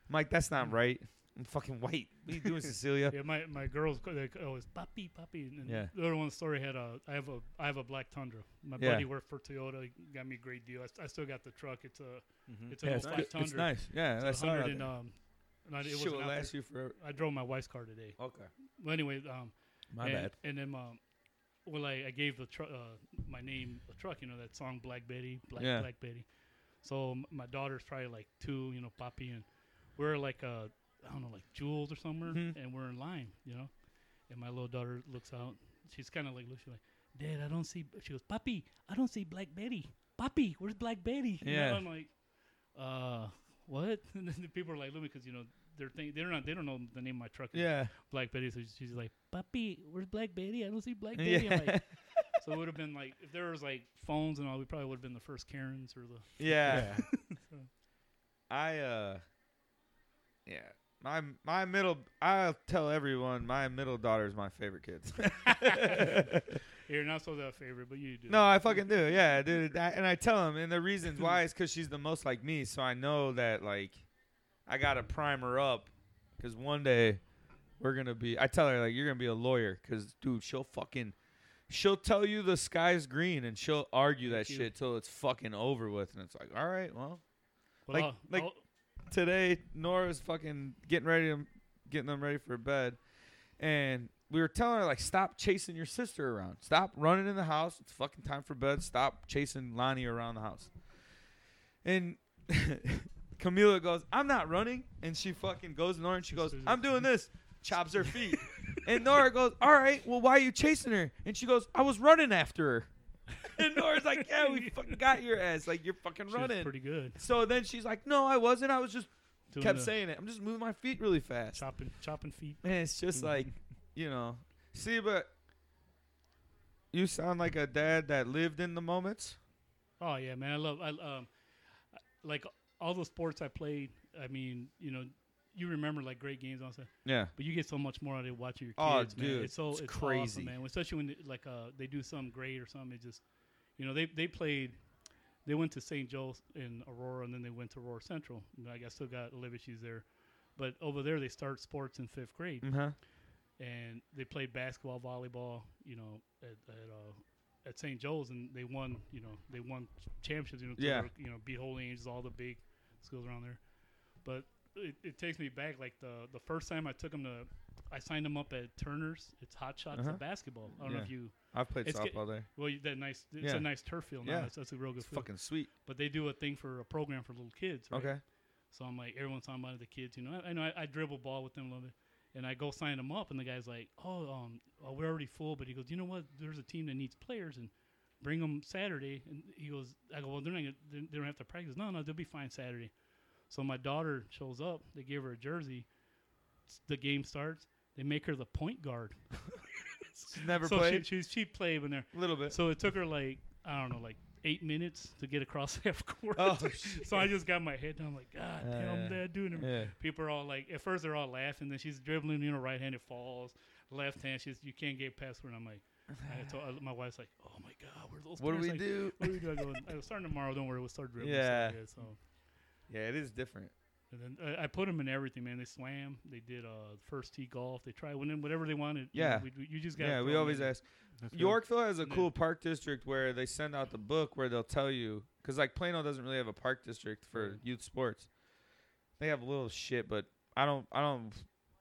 S2: I'm like, "That's not right. I'm fucking white. What are you
S3: [LAUGHS]
S2: doing, Cecilia?"
S3: Mm. Yeah, my, my girls ca- they ca- always Poppy Poppy. And then
S2: Yeah.
S3: The other one story had a I have a I have a black Tundra. My
S2: Yeah.
S3: buddy worked for Toyota. He got me a great deal. I, st- I still got the truck. It's a
S1: Mm-hmm.
S3: it's an
S2: Yeah,
S3: old
S2: it's,
S3: black
S2: good. It's
S3: Tundra.
S2: nice. Yeah,
S3: It's
S2: that's
S3: a
S2: not
S3: hundred
S2: out
S3: and
S2: there.
S3: um, not, it
S2: Shit
S3: wasn't
S2: will
S3: out there.
S2: last you forever.
S3: I drove my wife's car today.
S2: Okay.
S3: Well, anyway, um,
S2: My
S3: and,
S2: bad.
S3: And then, um, well, I, I gave the truck uh, my name a truck. You know that song Black Betty, Black
S2: Yeah.
S3: Black Betty. So m- my daughter's probably like two, you know, Poppy, and we're like uh, I don't know, like Jewels or somewhere,
S2: Mhm.
S3: and we're in line, you know. And my little daughter looks out. She's kind of like, she's like, Dad, I don't see. B-" She goes, Poppy, I don't see Black Betty. Poppy, where's Black Betty? You know,
S2: Yeah.
S3: I'm like, uh, what? [LAUGHS] And then the people are like, look, because you know they're think- they're not they don't know the name of my truck. is
S2: Yeah.
S3: Black Betty. So she's like, Puppy, where's Black Betty? I don't see Black Betty. I'm
S2: Yeah. [LAUGHS]
S3: like, so it would have been like, if there was like phones and all, we probably would have been the first Karens or the.
S2: Yeah.
S3: So-
S2: [LAUGHS] I uh yeah. My my middle I'll tell everyone my middle daughter is my favorite [LAUGHS] kid.
S3: You're not supposed to have a favorite, but you
S2: [LAUGHS]
S3: do.
S2: no, I fucking do. Yeah, dude. I, and I tell them and the reasons why is cuz she's the most like me, so I know that like I got to prime her up cuz one day we're going to be I tell her like you're going to be a lawyer cuz dude, she'll fucking she'll tell you the sky's green and she'll argue that
S3: Thank you.
S2: shit till it's fucking over with and it's like, "All right, well,
S3: Well,
S2: like-
S3: I'll-
S2: like-
S3: I'll-
S2: today Nora's fucking getting ready to getting them ready for bed and we were telling her like stop chasing your sister around stop running in the house it's fucking time for bed stop chasing Lonnie around the house and [LAUGHS] Camila goes I'm not running and she fucking goes to Nora and she goes I'm doing this chops her feet and Nora goes all right well why are you chasing her and she goes I was running after her [LAUGHS] and Nora's like yeah we fucking got your ass like you're fucking
S3: she was
S2: running
S3: pretty good.
S2: so then she's like, "No, I wasn't. I was just
S3: Doing
S2: kept
S3: the
S2: saying it. I'm just moving my feet really fast."
S3: chopping, chopping feet.
S2: Man, it's just like, you know, see, but you sound like a dad that lived in the moments.
S3: Oh yeah, man, I love. I um, I- like all the sports I played. I mean, you know, you remember like great games also,
S2: Yeah,
S3: but you get so much more out of watching your
S2: Oh,
S3: kids, man.
S2: dude,
S3: It's so
S2: it's
S3: it's,
S2: crazy.
S3: awesome, man. Especially when like uh, they do something great or something. It just you know they they played. They went to St. Joe's in Aurora, and then they went to Aurora Central. And I guess still got Olivia. She's there, but over there they start sports in fifth grade,
S2: uh-huh.
S3: and they played basketball, volleyball. You know, at at, uh, at St. Joe's, and they won. You know, they won championships. You know, to
S2: Yeah.
S3: their, you know, beat Holy Angels, all the big schools around there. But it, it takes me back. Like the the first time I took them to, I signed them up at Turner's. It's Hot Shots
S2: Uh-huh.
S3: at basketball. I don't know
S2: Yeah.
S3: if you.
S2: I've played
S3: It's get-
S2: softball there.
S3: Well, you, that nice. It's
S2: Yeah.
S3: a nice turf field. Now.
S2: Yeah.
S3: That's, that's a real good
S2: It's
S3: field.
S2: fucking sweet.
S3: But they do a thing for a program for little kids. Right? [LAUGHS]
S2: Okay.
S3: So I'm like, everyone's talking about the kids, you know. I, I know I, I dribble ball with them a little bit, and I go sign them up, and the guy's like, "Oh, um, oh, we're already full," but he goes, "You know what? There's a team that needs players, and bring them Saturday." And he goes, "I go, well, they're not gonna, they they don't have to practice. No, no, they'll be fine Saturday." So my daughter shows up. They give her a jersey. S- The game starts. They make her the point guard.
S2: She's never
S3: so she,
S2: played
S3: she she played when they're
S2: a little bit.
S3: [LAUGHS] so it took her like I don't know, like eight minutes to get across [LAUGHS] half court.
S2: Oh,
S3: so I just got my head down, like God
S2: Yeah,
S3: damn,
S2: yeah.
S3: that dude. And
S2: yeah.
S3: People are all like, at first they're all laughing. Then she's dribbling, you know, right handed falls, left hand. She's you can't get past her. And I'm like, I told, I, my wife's like, oh my God, where are those?
S2: What do
S3: players?"
S2: we
S3: like,
S2: do?
S3: What do we do? I go, I go, starting tomorrow. Don't worry, we'll start dribbling. So,
S2: Yeah.
S3: so
S2: Yeah, it is different.
S3: and then uh, I, I put them in everything, man. They swam. They did uh, first tee golf. They tried when- whatever they wanted. you know,
S2: Yeah.
S3: we- we- you just got
S2: Yeah, we always ask. Yorkville has a
S3: Yeah.
S2: cool park district where they send out the book where they'll tell you because like Plano doesn't really have a park district for
S3: Right.
S2: youth sports. They have a little shit, but I don't. I don't.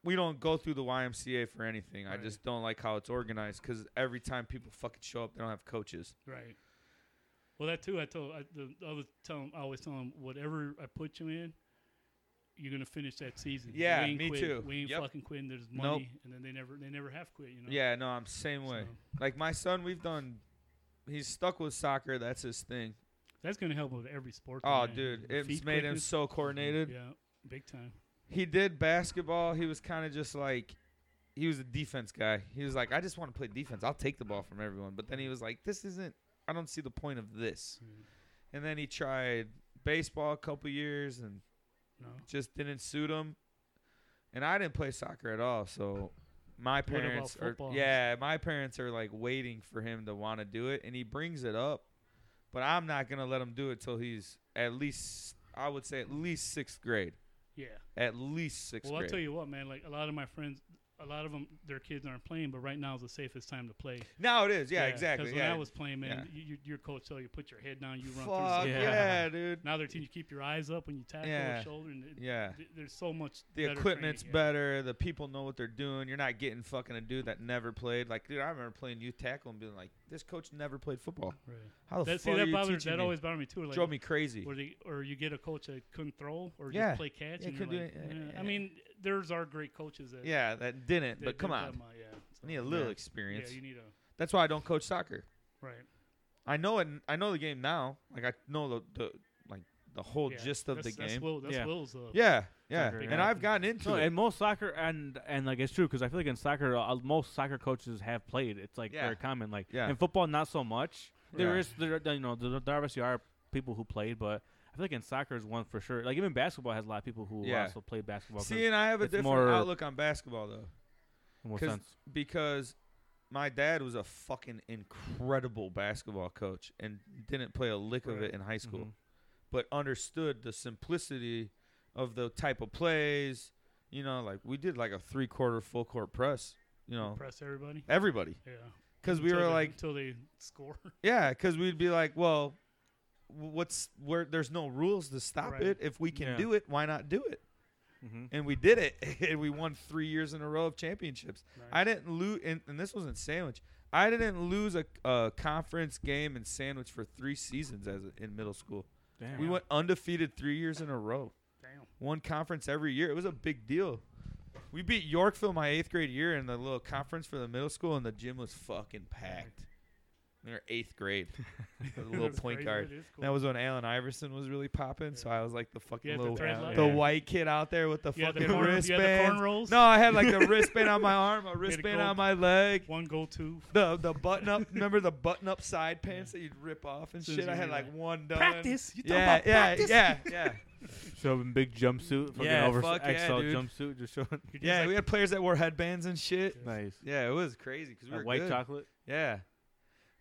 S2: We don't go through the YMCA for anything. I
S3: Right.
S2: just don't like how it's organized because every time people fucking show up, they don't have coaches.
S3: right. Well, that too. I told I, the, I was telling I always tell them whatever I put you in, you're gonna finish that season. We
S2: Yeah,
S3: ain't
S2: me
S3: quit.
S2: too.
S3: We ain't
S2: Yep.
S3: fucking quitting. There's
S2: Nope.
S3: money, and then they never they never have quit. You know.
S2: Yeah, no, I'm same way.
S3: So,
S2: Like my son, we've done. He's stuck with soccer. That's his thing.
S3: that's gonna help with every sport. though,
S2: Oh,
S3: man.
S2: dude,
S3: Your
S2: it's made
S3: feet
S2: him
S3: quickness.
S2: so coordinated.
S3: Yeah, big time.
S2: He did basketball. He was kind of just like, he was a defense guy. He was like, I just want to play defense. I'll take the ball from everyone. But then he was like, this isn't. I don't see the point of this.
S3: Mm-hmm.
S2: And then he tried baseball a couple years and
S3: No.
S2: just didn't suit him. And I didn't play soccer at all, so my
S3: about
S2: parents are
S3: football?
S2: yeah, my parents are like waiting for him to want to do it, and he brings it up, but I'm not gonna let him do it till he's at least I would say at least sixth grade,
S3: Yeah.
S2: at least sixth
S3: Well, I'll
S2: grade.
S3: tell you what, man. Like a lot of my friends, a lot of them, their kids aren't playing, but right now is the safest time to play.
S2: now it is, yeah,
S3: 'cause
S2: exactly,
S3: When
S2: yeah.
S3: I was playing, man,
S2: Yeah.
S3: you, you, your coach tell you put your head down, you run
S2: Fuck
S3: through.
S2: yeah.
S1: Yeah.
S3: somebody.
S2: dude.
S3: Now they're teaching you keep your eyes up when you tackle
S2: Yeah.
S3: the shoulder, and it,
S2: Yeah,
S3: th- there's so much.
S2: the
S3: better
S2: equipment's
S3: training, yeah.
S2: better. The people know what they're doing. You're not getting fucking a dude that never played. Like, dude, I remember playing youth tackle and being like, this coach never played football.
S3: Right.
S2: How the
S3: That, see,
S2: fuck are
S3: that
S2: you
S3: bothered
S2: teaching
S3: that
S2: me?
S3: always bothered me too. Like,
S2: drove me crazy.
S3: Or, they, or you get a coach that couldn't throw or
S2: Yeah.
S3: just play catch.
S2: Yeah,
S3: and you're
S2: couldn't do
S3: like,
S2: it.
S3: "Eh."
S2: Yeah.
S3: I mean, there's our great coaches that.
S2: Yeah, that didn't.
S3: that
S2: But
S3: do
S2: come
S3: it
S2: on,
S3: that much, yeah, so,
S2: I need a little
S1: Yeah.
S2: experience.
S3: Yeah, you need
S2: That's why I don't coach soccer.
S3: a right.
S2: I know it. I know the game now. Like I know the, the like the whole
S3: yeah.
S2: gist of the
S3: That's-
S2: game.
S3: That's, Will, that's
S1: Yeah.
S3: Will's. Uh,
S2: yeah, yeah.
S1: Soccer,
S2: And
S1: yeah.
S2: I've gotten into
S1: No,
S2: it.
S1: and most soccer and and like it's true because I feel like in soccer uh, most soccer coaches have played. It's like
S2: Yeah.
S1: very common. Like
S2: Yeah.
S1: in football, not so much. There
S2: Yeah.
S1: is there you know there, there obviously are people who played, but I feel like in soccer is one for sure. Like even basketball has a lot of people who
S2: Yeah.
S1: also play basketball. 'cause
S2: See, and I have a
S1: it's
S2: different
S1: more-
S2: outlook on basketball though,
S1: in what
S2: 'cause-
S1: sense?
S2: because my dad was a fucking incredible basketball coach and didn't play a lick of
S3: Right.
S2: it in high school.
S1: Mhm.
S2: but understood the simplicity of the type of plays. You know, like we did like a three quarter full court press. You know,
S3: Impress everybody.
S2: everybody
S3: Yeah.
S2: because we
S3: Until
S2: were
S3: they-
S2: like,
S3: until they
S2: [LAUGHS]
S3: score.
S2: yeah, because we'd be like, well, w- what's where? There's no rules to stop
S3: Right.
S2: it. If we can
S1: Yeah.
S2: do it, why not do it?
S1: Mhm.
S2: And we did it, [LAUGHS] and we won three years in a row of championships.
S3: Nice.
S2: I didn't lose, and, and this wasn't sandwich. I didn't lose a, a conference game in sandwich for three seasons as a, in middle school.
S1: Damn.
S2: We
S3: Yeah.
S2: went undefeated three years in a row.
S3: Damn.
S2: one conference every year. It was a big deal. We beat Yorkville my eighth grade year in the little conference for the middle school, and the gym was fucking packed. We were eighth
S3: [LAUGHS]
S2: grade. The little
S3: That's
S2: point
S3: crazy.
S2: guard.
S3: That is cool.
S2: That was when Allen Iverson was really popping, so I was like the fucking
S3: Yeah, the
S2: little,
S3: thread
S2: the,
S1: line. Yeah.
S2: white kid out there with the
S3: You had the
S2: fucking
S3: corn- you had the
S2: wristband.
S3: cornrows?
S2: No, I had like [LAUGHS] the wristband on my arm, a
S3: had a
S2: wristband
S3: gold-
S2: on my leg.
S3: one goal two.
S2: The the button [LAUGHS] up, remember the button up side pants that you'd rip off and
S3: Soon as
S2: shit. I
S3: you
S2: had
S3: hear
S2: like
S3: that.
S2: one done.
S3: Practice. You talking
S2: yeah,
S3: about
S2: yeah, [LAUGHS]
S3: practice?
S2: yeah, yeah.
S1: So in big jumpsuit, fucking
S2: Yeah,
S1: over
S2: fuck yeah,
S1: XL
S2: dude.
S1: jumpsuit, just showing [LAUGHS]
S3: You're just
S2: Yeah,
S3: like,
S2: we had players that wore headbands and shit.
S3: Yeah.
S1: nice.
S2: Yeah, it was crazy because we
S1: That
S2: were
S1: white
S2: good.
S1: chocolate.
S2: Yeah,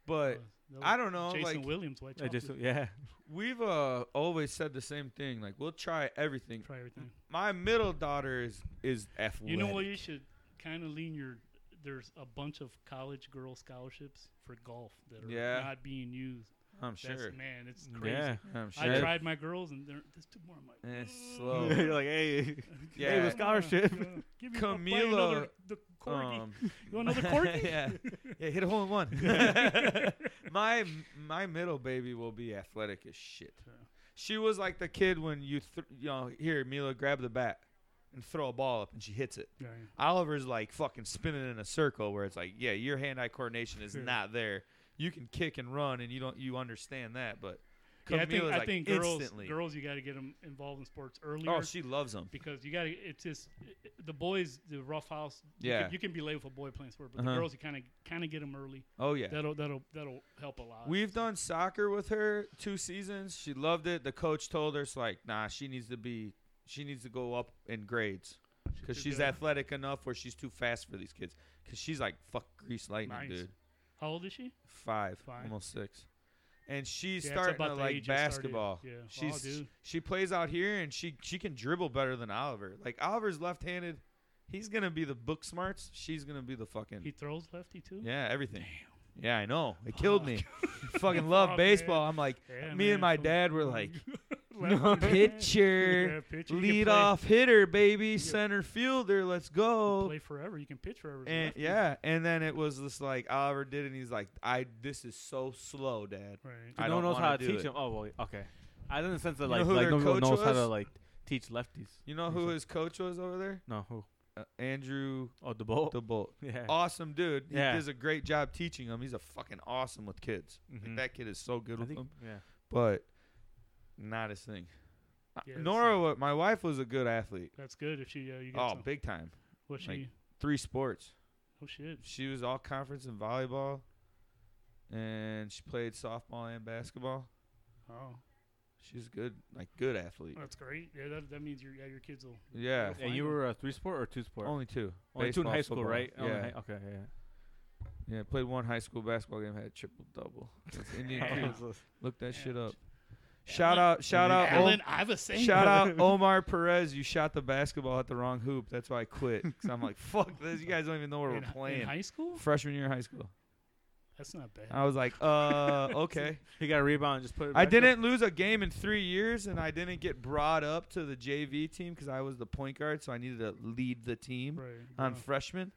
S2: but
S3: Uh, that was
S2: I don't know.
S3: Jason
S2: like
S3: Williams, white
S1: I
S3: chocolate.
S1: just yeah.
S2: we've uh, always said the same thing. Like we'll try everything.
S3: Try everything.
S2: My middle daughter is is athletic.
S3: You know what? You should kind of lean your. There's a bunch of college girl scholarships for golf that are
S2: Yeah.
S3: not being used.
S2: I'm
S3: That's,
S2: sure.
S3: Man, it's crazy.
S1: Yeah.
S2: I'm
S3: I
S1: Sure.
S2: sure.
S3: tried my girls, and they're, there's two more. I'm like, [LAUGHS]
S2: [LAUGHS] And it's
S3: "Mm,
S1: [LAUGHS]
S2: slow.
S1: You're like hey, hey,
S2: Yeah.
S1: with scholarship.
S3: yeah, Give me I'll buy you
S2: Camila.
S3: another, the corgi.
S2: um,
S3: you want another
S2: [LAUGHS]
S3: corgi?
S2: yeah. Yeah. Hit a hole in one. [LAUGHS] my my middle baby will be athletic as shit. She was like the kid when you th- you know here Mila grab the bat and throw a ball up and she hits it.
S3: Yeah.
S2: Oliver's like fucking spinning in a circle where it's like, yeah, your hand-eye coordination is not there. You can kick and run, and you don't you understand that, but
S3: Yeah, I
S2: Camila's
S3: think, I
S2: like
S3: think girls,
S2: instantly.
S3: girls, you got to get them involved in sports earlier.
S2: oh, she loves him.
S3: because you got to. It's just the boys, the rough house. you
S2: Yeah.
S3: can, you can be late with a boy playing sport, but
S2: Uh-huh.
S3: the girls, you kind of kind of get them early.
S2: Oh yeah,
S3: That'll that'll that'll help a lot.
S2: we've done soccer with her two seasons. She loved it. The coach told her it's like, nah, she needs to be she needs to go up in grades because
S3: She's
S2: she's
S3: good.
S2: athletic enough where she's too fast for these kids. Because she's like fuck grease lightning,
S3: Nice.
S2: dude.
S3: How old is she?
S2: Five,
S3: Five.
S2: almost six, and she's
S3: Yeah, it's
S2: starting
S3: about
S2: to
S3: the
S2: like
S3: age I started.
S2: basketball.
S3: Yeah. Oh,
S2: she's
S3: dude.
S2: she plays out here and she she can dribble better than Oliver. Like Oliver's left-handed, he's gonna be the book smarts. She's gonna be the fucking
S3: He throws lefty too.
S2: yeah everything. Yeah,
S3: [LAUGHS]
S2: I know. It killed me. fucking love
S3: Fuck,
S2: baseball. I'm like,
S3: Yeah,
S2: me
S3: man, [LAUGHS]
S2: and my
S3: it's a-
S2: dad were like,
S3: slap.
S2: Pitcher.
S3: pitcher. You can
S2: Lead
S3: play-
S2: off hitter, baby,
S3: can-
S2: center fielder. Let's go.
S3: Play forever. You can pitch forever. if you
S2: And
S3: have to.
S2: yeah, and then it was just like Oliver did, it, and he's like, "I this is so slow, Dad."
S3: Right.
S2: I
S1: no one
S2: don't
S1: knows how
S2: wanna
S1: to
S2: do
S1: teach
S2: it.
S1: him. Oh, well, okay. I didn't sense that
S2: You know
S1: like
S2: who
S1: like
S2: their
S1: no one
S2: coach
S1: knows how to
S2: was?
S1: like teach lefties.
S2: You know who his coach was over there?
S1: No, who?
S2: Uh, Andrew
S1: Oh, the bolt.
S2: DeBolt.
S1: yeah.
S2: Awesome dude. He
S1: Yeah.
S2: does a great job teaching him. He's a fucking awesome with kids. Like,
S3: Mm-hmm.
S1: Mhm.
S2: that kid is so good
S1: I
S2: with
S1: think,
S2: them,
S1: yeah.
S2: but not his thing. Uh,
S3: Yeah, that's
S2: Nora, wa- my wife, was a good athlete.
S3: That's good if she uh, you get
S2: Oh,
S3: some.
S2: big time.
S3: What she?
S2: like- Three sports.
S3: oh shit.
S2: She was all conference in volleyball, and she played softball and basketball.
S3: Oh,
S2: She's good, like good athlete.
S3: that's great. Yeah, that, that means your yeah your kids will.
S2: Yeah,
S1: And you
S3: final.
S1: were a three sport or two sport?
S2: only two.
S1: Only two in
S2: Baseball,
S1: high school,
S2: football.
S1: right?
S2: Yeah,
S1: Only hi- okay. Yeah.
S2: yeah. Played one high school basketball game, had a triple double.
S1: [LAUGHS]
S2: Indian
S3: Yeah.
S2: kids. Look that shit up.
S3: Yeah.
S2: Shout out! Shout out!
S3: Alan
S2: Om-
S3: Iverson.
S1: [LAUGHS]
S2: Shout
S3: [LAUGHS]
S2: out Omar Perez. You shot the basketball at the wrong hoop. That's why I quit. Cause I'm like, fuck this. You guys don't even know
S1: [LAUGHS]
S2: where
S3: In,
S2: we're
S3: in
S2: playing.
S3: high school?
S2: Freshman year of high school.
S3: That's not bad.
S2: I was like,
S1: [LAUGHS]
S2: uh, okay.
S1: He got a rebound. and Just put it. back
S2: I
S1: up.
S2: didn't lose a game in three years, and I didn't get brought up to the JV team because I was the point guard, so I needed to lead the team
S3: right.
S2: on
S3: wow.
S2: freshman.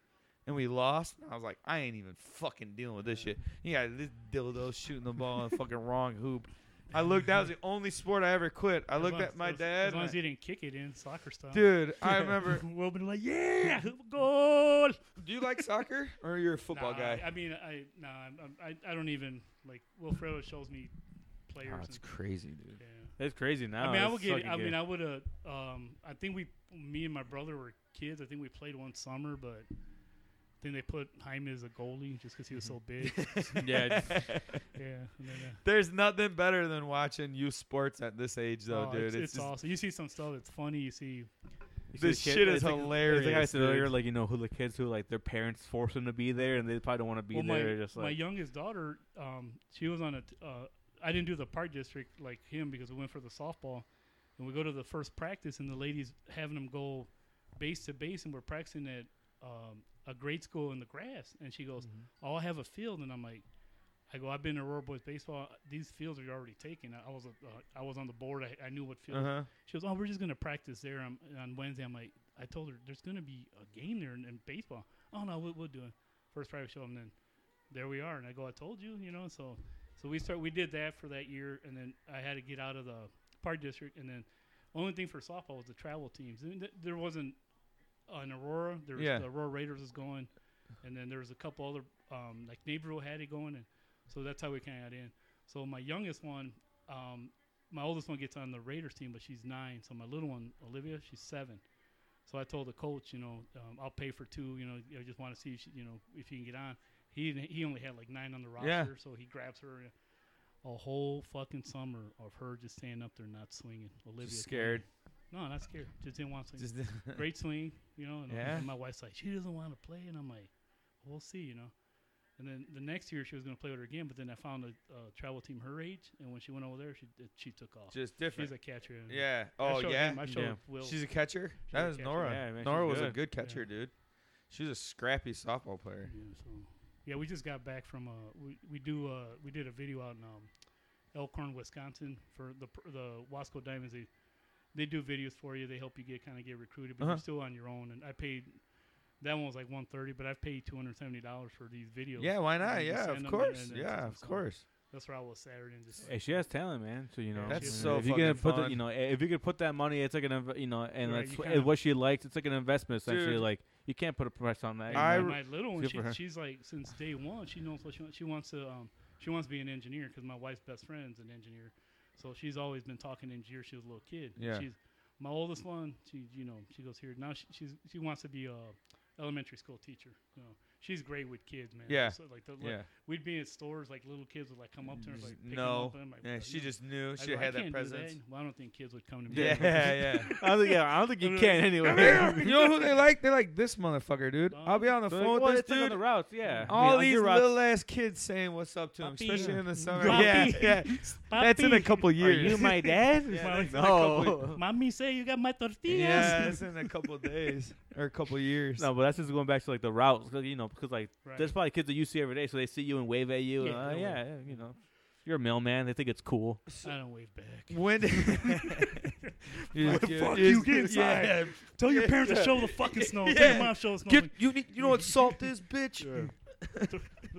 S2: And we lost. And I was like, I ain't even fucking dealing with this shit. You got this dildo shooting the ball in the fucking wrong hoop. I looked. That was the only sport I ever quit. I
S3: As
S2: looked
S3: long
S2: at
S3: as-
S2: my
S3: as-
S2: dad.
S3: As long
S2: and
S3: as you didn't kick it in soccer
S2: I-
S3: style.
S2: Dude, I remember.
S3: [LAUGHS] we'll be like,
S2: [LAUGHS]
S3: yeah, goal.
S2: Do you like soccer or you're a football
S3: Nah,
S2: guy?
S3: I mean, I nah, I'm, I'm- I I don't even like. Wilfredo shows me players.
S2: Oh, it's
S3: and,
S2: crazy, dude.
S3: yeah.
S1: It's crazy now.
S3: I mean, I
S1: It's
S3: would get.
S1: fucking
S3: I
S1: good.
S3: mean, I would have. Um, I think we, me and my brother were kids. I think we played one summer, but then they put Jaime as a goalie just because he was so
S2: [LAUGHS]
S3: big.
S1: yeah.
S3: [LAUGHS] yeah, and then, uh,
S2: There's nothing better than watching youth sports at this age, though,
S3: oh,
S2: dude.
S3: it's, it's
S2: just-
S3: awesome. You see some stuff that's funny. You see,
S1: You see
S2: This
S1: the kid-
S2: shit is
S1: it's like- It's like I
S2: hilarious,
S1: said earlier,
S2: dude.
S1: like you know who the kids who like their parents force them to be there and they probably don't want to be
S3: well, my
S1: there. just
S3: my
S1: like
S3: youngest daughter, um, she was on a. T- uh, I didn't do the park district like him because we went for the softball, and we go to the first practice, and the ladies having them go base to base, and we're practicing at um, a grade school in the grass, and she goes.
S1: Mm-hmm.
S3: oh, I have a field, and I'm like, I go, I've been in Aurora Boys baseball. These fields are already taken. I, I was, uh, I was on the board. I, I knew what field.
S2: uh-huh.
S3: She goes, oh, we're just gonna practice there on, on Wednesday. I'm like, I told her there's gonna be a game there in, in baseball. Oh no, we, we'll do it. First practice show, and then there we are. And I go, I told you, you know. So, so we start. We did that for that year, and then I had to get out of the park district, and then only thing for softball was the travel teams. And th- there wasn't an Aurora. There was
S2: Yeah.
S3: the Aurora Raiders was going, and then there was a couple other um, like Naperville had it going, and so that's how we kind of got in. So my youngest one, um, my oldest one gets on the Raiders team, but she's nine. So my little one, Olivia, she's seven. So I told the coach, you know, um, I'll pay for two. You know, I just want to see, if she, you know, if you can get on. He didn't- he only had like nine on the roster,
S2: Yeah.
S3: so he grabs her. and A whole fucking summer of her just standing up there not swinging. Olivia
S2: Just scared.
S3: No, not scared. Just didn't want to swing
S2: Just [LAUGHS]
S3: great swing, you know. And,
S2: Yeah.
S3: and my wife's like, she doesn't want to play, and I'm like, we'll see, you know. And then the next year she was going to play with her again, but then I found a, uh travel team her age, and when she went over there, she it, she took off.
S2: just different.
S3: She's a catcher. and
S2: yeah.
S3: I
S2: Oh
S3: showed
S2: yeah.
S3: him- I showed
S1: Yeah.
S3: Will.
S2: She's a catcher.
S3: She's
S2: that
S3: a
S2: was
S3: catcher.
S2: Nora.
S1: Yeah, man, she's
S2: Nora was a
S1: good.
S2: good catcher, dude. She was a scrappy softball player.
S3: Yeah, so yeah, we just got back from uh we, we do uh we did a video out in um Elkhorn, Wisconsin for the pr- the Wasco Diamonds. They they do videos for you. They help you get kind of get recruited, but
S2: Uh-huh.
S3: you're still on your own. And I paid that one was like one thirty, but I've paid two hundred seventy dollars for these videos.
S2: Yeah, why not?
S3: And you
S2: Yeah,
S3: send
S2: of
S3: them
S2: course.
S3: and then
S2: Yeah,
S3: some-
S2: of
S3: so
S2: course.
S3: That's where I was Saturday and just
S1: Hey, she has talent, man. So you know,
S3: That's
S1: you know,
S2: so
S1: if you can
S2: fucking
S1: put
S2: fun.
S1: The, you know, if you could put that money, it's like an inv- you know, and
S3: Right,
S1: that's
S3: you
S1: wh-
S3: kinda-
S1: what she likes. It's like an investment essentially.
S2: Dude.
S1: Like you can't put a price on that. you
S2: I
S3: I
S1: know?
S2: re-
S3: my little one,
S1: good for
S3: she,
S1: her.
S3: she's like since day one, she knows what she wants. She wants to, um, she wants to be an engineer because my wife's best friend's an engineer, so she's always been talking engineer. She was a little kid.
S2: Yeah.
S3: She's my oldest one. She, you know, she goes here now. She, she's she wants to be a elementary school teacher. You know, she's great with kids, man.
S2: Yeah.
S3: So, like, the, like,
S2: Yeah.
S3: we'd be in stores, like little kids would like come up to her, and,
S2: Just
S3: like pick 'em
S2: no.
S3: up, and I'm like,
S2: Yeah,
S3: "What the-
S2: she
S3: no."
S2: just knew.
S3: I
S2: She
S3: go, "I
S2: had that
S3: can't do
S2: presence.
S3: Well, I don't think kids would come to me.
S2: Yeah,
S3: [LAUGHS]
S2: yeah.
S1: I don't think, yeah, I don't think
S2: [LAUGHS]
S1: you can [LAUGHS] anyway.
S2: you know who they like? They like this motherfucker, dude. I'll be on the
S1: So,
S2: phone
S1: well,
S2: with
S1: it's
S2: this
S1: like on
S2: dude.
S1: the routes, yeah. I mean,
S2: All
S1: on
S2: these
S1: your routes-
S2: little ass kids saying what's up to him,
S1: Puppy.
S2: especially in the summer.
S3: Puppy.
S2: Yeah, yeah. That's in a couple years.
S1: dad?
S2: [LAUGHS] Yeah, that's in a couple-
S1: no.
S3: Mommy say you got my tortillas.
S2: Yeah, it's in a couple days or a couple years.
S1: No, but that's just going back to like the routes, 'cause, you know, because like
S3: Right.
S1: there's probably kids that you see every day, so they see you and wave at you.
S3: Yeah,
S1: Yeah, uh,
S3: they'll
S1: yeah, yeah, you know. You're a mailman. They think it's cool.
S3: I don't wave back. [LAUGHS]
S2: [LAUGHS] When
S4: What the fuck? You get inside.
S2: Yeah.
S3: Tell your parents to shovel the fucking snow. Tell
S2: Yeah.
S3: your mom to shovel the snow.
S2: Get you need, you know what salt is, bitch?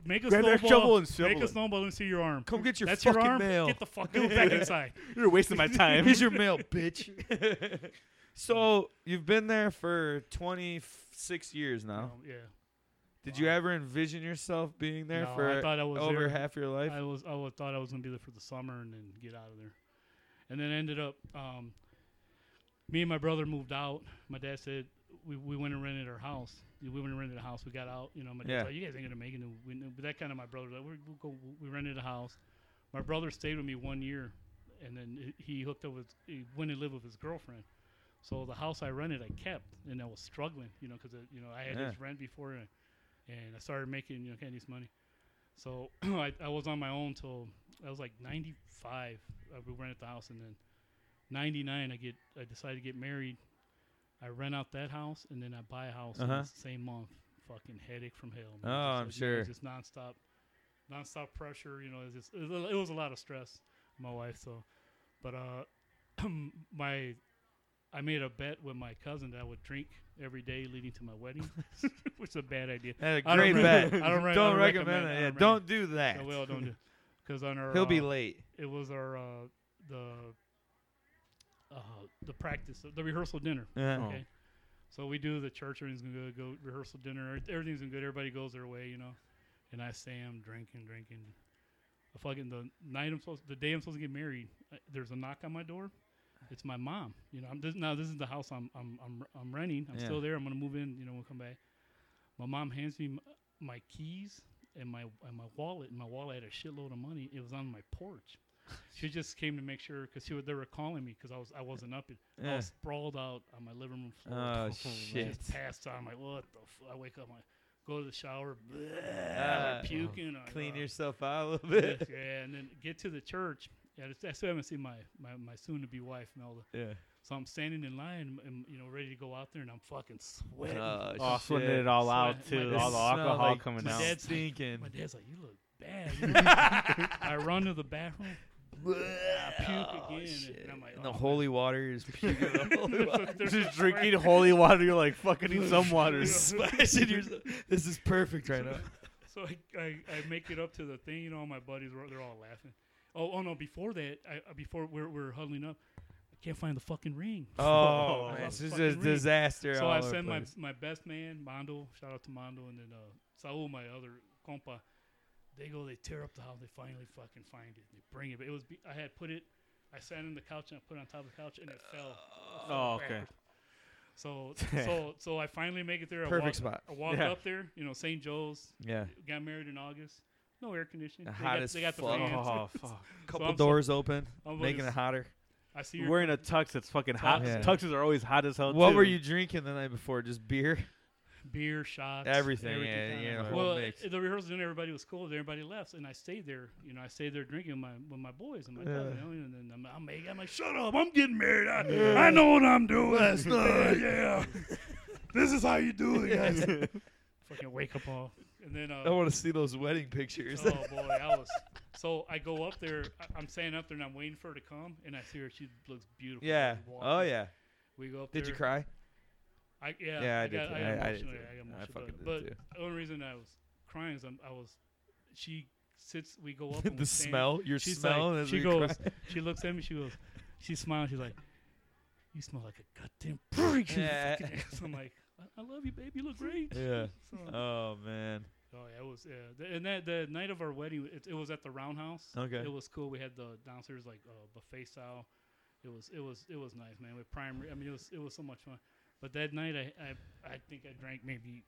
S3: Make a
S1: Grab that
S3: snowball.
S1: shovel and
S3: make
S1: shovel
S3: a
S1: it.
S3: snowball. Let me see your arm.
S2: Come get your
S3: That's
S2: fucking
S3: your arm.
S2: mail.
S3: Get the fuck out
S2: [LAUGHS]
S3: back inside.
S1: You're wasting my
S3: [LAUGHS]
S1: time.
S2: Here's your mail, bitch. [LAUGHS] so you've been there for 26 years now.
S3: Um, yeah.
S2: Did you ever envision yourself being there
S3: No,
S2: for
S3: I thought I was
S2: over
S3: there.
S2: half your life?
S3: I was I wa- thought I was gonna be there for the summer and then get out of there, and then ended up. Um, me and my brother moved out. My dad said we, we went and rented our house. We went and rented a house. We got out. You know, my dad's
S2: Yeah.
S3: like, "You guys ain't gonna make it." And we, knew- but that kind of my brother. Like, we're, we'll go. We rented a house. My brother stayed with me one year, and then he he hooked up with he went and lived with his girlfriend. So the house I rented, I kept, and I was struggling, you know, because you know I had
S2: Yeah.
S3: his rent before, and, and I started making you know Candy's money. So [CLEARS THROAT] I, I was on my own till I was like 95. I we rented the house, and then 99, I get I decided to get married. I rent out that house, and then I buy a house in
S2: Uh-huh.
S3: the same month. Fucking headache from hell. man. Just,
S2: Oh, I'm
S3: like, you know,
S2: sure.
S3: Just nonstop, nonstop pressure. You know, it's just, it, was a, it was a lot of stress. My wife, so, but uh, [CLEARS THROAT] my I made a bet with my cousin that I would drink every day leading to my wedding, [LAUGHS] which is a bad idea.
S2: That's a
S3: I don't
S2: great
S3: recommend-
S2: bet.
S3: [LAUGHS] I don't re- I
S2: don't
S3: don't
S2: recommend,
S3: recommend- I
S2: that.
S3: don't
S2: Yeah, don't
S3: recommend.
S2: do that.
S3: No, well,
S2: [LAUGHS]
S3: don't do because on our
S2: He'll be
S3: uh,
S2: late.
S3: it was our uh, the uh, the practice the rehearsal dinner.
S2: Yeah.
S1: Oh.
S3: Okay. So we do the church. Everything's gonna go, go rehearsal dinner. everyth- Everything's gonna good. Everybody goes their way, you know. And I say I'm drinking, drinking. I fucking the night I'm supposed, the day I'm supposed to get married. uh, There's a knock on my door. It's my mom. You know, I'm this, now this is the house I'm I'm I'm, I'm renting. I'm
S2: Yeah.
S3: still there. I'm gonna move in. You know, we'll come back. My mom hands me m- my keys and my and my wallet. And my wallet had a shitload of money. It was on my porch. She just came to make sure because she was they were calling me because I was I wasn't up. It, I
S2: Yeah.
S3: was sprawled out on my living room floor.
S2: Oh
S3: I
S2: shit.
S3: [LAUGHS] Just passed out. I'm like, what the? F-? I wake up, I go to the shower, [LAUGHS]
S2: Ah.
S3: bleh, I'm puking. I'm
S2: Clean
S3: like,
S2: yourself out a little
S3: "Oh,
S2: bit.
S3: [LAUGHS] yes, yeah, and then get to the church. Yeah, I just- I still haven't seen my, my, my soon to be wife Melda.
S2: Yeah.
S3: So I'm standing in line, and you know, ready to go out there, and I'm fucking sweating.
S2: Uh,
S1: Oh, sweating it all out
S3: Sweat-
S1: too.
S3: my-
S1: All the
S3: it
S2: smelled
S1: alcohol
S2: like
S1: coming
S3: my
S1: out.
S3: dad's like-
S2: stinking.
S3: [LAUGHS] My dad's like, "You look
S2: [LAUGHS]
S3: bad." you know?" I run to the bathroom, I puke again, and I'm like,
S2: And the
S3: "Oh, man."
S2: holy water
S3: [LAUGHS]
S2: is puking. the holy
S3: There's a-
S2: water.
S3: there's a
S1: Just
S3: spray-
S1: drinking holy water. You're like fucking need some
S3: [LAUGHS]
S1: water.
S2: Splashing yourself. This is perfect right now.
S3: So I, I, I make it up to the thing, you know, all my buddies, were, they're all laughing. Oh, oh no, before that, I, I- before we're, we're huddling up, I can't find the fucking ring.
S2: Oh,
S3: [LAUGHS] I
S2: man,
S3: lost
S2: this is
S3: fucking
S2: a
S3: ring.
S2: disaster.
S3: So
S2: all
S3: I
S2: over the
S3: send my,
S2: place.
S3: my best man, Mondo, shout out to Mondo, and then uh, Saul, my other compa. They go, they tear up the house, they finally fucking find it. They bring it. But it was, be- I had put it, I sat on the couch and I put it on top of the couch and it fell. It fell
S1: Oh, okay.
S3: backwards.
S2: [LAUGHS]
S3: So, so, so I finally make it there. I
S2: Perfect
S3: walk,
S2: spot.
S3: I walk
S1: Yeah.
S3: up there, you know, St. Joe's,
S2: Yeah.
S3: got married in August. No air conditioning.
S2: The
S3: They
S2: hot
S3: got,
S2: as
S3: they got
S2: fuck.
S3: the fans.
S1: Oh, fuck.
S2: Couple
S3: I'm so-
S2: doors open,
S3: I'm
S2: making
S3: just-
S2: it hotter.
S3: I see your
S1: Wearing a tux that's fucking hot.
S2: Yeah.
S1: Tuxes are always hot as hell.
S2: What
S1: too.
S2: were you drinking the night before? Just beer?
S3: beer shots.
S2: Everything, yeah,
S3: kinda.
S2: yeah, the whole
S3: Well,
S2: mix.
S3: at the rehearsal dinner, everybody was cool. Everybody left, and I stayed there. You know, I stayed there drinking with my with my boys and my cousin.
S2: Yeah.
S3: You know, and then I'm, I'm, making- I'm like, shut up! I'm getting married. I, I know what I'm doing. [LAUGHS] That's not- yeah.
S2: This is how you do it, [LAUGHS] guys.
S3: Fucking wake up all. And then uh,
S2: I want to see those wedding pictures.
S3: Oh boy, I was. So I go up there. I, I'm standing up there and I'm waiting for her to come, and I see her. She looks beautiful.
S2: [LAUGHS] yeah.
S3: She's walking.
S2: Oh, yeah.
S3: We go up
S2: Did
S3: there.
S2: you cry?
S3: I, yeah,
S2: Yeah, I did
S3: got,
S2: too.
S3: I, got
S2: I- I did
S3: emotional,
S2: too.
S3: yeah, I got
S2: I
S3: emotional. about
S2: fucking
S3: it.
S2: did
S3: but
S2: too.
S3: the only reason I was crying is I'm, I was, she sits.
S2: [LAUGHS]
S3: We go up. and we
S2: the
S3: stand.
S2: smell? Your
S3: She's
S2: smell?
S3: like,
S2: as
S3: she
S2: you cry?
S3: goes. She looks at me. She goes. She smiles. She's like, "You smell like a
S2: [LAUGHS]
S3: goddamn prick." you
S2: Yeah.
S3: fucking ass." I'm like, I, "I love you, babe. You look great."
S2: Yeah.
S3: [LAUGHS] So,
S2: Oh, man.
S3: Oh yeah, it was yeah. Th- and that the night of our wedding, it, it was at the Roundhouse.
S2: Okay.
S3: It was cool. We had the downstairs like uh, buffet style. It was it was it was nice, man. With primary, I mean, it was it was so much fun. But that night, I I, I think I drank maybe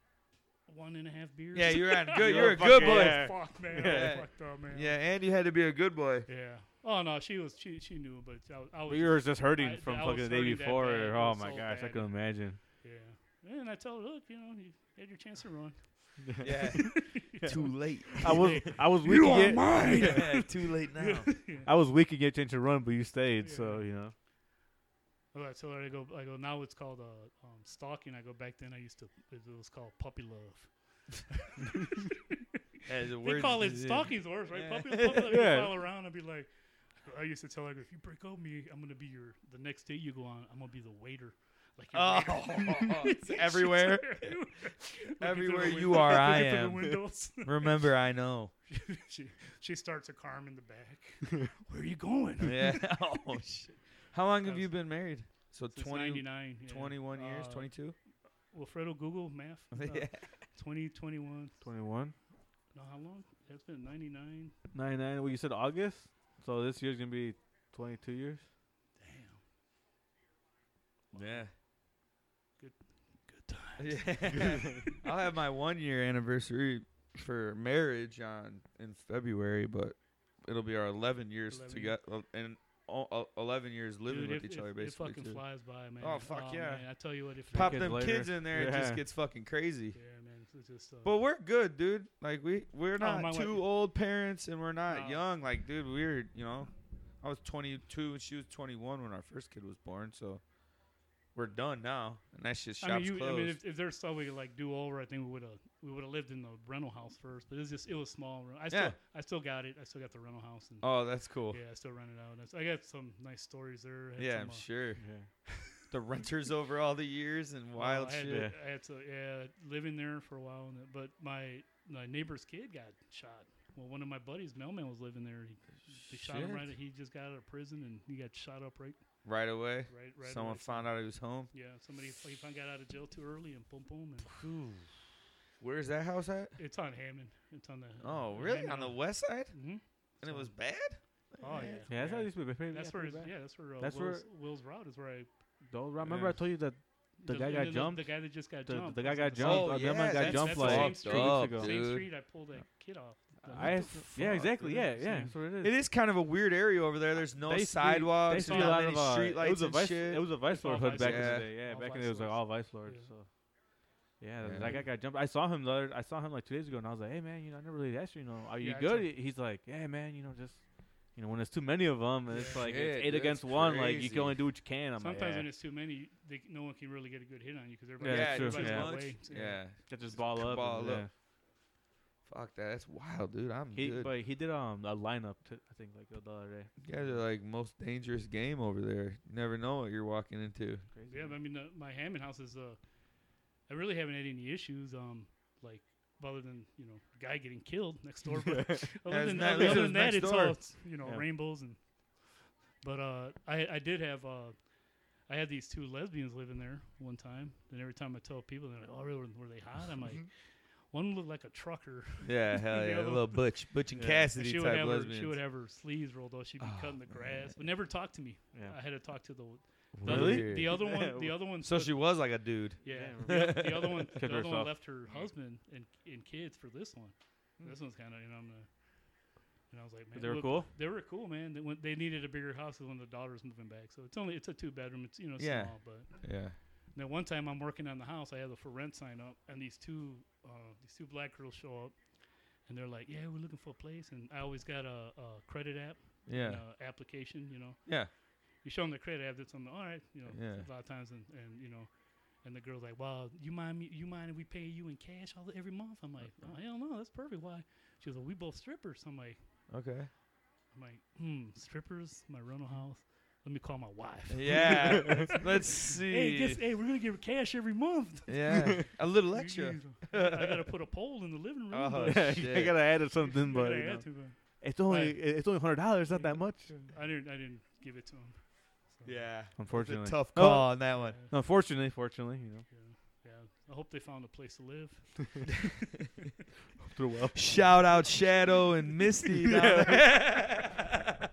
S3: one and a half beers.
S2: Yeah, you're
S3: [LAUGHS]
S2: on good.
S1: You're
S2: You're
S1: a
S2: a good
S1: fucking-
S2: boy.
S1: yeah.
S3: Fuck man, I
S2: Yeah.
S3: was fucked up man.
S2: Yeah, and you had to be a good boy.
S3: Yeah. Oh no, she was she she knew, but I was, I was
S1: Yours just hurting
S3: Oh, I-
S1: from
S3: I
S1: fucking
S3: was
S1: the day
S3: hurting that
S1: before.
S3: bad. It
S1: Oh
S3: was
S1: my
S3: so
S1: gosh, I
S3: bad.
S1: can
S3: [LAUGHS]
S1: imagine.
S3: yeah. And I told her, look, you know, you had your chance to run.
S2: [LAUGHS] Yeah. Too late.
S1: I was I
S2: [LAUGHS]
S1: was weak again.
S2: Yeah, too late now.
S1: I was weak again to run, but you stayed.
S3: Yeah.
S1: So you know.
S3: Well, Oh, I told her I go. I go now. It's called uh, um, stalking. I go back then. I used to. It was called puppy love.
S2: As a
S3: They
S2: word-
S3: call it
S2: yeah.
S3: stalking's worse, right?
S2: Yeah.
S3: Puppy, puppy,
S2: [LAUGHS]
S3: like,
S1: Yeah.
S3: file around and be like, I used to tell her, if you break up with me, I'm gonna be your. The next day you go on, I'm gonna be the waiter. Like your
S2: Oh,
S3: waiter.
S2: [LAUGHS] it's
S3: [LAUGHS] She
S2: everywhere.
S3: took it- look into the
S2: Everywhere you
S3: window-
S2: are,
S3: look
S2: I
S3: into the
S2: am.
S3: windows. [LAUGHS]
S2: Remember, I know.
S3: she she starts a carm in the
S2: [LAUGHS]
S3: back. Where are you going? [LAUGHS]
S2: Yeah. [LAUGHS] oh shit. How long have
S3: That's-
S2: you been married? So
S3: Since
S2: 20,
S3: 99. Yeah.
S2: 21 years,
S3: Uh,
S2: 22.
S3: Wilfredo Google math. Uh,
S2: [LAUGHS] yeah.
S3: 20, 21.
S1: 21,
S3: No, how long? It's been 99.
S1: 99. Well, you said August, so this year's gonna be 22 years.
S3: Damn.
S2: Yeah.
S3: Good time.
S2: Yeah. [LAUGHS] I'll have my one year anniversary for marriage on in February, but it'll be our 11 years
S3: 11 years.
S2: together and all, all- 11 years living
S3: Dude,
S2: with
S3: it,
S2: each
S3: it-
S2: other
S3: It
S2: basically.
S3: fucking
S2: too.
S3: flies by, man.
S2: Oh, fuck yeah.
S3: man, I tell you what, if
S2: Pop
S1: Kids
S2: them
S1: later.
S2: kids in there, it
S1: Yeah.
S2: just gets fucking crazy.
S3: Yeah, man. It's just, uh,
S2: But we're good, dude. Like we we're not
S3: Oh, my wife-
S2: two old parents and we're not
S3: No.
S2: young. Like, dude, we're you know, I was 22 and she was 21 when our first kid was born. So we're done now, and that shit shops
S3: I mean, you, I
S2: closed.
S3: mean, if, if there's stuff we could like do over, I think we would have we would have lived in the rental house first. But it was just it was small. I still
S2: Yeah.
S3: I still got it. I still got the rental house and
S2: oh, that's cool.
S3: yeah, I still rent it out. That's- I got some nice stories there. I had
S2: Yeah,
S3: some,
S2: I'm
S3: uh, [LAUGHS]
S2: sure.
S1: Yeah.
S2: The renters over all the years and
S3: well,
S2: wild
S3: I had,
S2: shit.
S1: Yeah.
S3: I had to yeah living there for a while, and that- but my my neighbor's kid got shot. Well, one of my buddies, mailman, was living there. He, they shot him
S2: Shit.
S3: right. He just got out of prison and he got shot up right
S2: Right away,
S3: right right.
S2: someone
S3: away.
S2: found out he was home.
S3: Yeah, somebody he found got out of jail too early and boom boom. And
S2: Where's that house at?
S3: it's on Hammond. It's on the
S2: Oh, really? On the west side?
S3: hmm
S2: And it
S3: So-
S2: was bad.
S3: Oh yeah.
S1: Yeah, that's how it used to be. Baby,
S3: That's
S1: yeah,
S3: where.
S1: pretty
S3: his-
S1: bad.
S3: Yeah, that's where. Uh,
S1: That's where-
S3: Will's, Will's route is where I.
S1: Don't remember
S2: Yeah.
S1: I told you that the guy
S3: and
S1: got
S3: then
S1: jumped?
S3: The, guy that just got
S1: the,
S3: jumped.
S1: the guy
S3: was
S1: got
S3: on
S1: jumped.
S2: Oh,
S1: uh, the
S2: yeah,
S1: man got
S2: that's-
S1: jumped
S2: that's
S3: the
S1: like
S3: same
S1: two
S3: street.
S1: weeks
S2: Fucked
S1: ago.
S2: up,
S3: Same
S2: Dude.
S3: street. I pulled that kid off. The-
S1: I
S2: What the
S1: yeah,
S2: fuck,
S1: exactly.
S2: dude?
S1: Yeah, yeah.
S3: Same.
S1: That's what it is.
S2: It is kind of a weird area over there. There's no
S1: They used to be-
S2: sidewalks.
S1: They used to
S2: there's
S1: be a
S2: not
S1: lot
S2: many
S1: of uh,
S2: street
S1: it was
S2: lights
S1: a
S2: and
S1: vice.
S2: shit.
S1: It was a vice
S3: It's all
S1: lord hood
S3: vice
S1: back
S2: lords.
S1: in the day. Yeah,
S3: All
S1: back in
S3: vice
S1: the day it was like
S3: lords.
S1: all vice lords.
S3: Yeah.
S1: So yeah,
S2: Yeah.
S1: that guy got jumped. I saw him the other. I saw him like two days ago, and I was like, "Hey man, you know, I never really asked you, you know, are you
S3: Yeah, I
S1: good?"
S3: told
S1: He's like, "Yeah man, you know, just." You know, when there's too many of them, and it's
S3: Yeah.
S1: like
S2: Shit,
S1: it's eight
S2: dude,
S1: against
S2: that's
S1: one. Like you
S2: crazy.
S1: can only do what you can. I'm
S3: Sometimes
S1: like, yeah,
S3: when it's too many, they, no one can really get a good hit on you because
S1: Yeah,
S3: everybody,
S1: that's true,
S3: everybody's
S1: yeah.
S3: got
S2: Much.
S3: weight,
S2: Yeah.
S1: just, ball up.
S2: ball
S1: and,
S2: up.
S1: yeah.
S2: Fuck that. That's wild, dude. I'm
S1: He,
S2: good.
S1: but he did um a lineup. T- I think like the other day.
S2: you guys are like most dangerous game over there. You never know what you're walking into.
S1: Crazy.
S3: Yeah,
S1: man.
S3: but I mean, uh, my Hammond house is. Uh, I really haven't had any issues. Um, like other than you know, the guy getting killed next door.
S2: [LAUGHS]
S3: But other
S2: That's
S3: than,
S2: not- at
S3: other,
S2: least it was
S3: than that,
S2: next
S3: it's
S2: door.
S3: all it's, you know
S1: Yeah.
S3: rainbows and. But uh, I I did have uh, I had these two lesbians living there one time, and every time I tell people, they're like, "Oh, really? Were they hot?" I'm
S2: Mm-hmm.
S3: like, "One looked like a trucker.
S2: Yeah,
S3: [LAUGHS]
S2: hell
S3: The
S2: yeah. A
S3: other
S2: little butch, butch and
S1: Yeah.
S3: And
S2: Cassidy
S3: [LAUGHS] she would
S2: type
S3: have her,
S2: lesbian.
S3: she would have her sleeves rolled up. She'd be
S2: Oh,
S3: cutting the grass,
S2: man.
S3: but never talked to me.
S1: Yeah.
S3: I had to talk to the the other-
S2: Really?
S1: Really?
S2: [LAUGHS]
S3: the other one. The other one.
S2: so
S3: put-
S2: she was like a dude.
S3: yeah.
S1: Damn.
S3: The, oth- the
S1: [LAUGHS]
S3: other one, the
S1: Kept
S3: other one
S1: herself.
S3: left her husband and, and kids for this one.
S1: Hmm.
S3: This one's kind of, you know, I'm gonna, and I was like, man,
S1: But they were
S3: look,
S1: cool.
S3: They were cool, man. They, went, they needed a bigger house when the daughter's moving back. So it's only it's a two bedroom. It's you know
S2: Yeah.
S3: small, but
S2: Yeah.
S3: and then one time I'm working on the house, I have the for rent sign up, and these two uh, these two black girls show up, and they're like, yeah, we're looking for a place, and I always got a, a credit app,
S2: Yeah.
S3: and a application, you know
S2: Yeah.
S3: you show them the credit after it's on the all right, you know,
S2: Yeah.
S3: a lot of times and, and you know, and the girl's like, Well, you mind me you mind if we pay you in cash all the, every month? I'm like, oh, hell no, that's perfect. Why? She goes, Well, we both strippers. I'm like
S2: Okay.
S3: I'm like, hmm, strippers, my rental house. Let me call my wife.
S2: Yeah.
S3: [LAUGHS]
S2: [LAUGHS] let's- Let's see.
S3: Hey, guess, hey, we're gonna give her cash every month.
S2: [LAUGHS] yeah. A little
S3: You-
S2: extra.
S3: you- I gotta put a pole in the living room.
S2: Oh, [LAUGHS]
S3: but-
S1: Yeah, [LAUGHS] I
S2: shit.
S1: gotta add it something,
S3: I
S1: but
S3: gotta
S1: you know.
S3: add to it.
S1: it's only
S3: Right.
S1: it's only hundred dollars, not
S3: Yeah.
S1: that much.
S3: I didn't I didn't give it to him. So,
S2: Yeah. It's a
S1: Unfortunately,
S2: tough
S1: Oh.
S2: call on that one.
S3: yeah,
S1: no, fortunately, fortunately, you know,
S3: yeah, yeah. I hope they found a place to live.
S1: through [LAUGHS] well.
S2: Shout out Shadow and
S3: [LAUGHS]
S2: Misty. down there.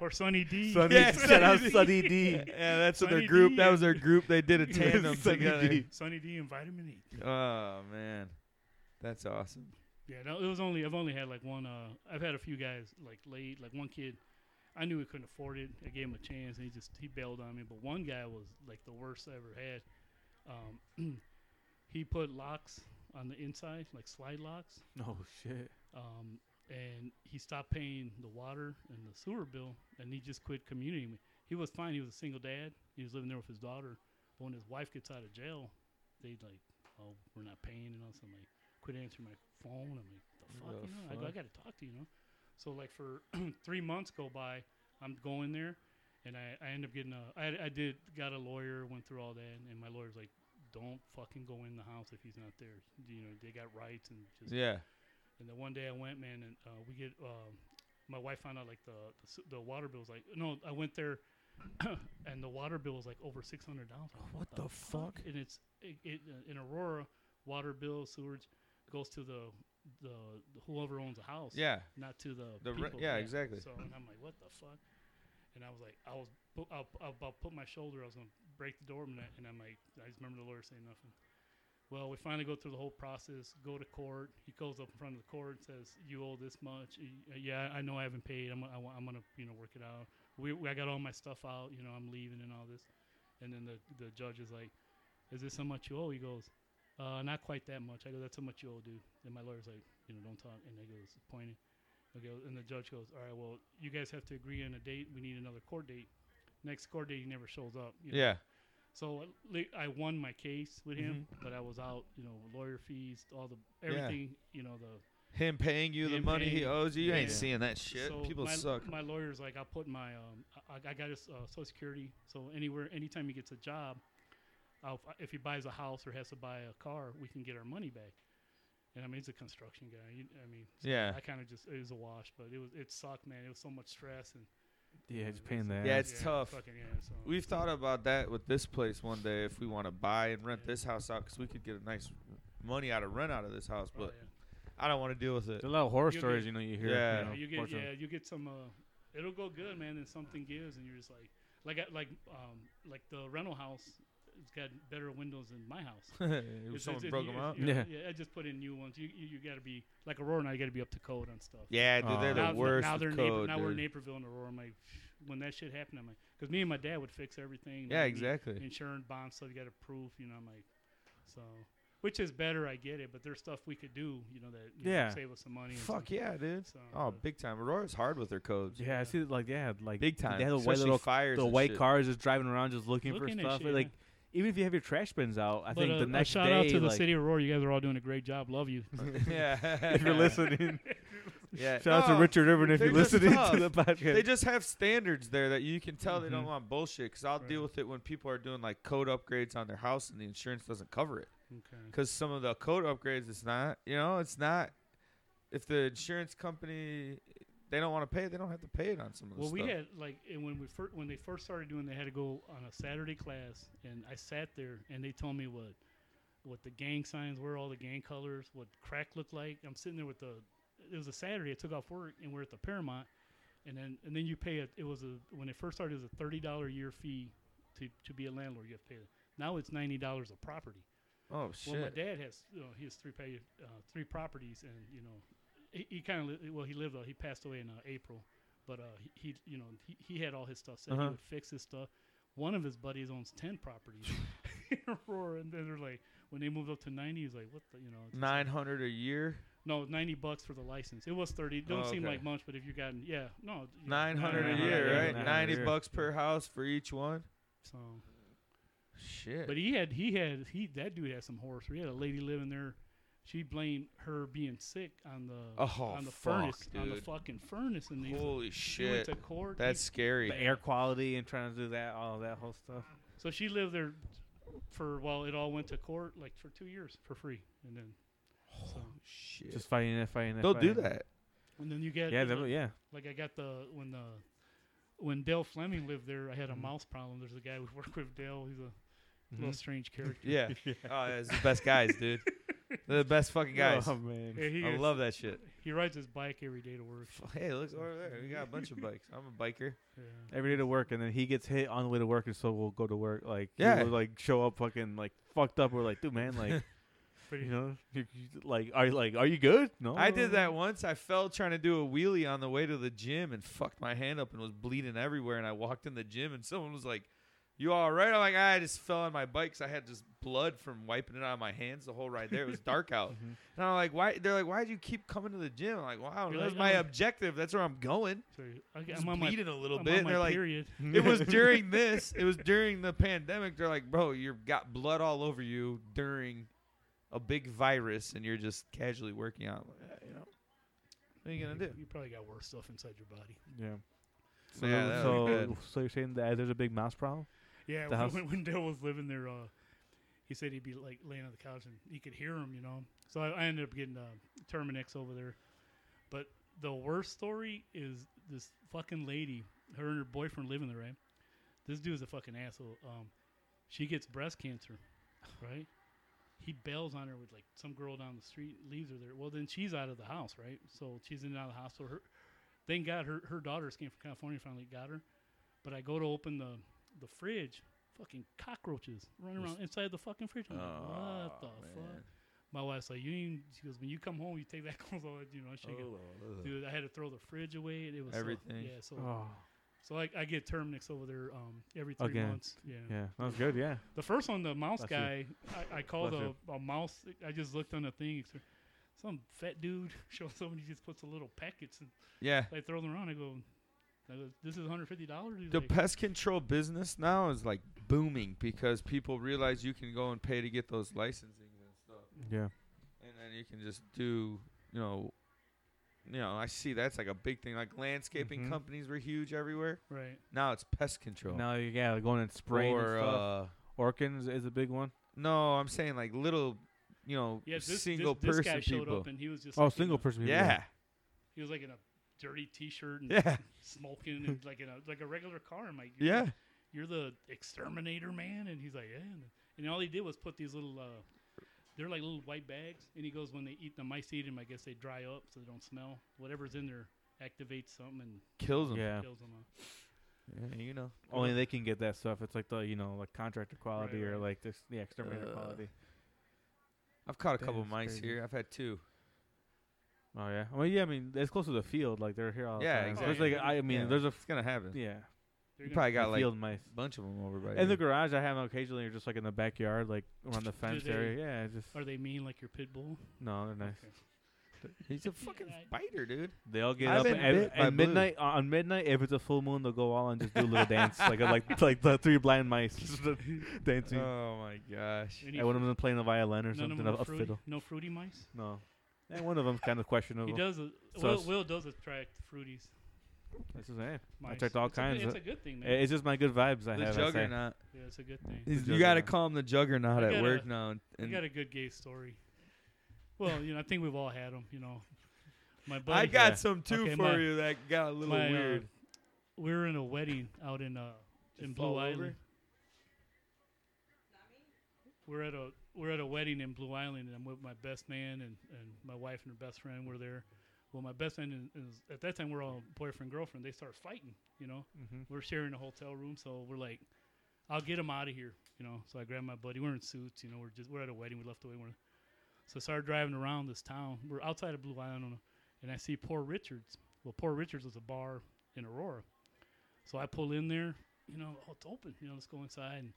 S3: Or Sonny D.
S1: Sunny,
S2: Yeah,
S1: shout out
S2: Sunny
S1: Sunny D.
S2: yeah, that's what
S3: Sunny
S2: their group.
S3: D
S2: That
S3: and-
S2: was their group.
S1: [LAUGHS]
S2: They did a tandem
S1: Sunny
S2: together.
S1: D.
S3: Sunny D and vitamin E.
S2: Oh man, that's awesome.
S3: Yeah, no, it was only I've only had like one. Uh, I've had a few guys like late, like one kid. I knew he couldn't afford it. I gave him a chance, and he just he bailed on me. But one guy was like the worst I ever had. Um, [CLEARS THROAT] he put locks on the inside, like slide locks,
S1: No Oh, shit.
S3: um, and he stopped paying the water and the sewer bill, and he just quit commuting. with- He was fine. He was a single dad. He was living there with his daughter. But when his wife gets out of jail, they like, oh, we're not paying, and all something like quit answering my phone. I'm like, the fuck,
S2: The
S3: you know, I go, I,
S2: fuck?
S3: gotta talk to you, you know. So like for [CLEARS THROAT] three months go by, I'm going there, and I, I end up getting a I I did got a lawyer, went through all that, and, my lawyer's like, don't fucking go in the house if he's not there. You know, they got rights and just
S2: Yeah.
S3: and then one day I went, man, and uh, we get um, my wife found out like the, the s- the water bill was like no, I went there, [CLEARS THROAT] and the water bill was like over six hundred dollars.
S1: Oh, What the fuck?
S3: And it's it, it, uh, in Aurora, water bill sewage goes to the the whoever owns the house,
S2: Yeah.
S3: not to the
S2: The re-
S3: people.
S2: yeah, exactly.
S3: So and I'm like, what the fuck? And I was like, I was bu- I, I about put my shoulder, I was gonna break the door, and, I- and I'm like, I just remember the lawyer saying nothing. Well, we finally go through the whole process, go to court. He goes up in front of the court and says, "You owe this much." Y- Yeah, I know I haven't paid. I'm, I, am gonna, you know, work it out. We, we, I got all my stuff out. You know, I'm leaving and all this. And then the the judge is like, "Is this how much you owe?" He goes, uh, "Not quite that much." I go, "That's how much you owe, dude." And my lawyer's like, "You know, don't talk." And he goes, pointing. I go, and the judge goes, "All right, well, you guys have to agree on a date. We need another court date. Next court date, he never shows up. you know.
S2: Yeah.
S3: So at le- I won my case with him, but I was out, you know, lawyer fees, all the everything, you know, the
S2: Him paying you the
S3: Him
S2: money he
S3: paying-
S2: owes you. You ain't
S3: yeah.
S2: seeing that shit.
S3: so
S2: People
S3: my,
S2: suck.
S3: My lawyer's like, I put my um, I, I got his uh, social security. So anywhere, anytime he gets a job, I'll, if he buys a house or has to buy a car, we can get our money back. And I mean, he's a construction guy. You, I mean, so
S2: Yeah.
S3: I kind of just it was a wash, but it was it sucked, man. It was so much stress and
S1: Yeah, just
S3: it's-
S1: pain in the ass.
S2: Yeah, it's tough.
S3: Fucking yeah. So
S2: We've thought about that with this place one day if we want to buy and rent
S3: Yeah.
S2: this house out because we could get a nice money out of rent out of this house,
S3: oh,
S2: but
S3: yeah.
S2: I don't want to deal with it. [LAUGHS]
S1: There's a lot of horror
S3: You'll
S1: stories,
S3: get-
S1: you know, you hear. you
S2: Yeah.
S3: Yeah,
S1: know,
S3: you get
S1: fortunately.
S3: yeah, you get some. Uh, it'll go good, man. And something gives, and you're just like, like I- like um like the rental house. It's got better windows than my house. It's-
S2: Someone
S3: it's-
S2: broke
S3: you-
S2: them out.
S3: you-
S1: Yeah.
S3: yeah. I just put in new ones. You you, you got to be like Aurora and I. You got to be up to code on stuff.
S2: Yeah, dude,
S1: Oh.
S2: they're the
S1: Now-
S2: worst.
S3: Now
S2: with
S3: they're
S2: code,
S3: now we're in
S2: dude.
S3: Naperville and Aurora. I'm like, when that shit happened, I'm like, because me and my dad would fix everything.
S2: Yeah,
S3: like, we-
S2: exactly.
S3: insurance bond stuff you got to prove you know i'm like so which is better i get it but there's stuff we could do you know that you know,
S1: Yeah.
S3: save us some money and
S2: Fuck
S3: stuff.
S2: yeah, dude.
S3: so,
S2: Oh,
S3: but-
S2: big time. Aurora's hard with their codes.
S1: Yeah, I see. Like yeah, like
S2: Big time.
S1: They had the white
S2: Especially
S1: little
S2: fires.
S1: the
S2: and
S1: white [LAUGHS]
S2: shit.
S1: cars just driving around, just looking,
S3: Looking
S1: for
S3: at
S1: stuff.
S3: shit,
S1: like
S3: yeah.
S1: even if you have your trash bins out, I
S3: but,
S1: think
S3: uh,
S1: the
S3: a
S1: next
S3: shout
S1: day,
S3: out to the
S1: like,
S3: city of Aurora. You guys are all doing a great job.
S2: [LAUGHS]
S3: Love you.
S2: [LAUGHS] yeah.
S1: [LAUGHS] if you're listening,
S2: [LAUGHS] Yeah.
S1: shout out to
S2: No,
S1: Richard Irvin if
S2: they're
S1: you're
S2: just
S1: listening
S2: tough.
S1: to the podcast.
S2: They just have standards there that you can tell they don't
S1: Mhm.
S2: want bullshit. Because I'll deal
S3: Right.
S2: with it when people are doing like code upgrades on their house and the insurance doesn't cover it.
S3: okay.
S2: Because some of the code upgrades, it's not. You know, it's not. If the insurance company they don't want to pay, it, they don't have to pay it on some of the
S3: Well, we
S2: stuff.
S3: had like and when we first when they first started doing, they had to go on a Saturday class, and I sat there and they told me what what the gang signs were, all the gang colors, what crack looked like. I'm sitting there with the it was a Saturday. I took off work and we're at the Paramount, and then and then you pay it. It was a when it first started, it was a thirty dollar a year fee to to be a landlord. You have to pay. Now it's ninety dollars a property.
S2: oh shit.
S3: Well, my dad has you know, he has three pay, uh, three properties, and you know, he, he kind of li- well, he lived uh, he passed away in uh, April, but uh, he, he you know he, he had all his stuff set.
S2: Uh-huh.
S3: He would fix his stuff. One of his buddies owns ten
S2: [LAUGHS]
S3: properties in Aurora, and then they're like, when they moved up to ninety, he's like, what the you know, it's-
S2: Nine hundred a year.
S3: no ninety bucks for the license. It was thirty. Don't
S2: Oh,
S3: seem
S2: okay.
S3: like much, but if you got yeah, no, yeah,
S2: Nine hundred a
S1: 900
S2: year,
S1: yeah,
S2: right?
S1: 900
S2: Ninety
S1: a year.
S2: bucks per house for each one.
S3: So,
S2: Shit.
S3: but he had he had he that dude had some horror. story. He had a lady living there. She blamed her being sick on the
S2: Oh,
S3: on the
S2: fuck,
S3: furnace on the
S2: dude.
S3: fucking furnace and these
S2: Holy
S3: She went
S2: shit.
S3: to court.
S2: That's
S3: He-
S2: scary.
S1: the air quality and trying to do that, all that whole stuff.
S3: so she lived there for well, it all went to court like for two years for free, and then so,
S2: Shit.
S1: Just fighting it, fighting it.
S2: They'll do
S1: [LAUGHS] fighting it.
S2: that.
S3: and then you get
S1: Yeah, them, yeah.
S3: like I got the when the when Dale Fleming lived there, I had a
S1: Mm-hmm.
S3: mouse problem. There's a guy [LAUGHS] we work with, Dale. He's a little
S1: Mhm. [LAUGHS]
S3: strange character.
S2: Yeah. Oh, that's the best guys, dude. They're the best fucking guys.
S1: Oh man.
S3: Yeah, he
S2: I
S3: is-
S2: love that shit. [LAUGHS]
S3: He rides his bike every day to work.
S2: Hey, look over there. We got a bunch of bikes. I'm a biker.
S3: Yeah.
S1: Every day to work, and then he gets hit on the way to work, and so we'll go to work. Like, he
S2: Yeah.
S1: will, like show up fucking like fucked up. We're like, dude, man,
S2: [LAUGHS]
S1: like,
S3: Pretty
S1: you know, you- you- like, are you like, are you good? No,
S3: Oh,
S2: I did that once. I fell trying to do a wheelie on the way to the gym and fucked my hand up and was bleeding everywhere. And I walked in the gym and someone was like, "You all right?" I'm like, "Ah, "I just fell on my bike 'cause I had just blood from wiping it on my hands the whole ride there. It was
S3: [LAUGHS]
S2: dark out."
S3: Mm-hmm.
S1: Mhm.
S2: And I'm like, "Why?" They're like, "Why do you keep coming to the gym?" I'm like, "Wow,
S3: You're
S2: that's
S3: like,
S2: my
S3: "I'm-
S2: objective. That's where I'm going."
S3: So I,
S2: Just
S3: I'm on my,
S2: bleeding a little
S3: I'm
S2: bit.
S3: on
S2: And
S3: my
S2: they're like,
S3: period.
S2: it
S3: [LAUGHS]
S2: was during this. It was during the pandemic. They're like, bro, you've got blood all over you during a big virus and you're just casually working out. like, You know, what are you gonna do?
S3: You probably got worse stuff inside your body.
S1: Yeah. So,
S2: So yeah, that would be bad.
S1: so, so you're saying that there's a big mouse problem?
S3: Yeah,
S1: The
S3: when-
S1: house-
S3: when, when Dale was living there, uh, he said he'd be like laying on the couch and he could hear him, you know. So I, I ended up getting uh, Terminix over there. But the worst story is this fucking lady, her and her boyfriend living there, right? This dude's a fucking asshole. Um, she gets breast cancer, right? He bails on her with like some girl down the street, leaves her there. Well, then she's out of the house, right? So she's in and out of the hospital. Her, thank God her, her daughters came from California, finally got her. But I go to open the the fridge, fucking cockroaches running around inside the fucking fridge. I'm like, what the fuck? My wife's like, you ain't, she goes, when you come home, you take that [LAUGHS] clothes off, you know, I shake it. Dude, I had to throw the fridge away. and It was so-
S2: Everything.
S3: yeah, so
S1: Oh.
S3: so I, I get Terminix over there um, every three
S1: Again.
S3: months. Yeah.
S1: yeah, that was good. Yeah,
S3: The first one, the mouse
S1: Bless
S3: guy, I, I called
S1: Bless
S3: a, a mouse. I just looked on the thing. it's- Some fat dude [LAUGHS] shows somebody just puts a little packets and
S2: Yeah.
S3: I throw them around. I go, I go this is $150. He's
S2: The
S3: like,
S2: pest control business now is like booming because people realize you can go and pay to get those licensing and stuff,
S1: yeah.
S2: and then you can just do, you know, you know. I see that's like a big thing. Like landscaping
S1: Mhm.
S2: companies were huge everywhere.
S3: right.
S2: Now it's pest control.
S1: Now, yeah, like going and spraying
S2: or
S1: and stuff.
S2: uh,
S1: Orkins is a big one.
S2: no, I'm saying like little, you know,
S3: Yeah, this,
S2: single
S3: this, this
S2: person
S3: guy showed
S2: people.
S3: up and he was just
S1: Oh,
S3: like in
S1: single
S3: a-
S1: person. people,
S2: yeah,
S3: He was like in a dirty T-shirt [LAUGHS] and
S2: yeah,
S3: smoking and like in a like a regular car. I'm like, "You're
S2: yeah.
S3: you're the exterminator man and he's like yeah and, and all he did was put these little uh they're like little white bags and he goes when they eat the mice eat them i guess they dry up so they don't smell whatever's in there activates something and
S2: Kills them.
S1: Yeah.
S3: kills them off.
S2: Yeah, you know.
S1: Only they can get that stuff. It's like the you know like contractor quality
S3: Right,
S1: or
S3: right.
S1: like this the exterminator
S2: Uh,
S1: quality.
S2: I've caught a
S1: That
S2: couple
S1: is
S2: mice
S1: crazy.
S2: here. I've had two.
S1: Oh yeah. Well, yeah. I mean, it's close to the field. Like they're here all the
S2: Yeah,
S1: time.
S3: exactly.
S1: There's like I mean,
S2: Yeah.
S1: there's a
S2: It's gonna happen.
S1: yeah
S3: They're
S2: You
S3: gonna-
S2: probably got
S1: the
S2: like
S1: field mice.
S2: bunch of them over by
S1: In the
S2: you.
S1: garage, I have them occasionally, or just like in the backyard, like around the fence
S3: they-
S1: area. Yeah, it's just
S3: are they mean like your pit bull
S1: no, they're nice.
S3: Okay. [LAUGHS]
S2: He's a fucking
S3: I-
S1: [LAUGHS]
S2: biter, dude.
S1: They all get
S2: I've
S1: up
S2: been
S1: at,
S2: bit by
S1: at
S2: blue.
S1: midnight. On midnight, if it's a full moon, they'll go all and just do a little dance, like
S2: [LAUGHS]
S1: like like the three blind mice [LAUGHS] just dancing.
S2: Oh my gosh.
S3: Any
S1: and one
S3: fru-
S1: of them's playing the violin or
S3: none of
S1: something,
S3: them
S1: a,
S3: are
S1: a
S3: fruity,
S1: fiddle.
S3: no fruity mice
S1: No, and one of them's kind of questionable.
S3: he does a, will,
S1: Sus.
S3: will does attract fruities
S1: That's just, hey, I
S3: mice.
S1: tried all
S3: it's
S1: kinds
S3: a good,
S1: of-
S3: it's a good thing man
S1: It's just my good vibes I
S2: The
S1: have. I say.
S2: juggernaut.
S3: yeah it's a good thing
S2: He's-
S1: The
S2: you gotta
S1: juggernaut.
S2: call him the juggernaut
S3: I
S2: at
S3: gotta-
S2: work now. And,
S3: you
S2: and
S3: got a good gay story well you know i think we've all had them you know my buddy
S2: I got some too
S3: Okay,
S2: for
S3: my-
S2: you that got a little
S3: my, uh,
S2: weird.
S3: we were in a wedding out in uh in
S2: Just
S3: Blue
S2: fall
S3: Island.
S2: over?
S3: We're at a we're at a wedding in Blue Island, and I'm with my best man and, and my wife and her best friend. We're there. Well, my best friend is, is at that time we're all boyfriend girlfriend. They start fighting. You know,
S1: Mhm.
S3: we're sharing a hotel room, so we're like, "I'll get him out of here." You know, so I grab my buddy. We're in suits. You know, we're just we're at a wedding. We left away. We're so I started driving around this town. We're outside of Blue Island, on a- and I see Poor Richards. Well, Poor Richards was a bar in Aurora. So I pull in there, you know, oh, it's open. You know, let's go inside. And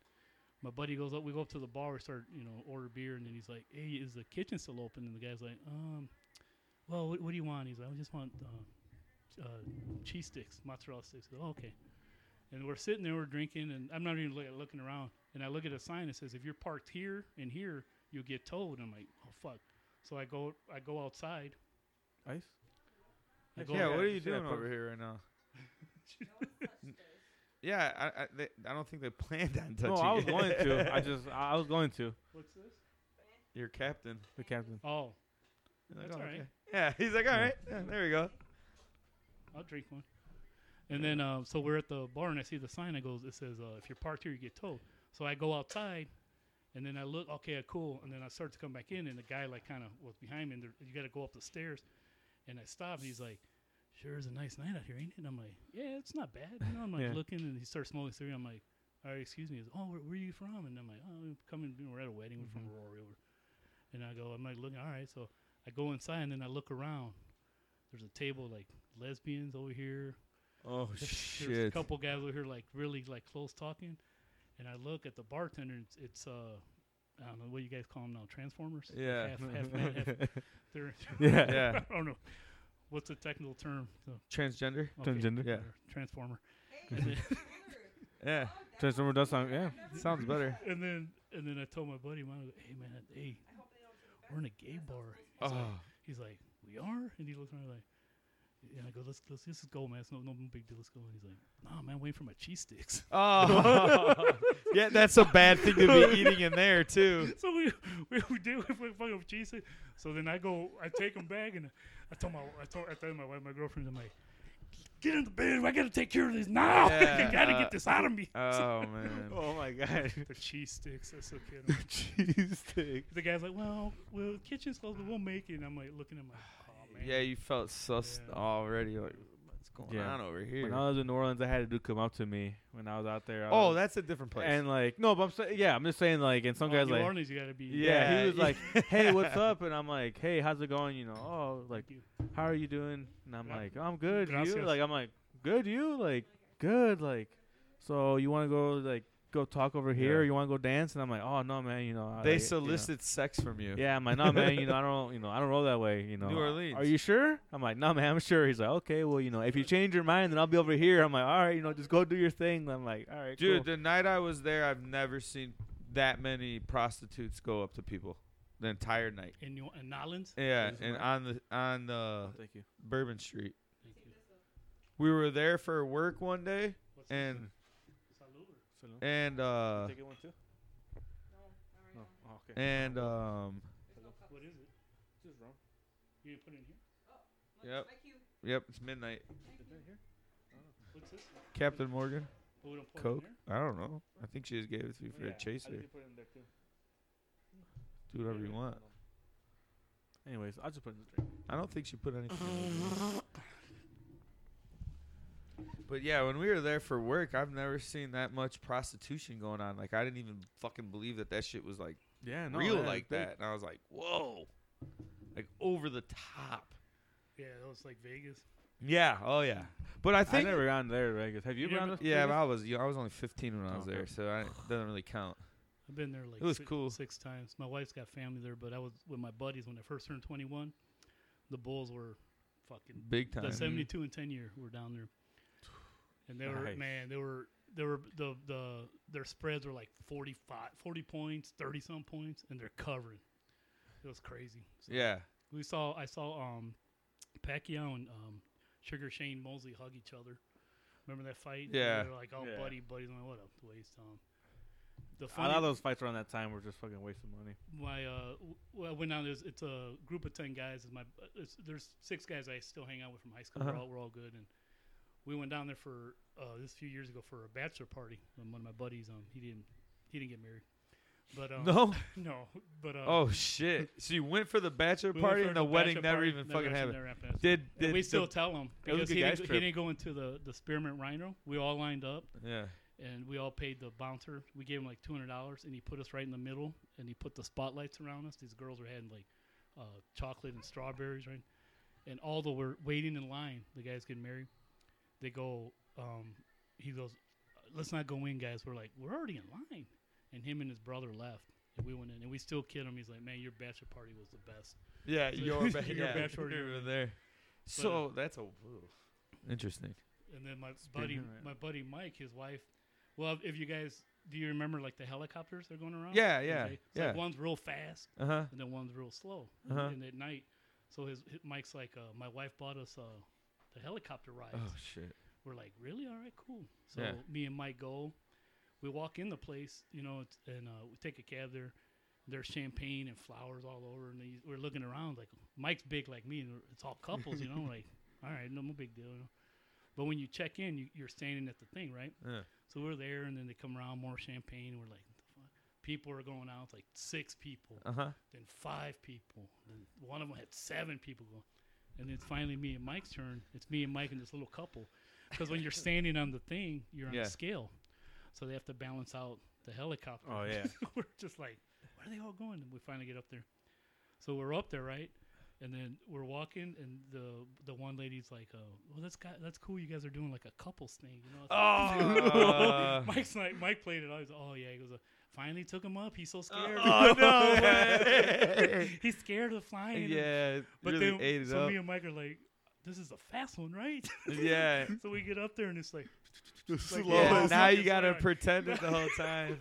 S3: my buddy goes up. We go up to the bar. We start, you know, order beer. And then he's like, hey, is the kitchen still open? And the guy's like, um, well, what, what do you want? He's like, I just want uh, uh, cheese sticks, mozzarella sticks. I go, oh, okay. And we're sitting there, we're drinking, and I'm not even look, looking around. And I look at a sign that says, if you're parked here and here, you'll get towed. And I'm like, oh, fuck. So I go, I go outside.
S1: Ice.
S3: I go
S2: yeah,
S1: ahead.
S2: what are you
S1: Shit, I
S2: doing
S1: put-
S2: over here right
S1: [LAUGHS]
S2: now? yeah, I I, they, I don't think they planned on touching.
S1: No, I
S2: you.
S1: was going
S2: [LAUGHS]
S1: to. I just I I was going to
S3: What's this?
S2: Your captain.
S1: the captain.
S3: Oh,
S2: He's like,
S3: That's
S2: "Oh,
S3: all right.
S2: okay." Yeah, [LAUGHS] he's like, all
S1: Yeah.
S2: right, yeah, there we go.
S3: I'll drink one. And then, uh, so we're at the bar, and I see the sign. I goes, it says, uh, "If you're parked here, you get towed." So I go outside, and then I look, okay, cool. And then I start to come back in, and the guy like kind of was behind me. And there- you got to go up the stairs, and I stop, and he's like, "Sure is a nice night out here, ain't it?" And I'm like, "Yeah, it's not bad." You know, I'm like
S1: Yeah.
S3: looking, and he starts smoking a cigarette. I'm like, "All right, excuse me." He's, "Oh, where, where are you from?" And I'm like, "Oh, I'm coming. you know, We're at a wedding. We're from Aurora." And I go, I'm like looking. All right, so I go inside, and then I look around. There's a table like lesbians over here,
S2: Oh [LAUGHS]
S3: there's a
S2: shit.
S3: couple guys over here like really like close talking, and I look at the bartender. and It's, it's uh, I don't know what do you guys call them now, transformers.
S2: Yeah.
S3: half, half man,
S2: [LAUGHS]
S3: half. They're, [LAUGHS]
S1: Yeah.
S2: Yeah.
S3: I don't know what's the technical term. So,
S2: Transgender.
S3: okay,
S1: Transgender.
S2: Yeah.
S3: whatever, transformer.
S2: Yeah.
S1: Transformer does sound. Yeah.
S2: [LAUGHS]
S3: [LAUGHS]
S2: Sounds better.
S3: And then and then I told my buddy, mine, I go, hey man, hey, we're in a gay bar. He's, like,
S2: Oh,
S3: he's like, we are? And he looks around like, and I go, let's, let's, let's just go, man. It's no, no big deal. Let's go. And he's like, nah, man, I'm waiting for my cheese sticks.
S1: [LAUGHS]
S2: oh. yeah, that's a bad thing to be eating in there too.
S3: so we, [LAUGHS] we, we did, we fucking fucking cheese sticks. So then I go, I take him back and I told my, I told, I told my wife, my girlfriend, I'm like, get in the bed. I got to take care of this now. [LAUGHS]
S2: Yeah,
S3: I got to
S2: uh,
S3: get this out of me.
S2: Oh
S1: [LAUGHS]
S2: man.
S1: Oh my god.
S3: the cheese sticks. That's so kidding.
S1: Cheese stick.
S3: [LAUGHS] The guy's like, well, well, kitchen's closed, but we'll make it. And I'm like looking at my, oh
S2: [SIGHS]
S3: man.
S2: Yeah, you felt sus
S3: Yeah.
S2: already. Like, what's going
S1: Yeah.
S2: on over here?
S1: When I was in New Orleans, I had a dude come up to me when I was out there. I
S2: oh,
S1: was-
S2: that's a different place.
S1: and like no, but I'm saying yeah, I'm just saying like, and some
S3: Oh,
S1: guys
S3: New
S1: like
S3: Orleans, you gotta be.
S1: yeah,
S2: Yeah,
S1: he was
S2: yeah. [LAUGHS]
S1: like, hey, what's up? And I'm like, hey, how's it going? You know, oh, like
S3: Thank you.
S1: how are you doing? And I'm
S3: Yeah.
S1: like, I'm good. You?
S3: Gracias.
S1: Like, I'm like, good. You? Like, good. Like, so you want to go like go talk over here?
S2: Yeah.
S1: Or you want to go dance? And I'm like, oh no, man. You know, I
S2: they
S1: like, you know."
S2: solicit sex from you.
S1: Yeah, I'm like, no, man. You
S2: [LAUGHS]
S1: know, I don't. You know, I don't roll that way. You know,
S2: New Orleans.
S1: Are you sure? I'm like, no, man. I'm sure. He's like, okay, well, you know, if you change your mind, then I'll be over here. I'm like, all right, you know, just go do your thing. I'm like, all right,
S2: Dude,
S1: cool."
S2: the night I was there, I've never seen that many prostitutes go up to people the entire night.
S3: In New in Orleans.
S2: Yeah,
S1: Is
S2: and
S1: what?
S2: on the on the
S1: Thank you.
S2: Bourbon Street.
S3: Thank you.
S2: We were there for work one day,
S3: What's
S2: and
S3: Salud.
S2: and uh
S1: Take it one too. No. Oh, okay.
S2: and um
S3: What is it? You didn't put it in here.
S2: yep yep it's midnight.
S3: What's this?
S2: Captain Morgan,
S3: Oh, we don't put
S2: Coke.
S3: it in
S2: I don't know. I think she just gave it to me for
S3: here.
S2: a chaser.
S3: put it in there too.
S2: Do whatever you want.
S1: Anyways, I'll just put it in the drink.
S2: I don't think she put anything. in it. But yeah, when we were there for work, I've never seen that much prostitution going on. Like I didn't even fucking believe that that shit was like
S1: Yeah, no,
S2: real
S1: yeah,
S2: like
S1: big.
S2: that. And I was like, whoa, like over the top.
S3: Yeah, that was like Vegas.
S2: Yeah. Oh yeah. But I
S1: I
S2: think
S1: never gone there, Vegas. Have you,
S3: You
S1: been?
S3: never-
S1: on this
S2: yeah, but
S1: Vegas?
S2: I was you know, I was only 15 when I was
S1: Okay.
S2: there, so I doesn't really count.
S3: I've been there like
S2: It was
S3: six,
S2: cool.
S3: six times. My wife's got family there, but I was with my buddies when I first turned 21. The Bulls were fucking
S2: Big time.
S3: the 72 and 10 year were down there, and they were
S1: Nice.
S3: man, they were they were the the their spreads were like 45, 40 points, 30 some points, and they're covering. It was crazy. So
S2: Yeah.
S3: we saw I saw um Pacquiao and um Sugar Shane Mosley hug each other. Remember that fight?
S2: Yeah.
S3: They're like, oh,
S1: Yeah.
S3: buddy, buddy. I'm like, what a waste, Tom. The
S1: A lot
S3: funny,
S1: of those fights around that time were just fucking waste of money.
S3: my uh, w- well, when I was, it's a group of ten guys. Is my it's, there's six guys I still hang out with from high school. We're
S2: Uh-huh.
S3: all we're all good, and we went down there for uh, this a few years ago for a bachelor party. And one of my buddies, um, he didn't he didn't get married, but um,
S2: [LAUGHS] No.
S3: no, but um,
S2: Oh shit. So you went for the bachelor
S3: we went
S2: party
S3: for
S2: and the
S3: bachelor
S2: wedding never
S3: party,
S2: even fucking
S3: actually
S2: happened.
S3: never happened.
S2: Did,
S3: And
S2: did
S3: we
S2: the-
S3: still tell him
S1: It was a
S3: because
S1: good
S3: he
S1: guys
S3: didn't, he
S1: trip.
S3: didn't go into the the spearmint rhino. We all lined up
S2: yeah.
S3: and we all paid the bouncer. We gave him like two hundred dollars, and he put us right in the middle, and he put the spotlights around us. These girls were having like uh, chocolate and strawberries, right? And although we're waiting in line, the guys getting married, they go. Um, he goes, "Let's not go in, guys. We're like, we're already in line." And him and his brother left, and we went in, and we still kid him. He's like, "Man, your bachelor party was the best."
S2: Yeah, [LAUGHS]
S3: So-
S2: your ba-
S3: Your
S2: yeah,
S3: bachelor
S2: you were
S3: party.
S2: there. So that's a ooh. interesting.
S3: And then my buddy,
S1: Spearmint, right.
S3: my buddy Mike, his wife. Well, if you guys do, you remember like the helicopters they're going around?
S2: Yeah, yeah,
S3: Okay. It's
S2: yeah.
S3: Like one's real fast,
S2: Uh huh.
S3: and then one's real slow.
S2: Uh-huh.
S3: And at night, so his, hi- Mike's like, uh, my wife bought us uh, the helicopter rides.
S2: Oh shit.
S3: We're like, really? All right, cool. So
S2: Yeah.
S3: me and Mike go. We walk in the place, you know, it's, and uh, we take a cab there. There's champagne and flowers all over, and these, we're looking around like Mike's big like me, and we're- it's all
S2: [LAUGHS]
S3: couples, you know. like, all right, no, no big deal. You know? But when you check in, you, you're standing at the thing, right?
S2: Yeah.
S3: So we're there, and then they come around more champagne. And we're like, the fuck? people are going out, like six people
S2: Uh huh.
S3: then five people, then one of them had seven people going, and then it's finally me and Mike's turn. It's me and Mike and this little couple, because when you're standing on the thing, you're on
S2: Yeah.
S3: a scale, so they have to balance out the helicopter.
S1: Oh, yeah.
S3: [LAUGHS] we're just like, where are they all going? And we finally get up there, so we're up there, right? And then we're walking, and the the one lady's like, "Oh, well, that's got, that's cool. You guys are doing like a couples thing, you know?" It's like-
S2: Oh.
S3: [LAUGHS] Mike's like, Mike played it. I was, oh yeah. He goes, uh, finally took him up. He's so scared.
S2: oh, [LAUGHS] no way.
S3: [LAUGHS] He's scared of flying. and-
S2: yeah.
S3: but
S2: really
S3: then,
S2: ate it
S3: so
S2: up.
S3: me and Mike are like, this is a fast one, right? [LAUGHS]
S2: [LAUGHS] yeah. [LAUGHS]
S3: so we get up there and it's like,
S4: Slow
S2: Yeah,
S4: as
S2: now
S3: fuck
S2: you
S3: is
S2: gotta
S3: [LAUGHS] fine.
S2: pretend it the whole time.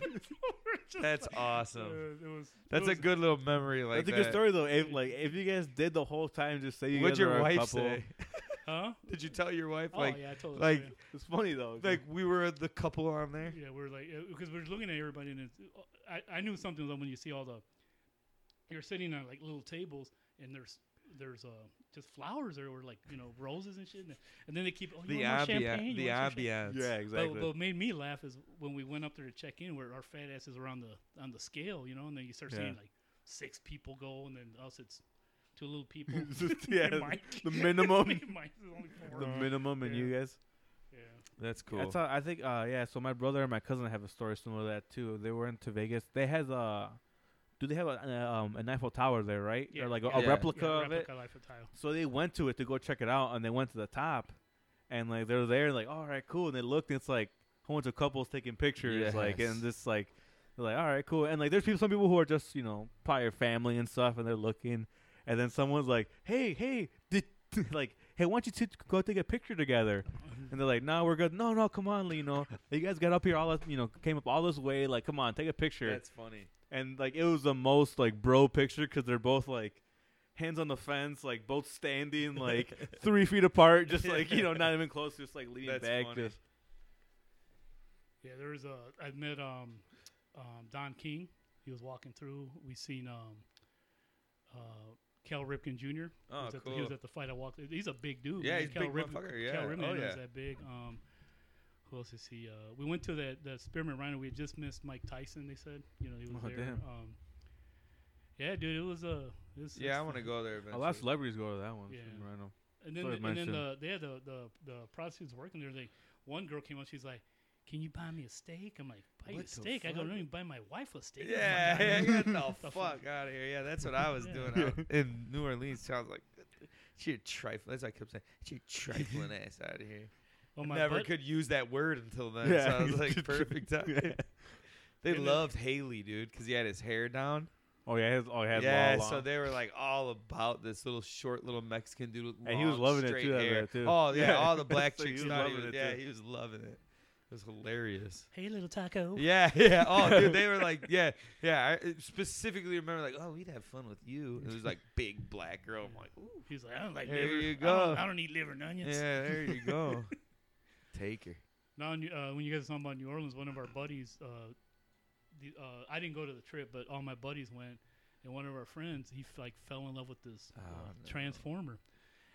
S2: That's awesome.
S3: Uh, it was,
S2: That's a
S3: it was,
S2: good little memory. Like
S1: That's a
S2: that.
S1: good story though. If like if you guys did the whole time, just say you
S2: What'd
S1: guys
S2: your
S1: were a
S2: wife
S1: couple.
S2: say?
S3: Huh?
S2: Did you tell your wife
S3: Oh
S2: like
S3: yeah, I told
S2: like
S3: yeah.
S1: It's funny though.
S2: like we were the couple on there?
S3: Yeah, we're like because we're looking at everybody, and it's, I I knew something was up when you see all the you're sitting on like little tables, and there's there's uh just flowers there were like you know roses and shit, and, and then they keep oh, you
S2: The
S3: want more
S2: ambiance.
S3: champagne, You
S2: The
S3: want some champagne?"
S2: ambiance.
S1: yeah,
S3: But
S1: exactly.
S3: what made me laugh is when we went up there to check in, where our fat asses were on the on the scale, you know, and then you start
S1: Yeah.
S3: seeing like six people go, and then us it's two little people.
S1: It's [LAUGHS] just- yeah,
S3: [LAUGHS] And Mike.
S1: the
S2: [LAUGHS]
S3: [LAUGHS]
S1: minimum,
S3: Mike's only four.
S1: the minimum, and
S3: Yeah.
S1: you guys.
S3: yeah.
S2: That's cool.
S1: That's how, I think. Uh, yeah. So my brother and my cousin have a story similar to that too. They were into Vegas. They had uh, do they have a, an, uh, um, an Eiffel Tower there, right?
S3: Yeah.
S1: Or like a,
S2: Yeah.
S1: a replica
S3: yeah,
S1: of it.
S3: replica life of tile.
S1: So they went to it to go check it out, and they went to the top, and like they're there, like all right, cool. And they looked, and it's like a whole bunch of couples taking pictures, like
S2: Yes.
S1: and just like they're like all right, cool. And like there's people, some people who are just you know probably your family and stuff, and they're looking, and then someone's like, hey, hey, did [LAUGHS] like hey, why don't you two go take a picture together? And they're like, no, we're good. No, no, come on, Lino. You guys got up here all, this- you know, came up all this way. Like, come on, take a picture
S2: That's funny.
S1: and like it was the most like bro picture because they're both like hands on the fence, like both standing like
S2: [LAUGHS]
S1: three feet apart, just like you know, not even close, just like leaning
S2: That's
S1: back.
S2: funny.
S1: Just
S3: Yeah, there was a. I met um, um, Don King. He was walking through. We seen um, uh, Cal Ripken Jr. he,
S2: Oh,
S3: was at the, he
S2: cool.
S3: was at the fight I walked. He's a big dude.
S2: Yeah,
S3: man.
S2: he's a
S3: Cal
S2: big
S3: Ripken-
S2: motherfucker, yeah.
S3: Cal
S2: Oh,
S3: Ripken is
S2: yeah.
S3: that big. Um, who else is he? Uh, we went to that that spearmint rhino. We had just missed Mike Tyson. They said, you know, he was
S1: Oh,
S3: there.
S1: damn.
S3: Um, yeah, dude, it was a. It was,
S2: Yeah, I
S3: it's-
S2: want to go there
S1: a
S2: eventually.
S1: lot of celebrities go to that one.
S3: Yeah.
S1: Right now.
S3: And then,
S1: Sorry,
S3: the, and then
S1: mention.
S3: the, they had the, the the prostitutes working there. They one girl came up. She's like, "Can you buy me a steak?" I'm like, "Buy you
S1: What
S3: a
S1: the
S3: steak?" I go,
S1: fuck?
S3: "Don't even buy my wife a steak." [LAUGHS]
S2: Yeah, yeah, [LAUGHS] get the
S3: fuck?
S2: fuck out of here. Yeah, that's what I was
S3: Yeah.
S2: doing out
S3: [LAUGHS]
S2: in New Orleans. So I was like, she a trifling. That's what I kept saying. She a
S3: [LAUGHS]
S2: trifling ass out of here.
S3: Well,
S2: I
S3: my
S2: never
S3: butt-
S2: could use that word until then. So I was
S1: [LAUGHS]
S3: [LAUGHS]
S2: like, perfect time. They
S3: And then-
S2: loved Haley, dude, because he had his hair down.
S1: Oh yeah, his, oh he had
S2: yeah,
S1: long,
S2: so
S1: long.
S2: they were like all about this little short little Mexican dude. With
S1: And he was
S2: long,
S1: loving it,
S2: straight
S1: too, I
S2: Hair.
S1: bet, too.
S2: Oh yeah,
S1: Yeah. [LAUGHS]
S2: all the black
S1: So he
S2: chicks
S1: was
S2: thought he
S1: loving it,
S2: was- yeah,
S1: too.
S2: he was loving it. It was hilarious.
S3: Hey, little taco.
S2: Yeah, [LAUGHS] yeah. Oh,
S1: [LAUGHS]
S2: dude, they were like, yeah, yeah. I specifically remember like, oh, we'd have fun with you. It was like big black girl. I'm like, ooh,
S3: He's like, I don't like
S2: There
S3: liver.
S2: you
S3: I don't- I
S2: go.
S3: don't, eat liver and onions.
S2: yeah, there you
S1: [LAUGHS]
S2: go. Take her.
S3: Now, in, uh, when you guys were talking about New Orleans, one of our buddies, uh, the, uh, I didn't go to the trip, but all my buddies went, and one of our friends, he f- like fell in love with this uh,
S2: Oh, no.
S3: transformer,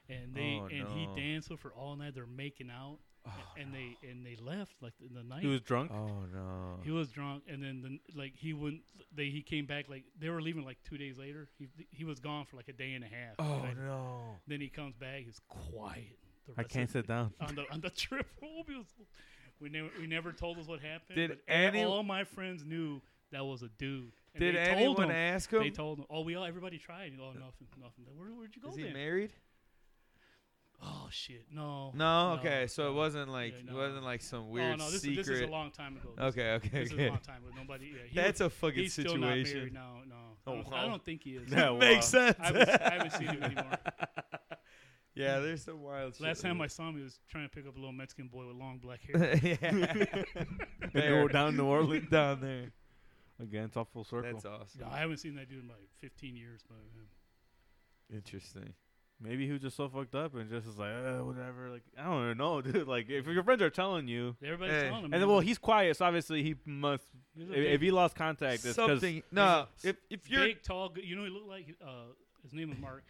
S3: and they
S2: Oh,
S3: and he
S2: no.
S3: danced with her all night. They're making out, a- and they and they left like in the night.
S1: he was drunk.
S2: Oh no.
S3: He was drunk, and then the, n- like he wouldn't. They he came back like they were leaving like two days later. He he was gone for like a day and a half.
S2: Oh
S3: And I-
S2: no.
S3: Then he comes back. He's quiet. the
S1: I
S3: rest
S1: can't
S3: of
S1: sit down.
S2: [LAUGHS]
S3: on the [LAUGHS] on the trip. home. It was- we never we never told us what happened.
S2: Did
S3: but a-
S2: any-
S3: all my friends knew that was a dude? And
S2: Did
S3: they told
S2: anyone
S3: them-
S2: ask
S3: They
S2: him?
S3: told him. Oh, we all everybody tried. Oh, nothing, nothing. Where would you go
S2: Is he
S3: then?
S2: married?
S3: oh shit, no.
S2: No. Okay, so it wasn't like
S3: Yeah,
S2: it
S3: no.
S2: wasn't like some
S3: Oh
S2: weird
S3: no, this
S2: secret.
S3: is this is a long time ago. This-
S2: okay, okay,
S3: This is a
S2: okay.
S3: long time ago. Nobody. Yeah, he
S2: That's
S3: was,
S2: a fucking
S3: he's
S2: situation.
S3: still not married. No, no. I
S2: Oh,
S3: don't- I
S2: wow.
S3: don't think he is.
S1: Yeah, well,
S2: Makes sense.
S3: [LAUGHS] I haven't, I haven't seen
S2: [LAUGHS]
S3: him anymore.
S2: yeah, there's some wild.
S3: Last
S2: shit
S3: time I
S2: like
S3: saw him, he was trying to pick up a little Mexican boy with long black
S2: [LAUGHS]
S3: hair.
S2: that. yeah.
S3: [LAUGHS]
S2: [LAUGHS]
S1: They
S2: There.
S1: were down in New
S2: [LAUGHS]
S1: Orleans
S2: down there.
S1: again. It's all full circle.
S2: That's awesome.
S3: No, I haven't seen that dude in like 15 years, but um,
S2: Interesting.
S1: Maybe he was just so fucked up and just was like, uh, whatever. Like I don't even know, [LAUGHS] dude. Like if your friends are telling you,
S3: everybody's
S2: Hey.
S3: telling him.
S1: and then well, he's quiet, so obviously he must.
S3: he's a
S1: If, if
S3: big-
S1: he lost contact, it's because
S2: Something. No, if if you're
S3: big, tall, good, you know, he looked like uh, his name
S2: [LAUGHS]
S3: is Mark,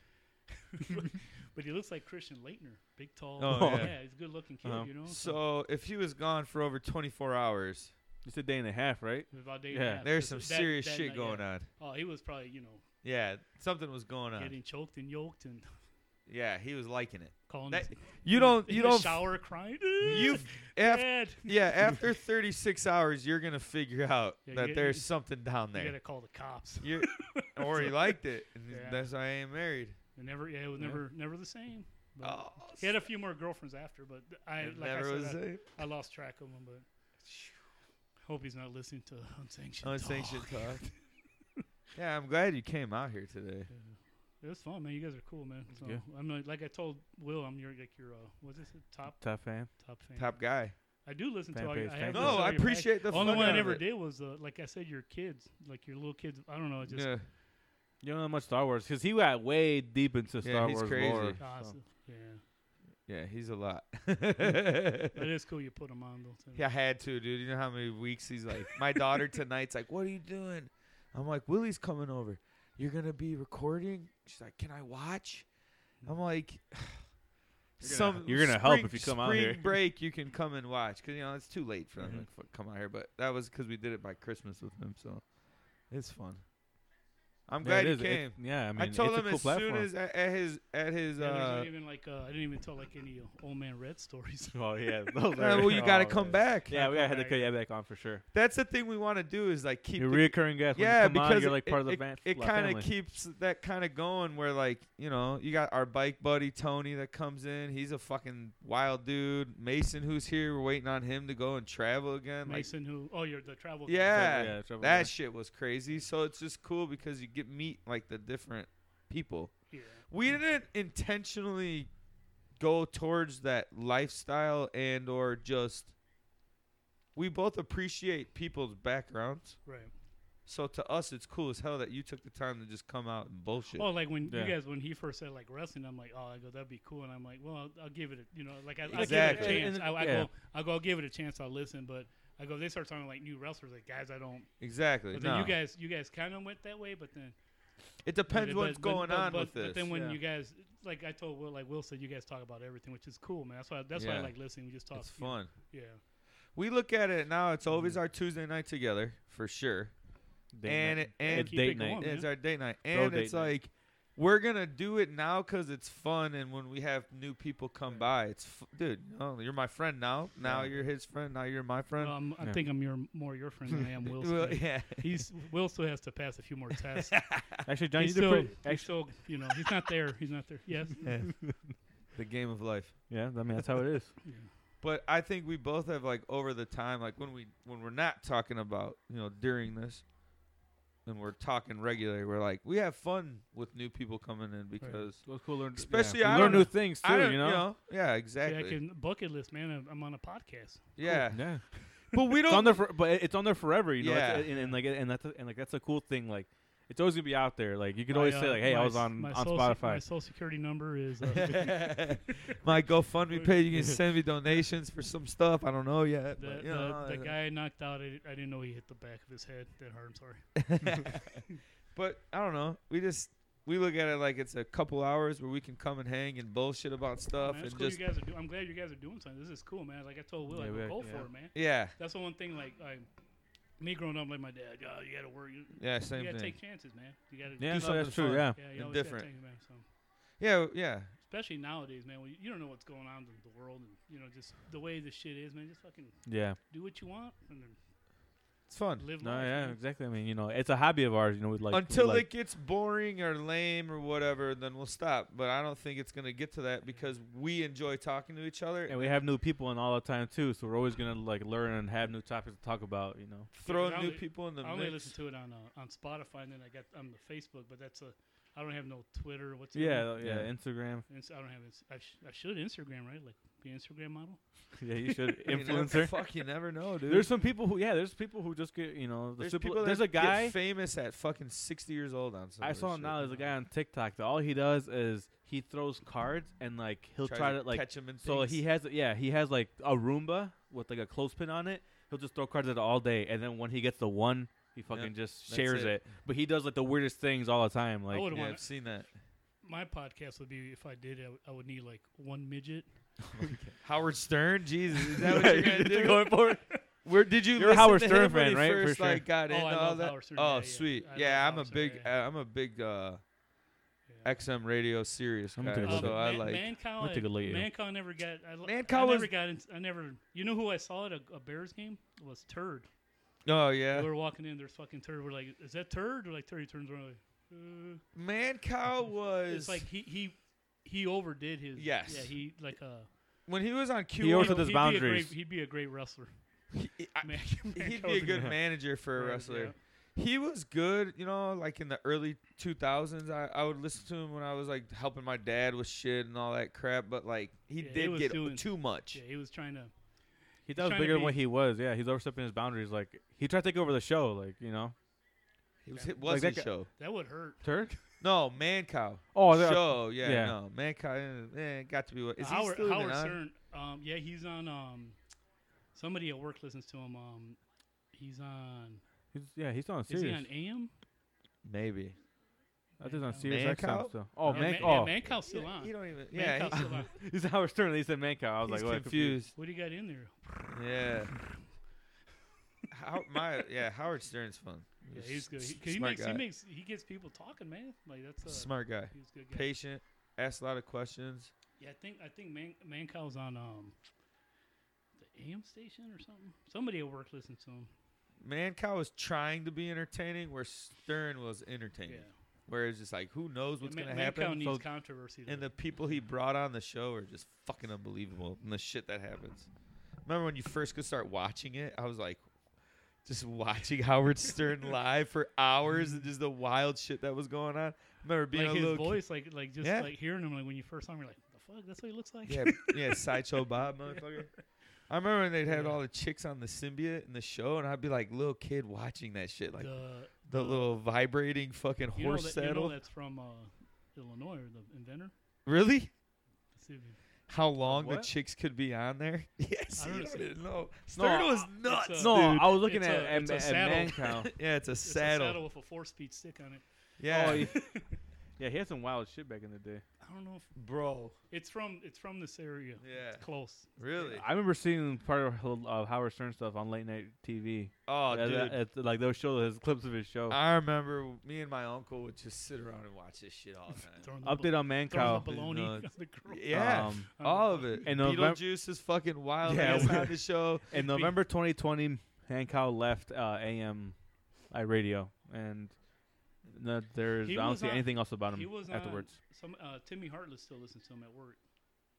S3: [LAUGHS] but he looks like Christian Leitner, big, tall.
S2: Oh,
S3: yeah.
S2: yeah.
S3: he's a good-looking kid,
S1: Uh-huh.
S3: you know.
S2: so if he was gone for over 24 hours,
S1: it's a day and a half, right?
S3: about day
S1: yeah,
S3: and a half,
S2: there's
S3: so
S2: some
S3: that-
S2: serious
S3: that
S2: shit
S3: night,
S2: going
S3: yeah.
S2: on. Uh-huh.
S3: Oh, he was probably you know
S2: Yeah, something was going on.
S3: getting choked and yoked and
S2: Yeah, he was liking it.
S3: calling.
S2: That-
S3: his,
S2: You
S3: [LAUGHS] in
S2: don't.
S3: the, in
S2: You
S3: the
S2: don't.
S3: shower crying. [LAUGHS]
S2: You after
S3: Dad.
S2: yeah after 36 hours, you're gonna figure out
S3: Yeah,
S2: that
S3: you-
S2: there's
S3: you-
S2: something down
S3: You
S2: there.
S3: gotta call the cops. [LAUGHS]
S2: You're, or he liked it. And
S3: Yeah.
S2: That's why I ain't married.
S3: And never, yeah, it was
S2: Yeah.
S3: never, never the same. But
S2: Oh,
S3: He had a few more girlfriends after, but th- I
S2: it
S3: like
S2: never
S3: I
S2: was
S3: said,
S2: it.
S3: I, I lost track of him. But hope he's not listening to unsanctioned. [LAUGHS]
S2: Unsanctioned talk. yeah, I'm glad you came out here today.
S3: Talk. Yeah. It was fun, man. You guys are cool, man. So
S1: Yeah.
S3: I'm like, like I told Will, I'm your like your uh, what's this top
S1: Tough fan.
S3: top fan.
S2: Top guy.
S3: I do listen to
S1: Fan
S3: all your.
S1: page,
S3: I
S1: fan
S3: have
S1: page.
S3: listened
S2: No,
S3: to all
S2: I
S3: your-
S2: appreciate the
S3: The only
S2: fuck
S3: one I
S2: out of
S3: never
S2: it.
S3: did was, uh, like I said, your kids, like your little kids. I don't know. It just
S2: yeah.
S1: You don't know much Star Wars because he got way deep into
S2: Yeah,
S1: Star
S2: he's
S1: Wars
S2: crazy.
S1: lore.
S3: Ah,
S1: so.
S3: so- yeah.
S2: yeah, he's a lot. [LAUGHS]
S3: But it's cool you put them on though. too.
S2: Yeah, I had to, dude. You know how many weeks he's like,
S1: [LAUGHS]
S2: my daughter tonight's like, what are you doing? I'm like, Willie's coming over. You're gonna be recording. She's like, can I watch? I'm like, [SIGHS]
S4: You're gonna-
S2: some.
S1: you're gonna help
S2: spring-
S1: if you come out here." [LAUGHS]
S2: Spring break, you can come and watch because you know it's too late for them
S1: Mhm.
S2: to fuck- come out here. But that was because we did it by Christmas with him, so it's fun. I'm
S1: Yeah,
S2: glad
S1: it
S2: he
S1: is. It-
S2: came.
S1: yeah, I
S2: I,
S1: mean,
S2: told
S1: it's
S2: him
S1: a cool
S2: as
S1: platform.
S2: soon as at, at his at his.
S3: Yeah, there's
S2: uh,
S3: not even like uh, I didn't even tell like any uh, old man red stories.
S1: [LAUGHS] oh yeah, those
S2: uh,
S1: are-
S2: well, you got to
S1: oh,
S2: come
S1: yeah.
S2: back.
S1: Yeah, we gotta have
S3: come
S1: to cut you back on for sure.
S2: That's the thing we want to do is like keep
S1: You're
S2: the-
S1: reoccurring guest. When
S2: yeah,
S1: you come on,
S2: because
S1: you're like
S2: it-
S1: part of the
S2: it-
S1: van-
S2: It
S1: like,
S2: kind
S1: family.
S2: of keeps that kind of going where like you know you got our bike buddy Tony that comes in. He's a fucking wild dude. Mason who's here. We're waiting on him to go [LAUGHS] and travel again.
S3: Mason, who oh, you're the travel.
S2: Like
S3: guy.
S2: yeah,
S1: Yeah, travel
S2: that
S1: again.
S2: shit was crazy. So it's just cool because you get meet like the different people.
S3: yeah.
S2: We
S1: Mm.
S2: didn't intentionally go towards that lifestyle and or just. We both appreciate people's backgrounds.
S3: Right.
S2: So to us, it's cool as hell that you took the time to just come out and bullshit.
S3: Oh, like when
S1: Yeah.
S3: you guys when he first said like wrestling, I'm like, oh, I go that'd be cool, and I'm like, well, I'll, I'll give it, a, you know, like I,
S2: Exactly.
S3: I'll give it a chance.
S1: And-
S3: I, I
S1: yeah.
S3: go, I go, I'll give it a chance. I'll listen, but I go. They start talking like new wrestlers, like guys, I don't.
S2: exactly.
S3: But then
S2: no.
S3: you guys, you guys kind of went that way, but then
S2: it depends
S3: but-
S2: what's
S3: but-
S2: going
S3: but-
S2: on
S3: but,
S2: with this.
S3: But then when
S1: yeah.
S3: you guys, like I told Will, like Will said, you guys talk about everything, which is cool, man. That's why that's why
S2: Yeah.
S3: I like listening. We just talk.
S2: it's
S3: you Mm-hmm. know,
S2: fun.
S3: Yeah.
S2: We look at it now. It's always our Tuesday night together for sure,
S1: Date
S2: and
S1: night.
S2: it, and
S1: it's
S3: Keep it
S1: date night.
S3: going.
S2: it's
S3: man.
S2: our date night, and
S1: date
S2: it's
S1: night.
S2: like we're gonna do it now because it's fun, and when we have new people come by, it's f- dude. Oh, you're my friend now. Now
S1: Yeah.
S2: you're his friend. Now you're my friend.
S3: Well, I'm, Um, I
S1: Yeah.
S3: think I'm your more your friend than
S2: [LAUGHS]
S3: I am Will's.
S2: Well,
S3: friend.
S2: yeah.
S3: He's Will still has to pass a
S2: [LAUGHS]
S3: few more tests.
S1: Actually, John,
S3: he's
S1: you did pretty.
S3: still, he's
S1: Actually,
S3: still, you know, he's not there. He's not there.
S1: [LAUGHS]
S3: Yes.
S2: the game of life.
S1: yeah, I mean that's how
S2: [LAUGHS]
S1: it is.
S2: But I think we both have like over the time, like when we when we're not talking about you know during this, and we're talking regularly, we're like we have fun with new people coming in because
S1: It was cool learn,
S2: Especially,
S1: yeah.
S2: I
S1: You learn
S2: don't-
S1: new things too.
S2: I don't
S1: you know.
S2: yeah
S3: Yeah, I
S2: exactly
S3: can bucket list, man. I'm- I'm on a podcast.
S2: yeah,
S1: Cool. Yeah.
S2: [LAUGHS] but we
S1: it's on
S2: don't
S1: there for, but it- it's on there forever, you know. That's-
S2: Yeah.
S1: And, and like, and that's a, and like that's a cool thing. Like, it's always gonna be out there. Like, you can
S3: My,
S1: always
S3: uh,
S1: say like, "Hey,
S3: my
S1: I was
S3: s-
S1: on
S3: my
S1: on
S3: social- My
S1: Spotify."
S3: social security number
S1: [LAUGHS]
S2: [LAUGHS]
S3: is. Uh,
S2: my
S3: [LAUGHS]
S2: GoFundMe page. You can send me donations for some stuff. I don't know yet.
S3: The,
S2: but, you
S3: the,
S2: know, uh,
S3: the guy I knocked out, I, I didn't know he hit the back of his head. That hurt. I'm sorry.
S2: but I don't know. We just we look at it like it's a couple hours where we can come and hang and bullshit about stuff
S3: Man,
S2: and
S3: that's cool.
S2: just
S3: you guys are do- I'm glad you guys are doing something. This is cool, man. Like I told Will,
S1: Yeah,
S3: I
S1: we
S3: go,
S1: are-
S3: go
S1: yeah.
S3: for it, man.
S2: yeah.
S3: That's the one thing. Like I, me growing up, like my dad, oh, you gotta work. You,
S2: Yeah,
S3: you
S2: same
S3: gotta
S2: thing.
S3: take chances, man. You gotta
S1: yeah,
S2: do
S1: no,
S2: something
S1: that's true.
S2: fun.
S1: Yeah.
S3: yeah,
S2: and
S3: you always gotta
S2: different.
S3: take it, man. So
S2: yeah, yeah.
S3: especially nowadays, man, when you, you don't know what's going on in the world, and you know just the way the shit is, man. Just fucking
S1: Yeah.
S3: do what you want and then
S2: It's fun.
S3: live
S1: No,
S3: life.
S1: yeah,
S3: man.
S1: exactly. I mean, you know, it's a hobby of ours. You know, we like
S2: Until
S1: like,
S2: it gets boring or lame or whatever, then we'll stop. But I don't think it's gonna get to that because we enjoy talking to each other
S1: and we have new people in all the time too. So we're always gonna like learn and have new topics to talk about. You know.
S2: throw
S3: Yeah, 'cause I
S2: new
S3: only-
S2: people in the
S3: I only
S2: mix.
S3: listen to it on uh, on Spotify, and then I got on the Facebook, but that's a. I don't have no Twitter. What's it called?
S1: Yeah, oh, yeah.
S2: Yeah.
S1: Instagram.
S2: [LAUGHS]
S3: Ins- I don't have. Ins- I, sh- I should Instagram, right? Like be an Instagram model.
S1: Yeah, you should
S2: You never-
S1: influencer.
S2: fuck, you never
S1: [LAUGHS]
S2: know, [LAUGHS] dude.
S1: There's some people who, yeah, there's people who just get, you know, the
S2: There's
S1: super.
S2: people
S1: there's
S2: that
S1: a guy
S2: get famous at fucking 60 years old on. Some
S1: I
S2: of this
S1: saw
S2: shit.
S1: now. There's a guy on TikTok that all he does is he throws cards and like he'll
S2: Tries
S1: try to like
S2: catch him in
S1: So
S2: things.
S1: he has, yeah, he has like a Roomba with like a clothespin on it. He'll just throw cards at it all day, and then when he gets the one, he fucking just
S2: that's
S1: shares
S2: it.
S1: it. But he does like the weirdest things all the time. Like,
S3: I would
S2: Yeah,
S3: want
S2: I've seen that.
S3: my podcast would be if I did. I, w- I would need like one midget.
S2: Howard Stern, Jesus,
S1: [LAUGHS]
S2: is that what you're gonna do?
S1: going for it?
S2: Where did you?
S1: You're a
S2: listen
S1: Howard
S2: to
S1: Stern
S2: him when
S1: fan,
S2: he
S1: right? For
S2: First,
S1: sure.
S2: like, got
S3: Oh,
S2: into
S3: I
S2: all
S3: love
S2: that.
S3: Howard Stern,
S2: oh,
S3: yeah, yeah.
S2: sweet.
S3: I love
S2: Yeah, I'm a
S3: Howard Stern,
S2: big,
S3: yeah.
S2: uh, I'm a big uh,
S3: Yeah.
S2: XM radio serious
S1: I'm
S2: guy.
S1: gonna take a
S3: Um,
S1: look
S2: so I
S3: Man-
S1: I'm
S2: like.
S3: Mancow.
S1: gonna take a
S3: I-
S1: look at you.
S3: Mancow never got. I, li-
S2: Mancow
S3: I never
S2: was-
S3: got. In, I never. You know who I saw at a, a Bears game was Turd.
S2: oh yeah,
S3: We were walking in. There's fucking Turd. We're like, is that Turd? We're like, Turd he turns around. Like,
S2: man, cow
S3: uh.
S2: was
S3: [LAUGHS] It's like he he he overdid his.
S2: Yes.
S3: Yeah. He like uh.
S2: when he was on Q.
S1: He also
S3: he'd
S1: does
S3: be a
S1: boundaries.
S3: great- He'd be a great wrestler.
S2: he, I-
S3: [LAUGHS]
S2: [LAUGHS]
S3: Man,
S2: he'd
S3: Mancow
S2: be a
S3: was
S2: good
S1: Yeah.
S2: manager for a
S3: Yeah,
S2: wrestler.
S3: yeah.
S2: He was good, you know, like in the early 2000s. I, I would listen to him when I was like helping my dad with shit and all that crap, but like he
S3: Yeah, he
S2: did
S3: was
S2: get
S3: doing-
S2: too much.
S3: Yeah, he was trying to.
S1: He thought it was
S3: trying to
S1: bigger than
S3: be-
S1: what he was. Yeah, he's overstepping his boundaries. Like he tried to take over the show. Like you know,
S2: It was
S3: Yeah.
S2: it was
S1: that
S2: his
S1: guy-
S2: show.
S3: That would hurt.
S2: [LAUGHS]
S1: Turk.
S2: No, man, cow.
S1: Oh, that-
S2: show. Yeah,
S1: yeah.
S2: no, man, cow. eh, eh, got to be what is he
S3: Howard,
S2: still even
S3: Howard
S2: on?
S3: Stern. Um, yeah, he's on. Um, somebody at work listens to him. Um, he's on.
S1: he's, yeah, he's on
S3: Is he
S1: serious.
S3: on AM?
S2: Maybe.
S1: I think he's on
S3: Man
S1: serious
S2: Cow?
S1: XM. So. Oh,
S3: yeah,
S1: man,
S3: Man-
S1: oh,
S3: yeah, Mancow's still
S2: Yeah,
S3: on.
S2: You don't even.
S3: Man
S2: Yeah,
S3: Cow's
S2: he-
S3: still on.
S1: [LAUGHS] he's Howard Stern. He said man cow. I was
S2: he's
S1: like, what?
S2: confused.
S3: What do you got in there?
S2: Yeah. How my yeah Howard Stern's fun.
S3: Yeah, he's good. He, 'cause he
S2: smart
S3: makes.
S2: guy.
S3: He makes. He gets people talking, man. Like that's a
S2: smart guy.
S3: He's a good guy.
S2: Patient. Asks a lot of questions.
S3: Yeah, I think I think Man Mancow's on um the AM station or something. Somebody at work listens to him.
S2: Mancow was trying to be entertaining, where Stern was entertaining.
S3: Yeah,
S2: Where it's just like, who knows what's
S3: Man-
S2: going to
S3: Mancow
S2: happen?
S3: needs
S2: So-
S3: controversy.
S2: and
S3: though.
S2: the people he brought on the show are just fucking unbelievable. And the shit that happens. Remember when you first could start watching it? I was like, just watching [LAUGHS] Howard Stern live for hours and just the wild shit that was going on. Remember being
S3: like
S2: a
S3: his
S2: little kid-
S3: voice, like like just
S2: Yeah.
S3: like hearing him like when you first saw him, you're like, the fuck, that's what he looks like. [LAUGHS]
S2: Yeah, yeah, sideshow Bob, motherfucker. I remember when they'd had all the chicks on the symbiote in the show, and I'd be like, little kid watching that shit, like the,
S3: the
S2: little vibrating fucking
S3: you know
S2: horse
S3: that- you know
S2: saddle.
S3: that's from uh, Illinois, or the inventor.
S2: really?
S3: Let's see if you-
S2: How long the
S1: what?
S2: chicks could be on there? [LAUGHS] yes,
S3: I
S2: I don't
S3: noticed it.
S2: even know. Stern
S1: I-
S2: was nuts.
S3: it's a-
S1: No, I was looking
S3: It's
S1: at
S3: a-
S1: at,
S3: it's a
S1: at
S3: saddle. [LAUGHS]
S1: man cow.
S2: yeah, it's a
S3: It's
S2: saddle.
S3: a saddle with a four-speed stick on it.
S2: Yeah,
S1: Oh,
S3: [LAUGHS]
S1: yeah. yeah, he had some wild shit back in the day.
S3: I don't know if
S2: bro.
S3: it's from it's from this area.
S2: Yeah,
S3: It's close.
S2: really.
S1: I remember seeing part of uh, Howard Stern stuff on late night TV.
S2: Oh,
S1: Yeah,
S2: dude.
S1: that- it's like they'll show his clips of his show.
S3: Uh,
S2: I remember me and my uncle would just sit around and watch this shit
S3: [LAUGHS]
S2: all the time.
S3: Throwing the bal-
S1: Update on man cow. Uh,
S3: throwing the baloney on [LAUGHS]
S2: nuts.
S3: the girl.
S2: yeah,
S1: Um,
S2: all of it.
S1: in
S2: And
S1: November-
S2: Beetlejuice is fucking wild.
S1: Yeah,
S2: Yeah,
S1: we-
S2: on the show.
S3: [LAUGHS]
S1: In November 2020, Hancock left uh, AM I radio, and no, there's
S3: He
S1: I don't
S3: was
S1: see
S3: on-
S1: anything else about him
S3: he was on-
S1: afterwards.
S3: Some uh, Timmy Hartless still listens to him at work.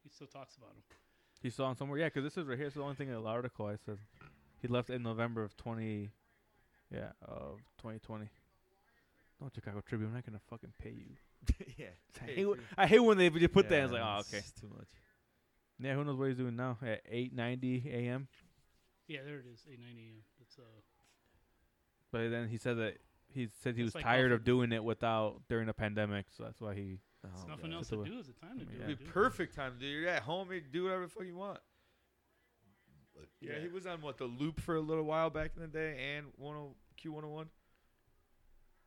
S3: He still talks about him.
S1: He saw him somewhere. Yeah, because this is right here. It's the only thing in the article I said. He left in November of 20, yeah, of 2020. Don't Chicago Tribune. I'm not gonna fucking pay you.
S2: [LAUGHS] yeah,
S1: I hate, when- I hate when they just put that. It's like, oh, okay.
S2: It's too much.
S1: Yeah, who knows what he's doing now at 8:90 a.m.
S3: Yeah, there it is, 8 9 a.m. It's uh,
S1: But then he said that he said he
S3: It's
S1: was
S3: like
S1: tired
S3: Alfred.
S1: of doing it without during the pandemic, so that's why he.
S3: it's
S2: Oh,
S3: nothing
S2: God.
S1: That's
S3: else to
S1: the
S3: do. It's the time to
S1: I mean,
S3: do
S1: yeah.
S3: it.
S2: It'd
S3: dude.
S2: be perfect time, dude. You're at home. You can do whatever the fuck you want. Yeah,
S3: Yeah.
S2: he was on what the loop for a little while back in the day, and one oh, Q one hundred one,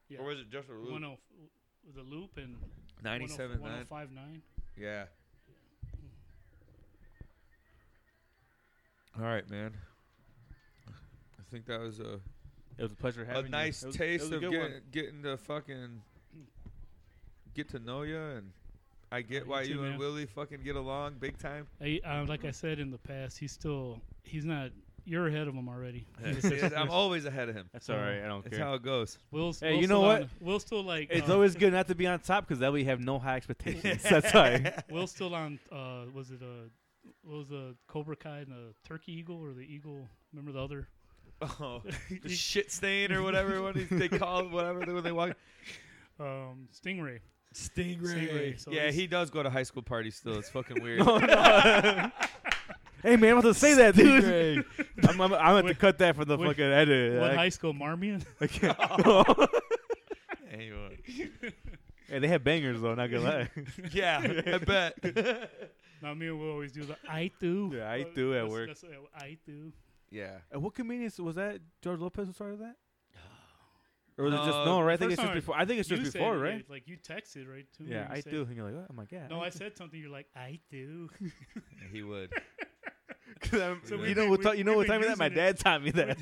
S3: Yeah.
S2: or was it just a loop?
S3: One oh f- the loop and oh,
S2: Ninety seven
S1: oh
S2: nine.
S3: 1059.
S2: Yeah. All right, man. I think that was a,
S1: It was a pleasure
S2: a
S1: having you.
S2: nice
S1: It was- it
S2: taste
S1: was a
S2: of
S1: good
S2: getting,
S1: one.
S2: getting to fucking get to know you, and I get
S3: you
S2: why
S3: too,
S2: you and
S3: man.
S2: Willie fucking get along big time.
S3: I, uh, like I said in the past, he's still he's not. You're ahead of him already.
S2: [LAUGHS] Yeah, I'm always ahead of him.
S1: That's all right. I don't
S2: That's
S1: care.
S2: how it [LAUGHS] goes.
S3: Will's,
S1: Hey,
S3: Will's
S1: you know
S3: still
S1: what?
S3: On, Will's still like.
S1: it's
S3: uh,
S1: always good not to be on top because that way you have no high
S2: [LAUGHS]
S1: expectations. That's why.
S3: Will's still on. Uh, was it a what was the Cobra Kai and the Turkey Eagle or the Eagle? Remember the other?
S2: Oh, the shit stain or whatever what is- they call it, whatever they- when they walk.
S3: Um, Stingray.
S2: Stingray.
S3: Stingray, so
S2: yeah,
S3: he's-
S2: he does go to high school parties still. It's fucking [LAUGHS] weird.
S1: Oh, [LAUGHS] hey man, I'm about to say that, dude. I'm, I'm, I'm about to
S3: What-
S1: cut that for the
S3: what-
S1: fucking edit.
S3: What
S1: I-
S3: high school Marmion? [LAUGHS]
S1: I can't-
S2: [LAUGHS] Anyway.
S1: [LAUGHS] Hey, they have bangers though. Not [LAUGHS] gonna lie.
S2: Yeah, [LAUGHS] I bet.
S3: Now me and Will always do the I do.
S1: Yeah, I
S3: Uh,
S1: do at
S3: that's-
S1: work.
S3: That's, uh, I do.
S2: yeah.
S1: And what comedian was that? George Lopez who started that? Or was it just
S2: No,
S1: no? Right? I think
S3: first
S1: it's just
S3: time
S1: before. I think it's just
S3: You said
S1: before,
S3: it,
S1: right?
S3: Like you texted right to me.
S1: Yeah,
S3: you
S1: I
S3: said-
S1: do. And you're like, oh my god. [LAUGHS]
S3: No, I said something. You're like I do.
S2: He would.
S3: So
S1: [LAUGHS] you
S3: we've
S1: know
S3: been-
S1: what?
S3: we've-
S1: ti- you know
S3: we've
S1: what
S3: been
S1: time is that? My
S3: using
S1: dad [LAUGHS] taught me that.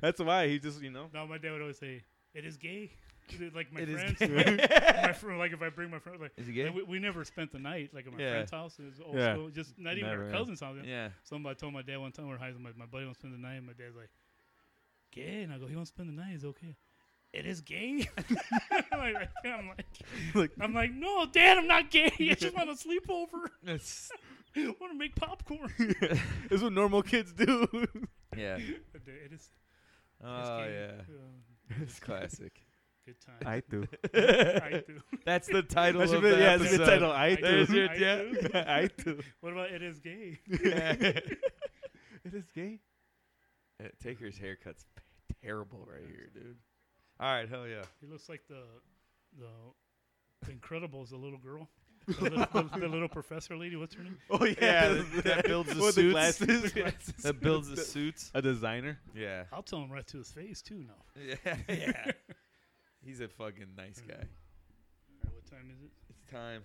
S1: That's why he just you know.
S3: Now my dad would always say it is gay. Dude, Like my
S2: It is
S3: friends,
S2: gay.
S3: [LAUGHS] my,
S2: [LAUGHS]
S3: my friend, like if I bring my friend, like
S2: Is he
S3: and we, we never spent the night like at my
S2: Yeah.
S3: friend's house. It was old
S1: Yeah.
S3: school, just not even
S1: Never,
S3: our
S1: yeah.
S3: cousin's house.
S2: Yeah.
S3: Somebody told my dad one time we we're high. My, my buddy won't spend the night. And my dad's like, gay. And I go, he won't spend the night. It's okay. It is gay. [LAUGHS] I'm, like, I'm like,
S2: [LAUGHS]
S1: Like-
S3: I'm like, no, dad, I'm not gay. I just want to sleep
S2: [LAUGHS]
S3: over. [LAUGHS]
S2: It's,
S3: I want to make popcorn.
S1: It's what normal kids do.
S2: yeah.
S3: it is.
S2: Oh,
S3: gay.
S2: yeah.
S3: Uh,
S2: It's classic.
S3: good time.
S2: [LAUGHS]
S1: I [LAUGHS] do.
S3: I do.
S2: That's the title
S1: That
S2: of
S1: should
S2: the
S1: be- yeah, that's
S2: episode.
S1: the title. I
S3: I
S1: do.
S2: There's your, [LAUGHS]
S3: I [LAUGHS]
S2: yeah.
S3: do.
S2: [LAUGHS]
S1: I do.
S3: What about it is gay?
S1: It is gay.
S5: Uh, Taker's haircut's p- terrible right here, dude.
S2: All right, hell yeah.
S3: He looks like the the Incredibles, the little girl, the, little, the, the little professor lady. What's her name?
S2: [LAUGHS]
S5: Oh
S2: Yeah, that, that builds the
S5: With
S2: suits.
S5: the glasses.
S2: [LAUGHS] That builds the
S5: The-
S2: suits.
S1: A designer.
S2: Yeah.
S3: I'll tell him right to his face too. Now,
S2: Yeah. [LAUGHS] yeah.
S5: He's a fucking nice guy.
S3: Alright, what time is it?
S2: It's time.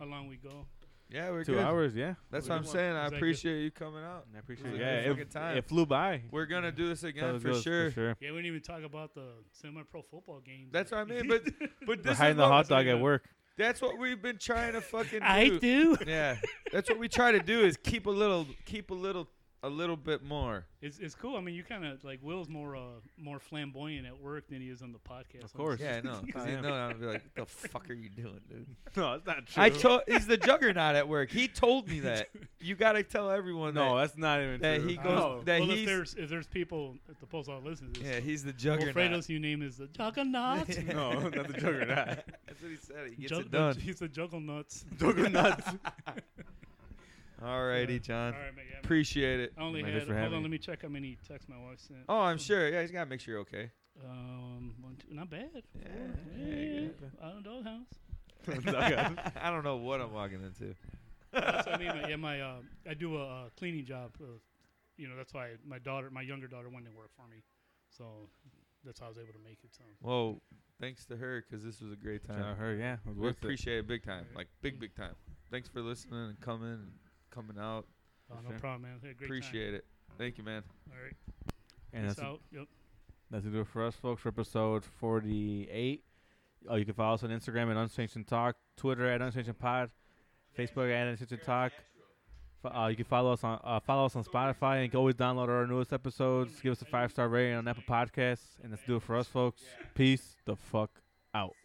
S3: How long we go?
S2: Yeah, we're
S1: Two
S2: good.
S1: hours, yeah.
S2: That's
S3: Is
S2: what I'm
S3: that
S2: saying. I
S3: good?
S2: appreciate you coming out.
S1: I
S2: It
S1: appreciate
S2: was
S1: it.
S2: a
S1: Yeah,
S2: good fucking
S1: it,
S2: time.
S1: it flew by.
S2: We're gonna do this
S1: That
S2: again
S1: was
S2: for
S1: good,
S2: sure.
S3: Yeah, we didn't even talk about the semi-pro football games.
S2: That's what I
S3: [LAUGHS]
S2: mean. But but
S1: We're
S2: this
S1: hiding
S2: is
S1: the
S2: what-
S1: hot dog at work.
S2: That's what we've been trying to fucking. Do.
S3: [LAUGHS] I do.
S2: Yeah, [LAUGHS] that's what we try to do is keep a little, keep a little, a little bit more.
S3: [LAUGHS] It's, it's cool. I mean, you kind of like Will's more uh more flamboyant at work than he is on the podcast.
S1: Of course.
S2: Yeah, I know. 'cause
S1: I
S2: you
S1: am.
S2: know, I'd be like, "The fuck are you doing, dude?"
S1: [LAUGHS] No, it's not
S2: I told he's the juggernaut at work. He told me that. [LAUGHS] You gotta tell everyone
S1: No,
S2: that.
S1: that's not even
S2: that
S1: true.
S2: he goes-
S3: Oh,
S2: that
S3: well, if
S2: he's-
S3: there's if there's people at the post office listening to
S2: Yeah,
S3: this,
S2: he's the
S3: yeah,
S2: juggernaut.
S3: Wilfredo's new name is the Juggernaut.
S2: [LAUGHS]
S1: no, not the juggernaut.
S2: That's what he said. He gets
S3: [LAUGHS] Jug-
S2: it done.
S3: the- He's the Jugglenuts.
S1: Juggernauts.
S2: Alrighty,
S3: All
S2: John.
S3: right, man. Yeah, man.
S2: Appreciate
S5: [LAUGHS]
S2: it.
S3: I only
S1: Man,
S3: had.
S1: thanks
S3: Hold
S1: for having
S3: on,
S1: me.
S3: let me check how many texts my wife sent.
S2: Oh, I'm sure. Yeah, he's gotta make sure you're [LAUGHS] okay.
S3: Um, one, two, not bad.
S2: Yeah,
S3: Four.
S2: yeah,
S3: Yeah, yeah,
S2: good.
S3: yeah. Out of dog house.
S2: [LAUGHS] I don't know what I'm walking into.
S3: that's what I mean. My, yeah, my uh, I do a uh, cleaning job. Uh, you know, that's why my daughter, my younger daughter, wanted to work for me, so that's how I was able to make it. So
S2: Well, thanks to her because this was a great
S1: Shout out to
S2: time.
S1: her, yeah. It was
S2: We
S1: worth it.
S2: appreciate it big time, like big, big time. Thanks for listening and coming, and coming out.
S3: oh, no
S1: sure.
S3: problem, man. Had a great
S2: Appreciate it. Thank you, man.
S3: Time. All right,
S1: And
S3: peace
S1: that's,
S3: out. Yep.
S1: that's gonna do it for us, folks, for episode 48. Oh, you can follow us on Instagram at Unsanctioned Talk, Twitter at Unsanctioned Pod, Facebook at Unsanctioned Talk. F- Uh, you can follow us on uh, follow us on Spotify and you can always download our newest episodes. Give us a five star rating on Apple Podcasts, and that's do it for us, folks. Peace the fuck out.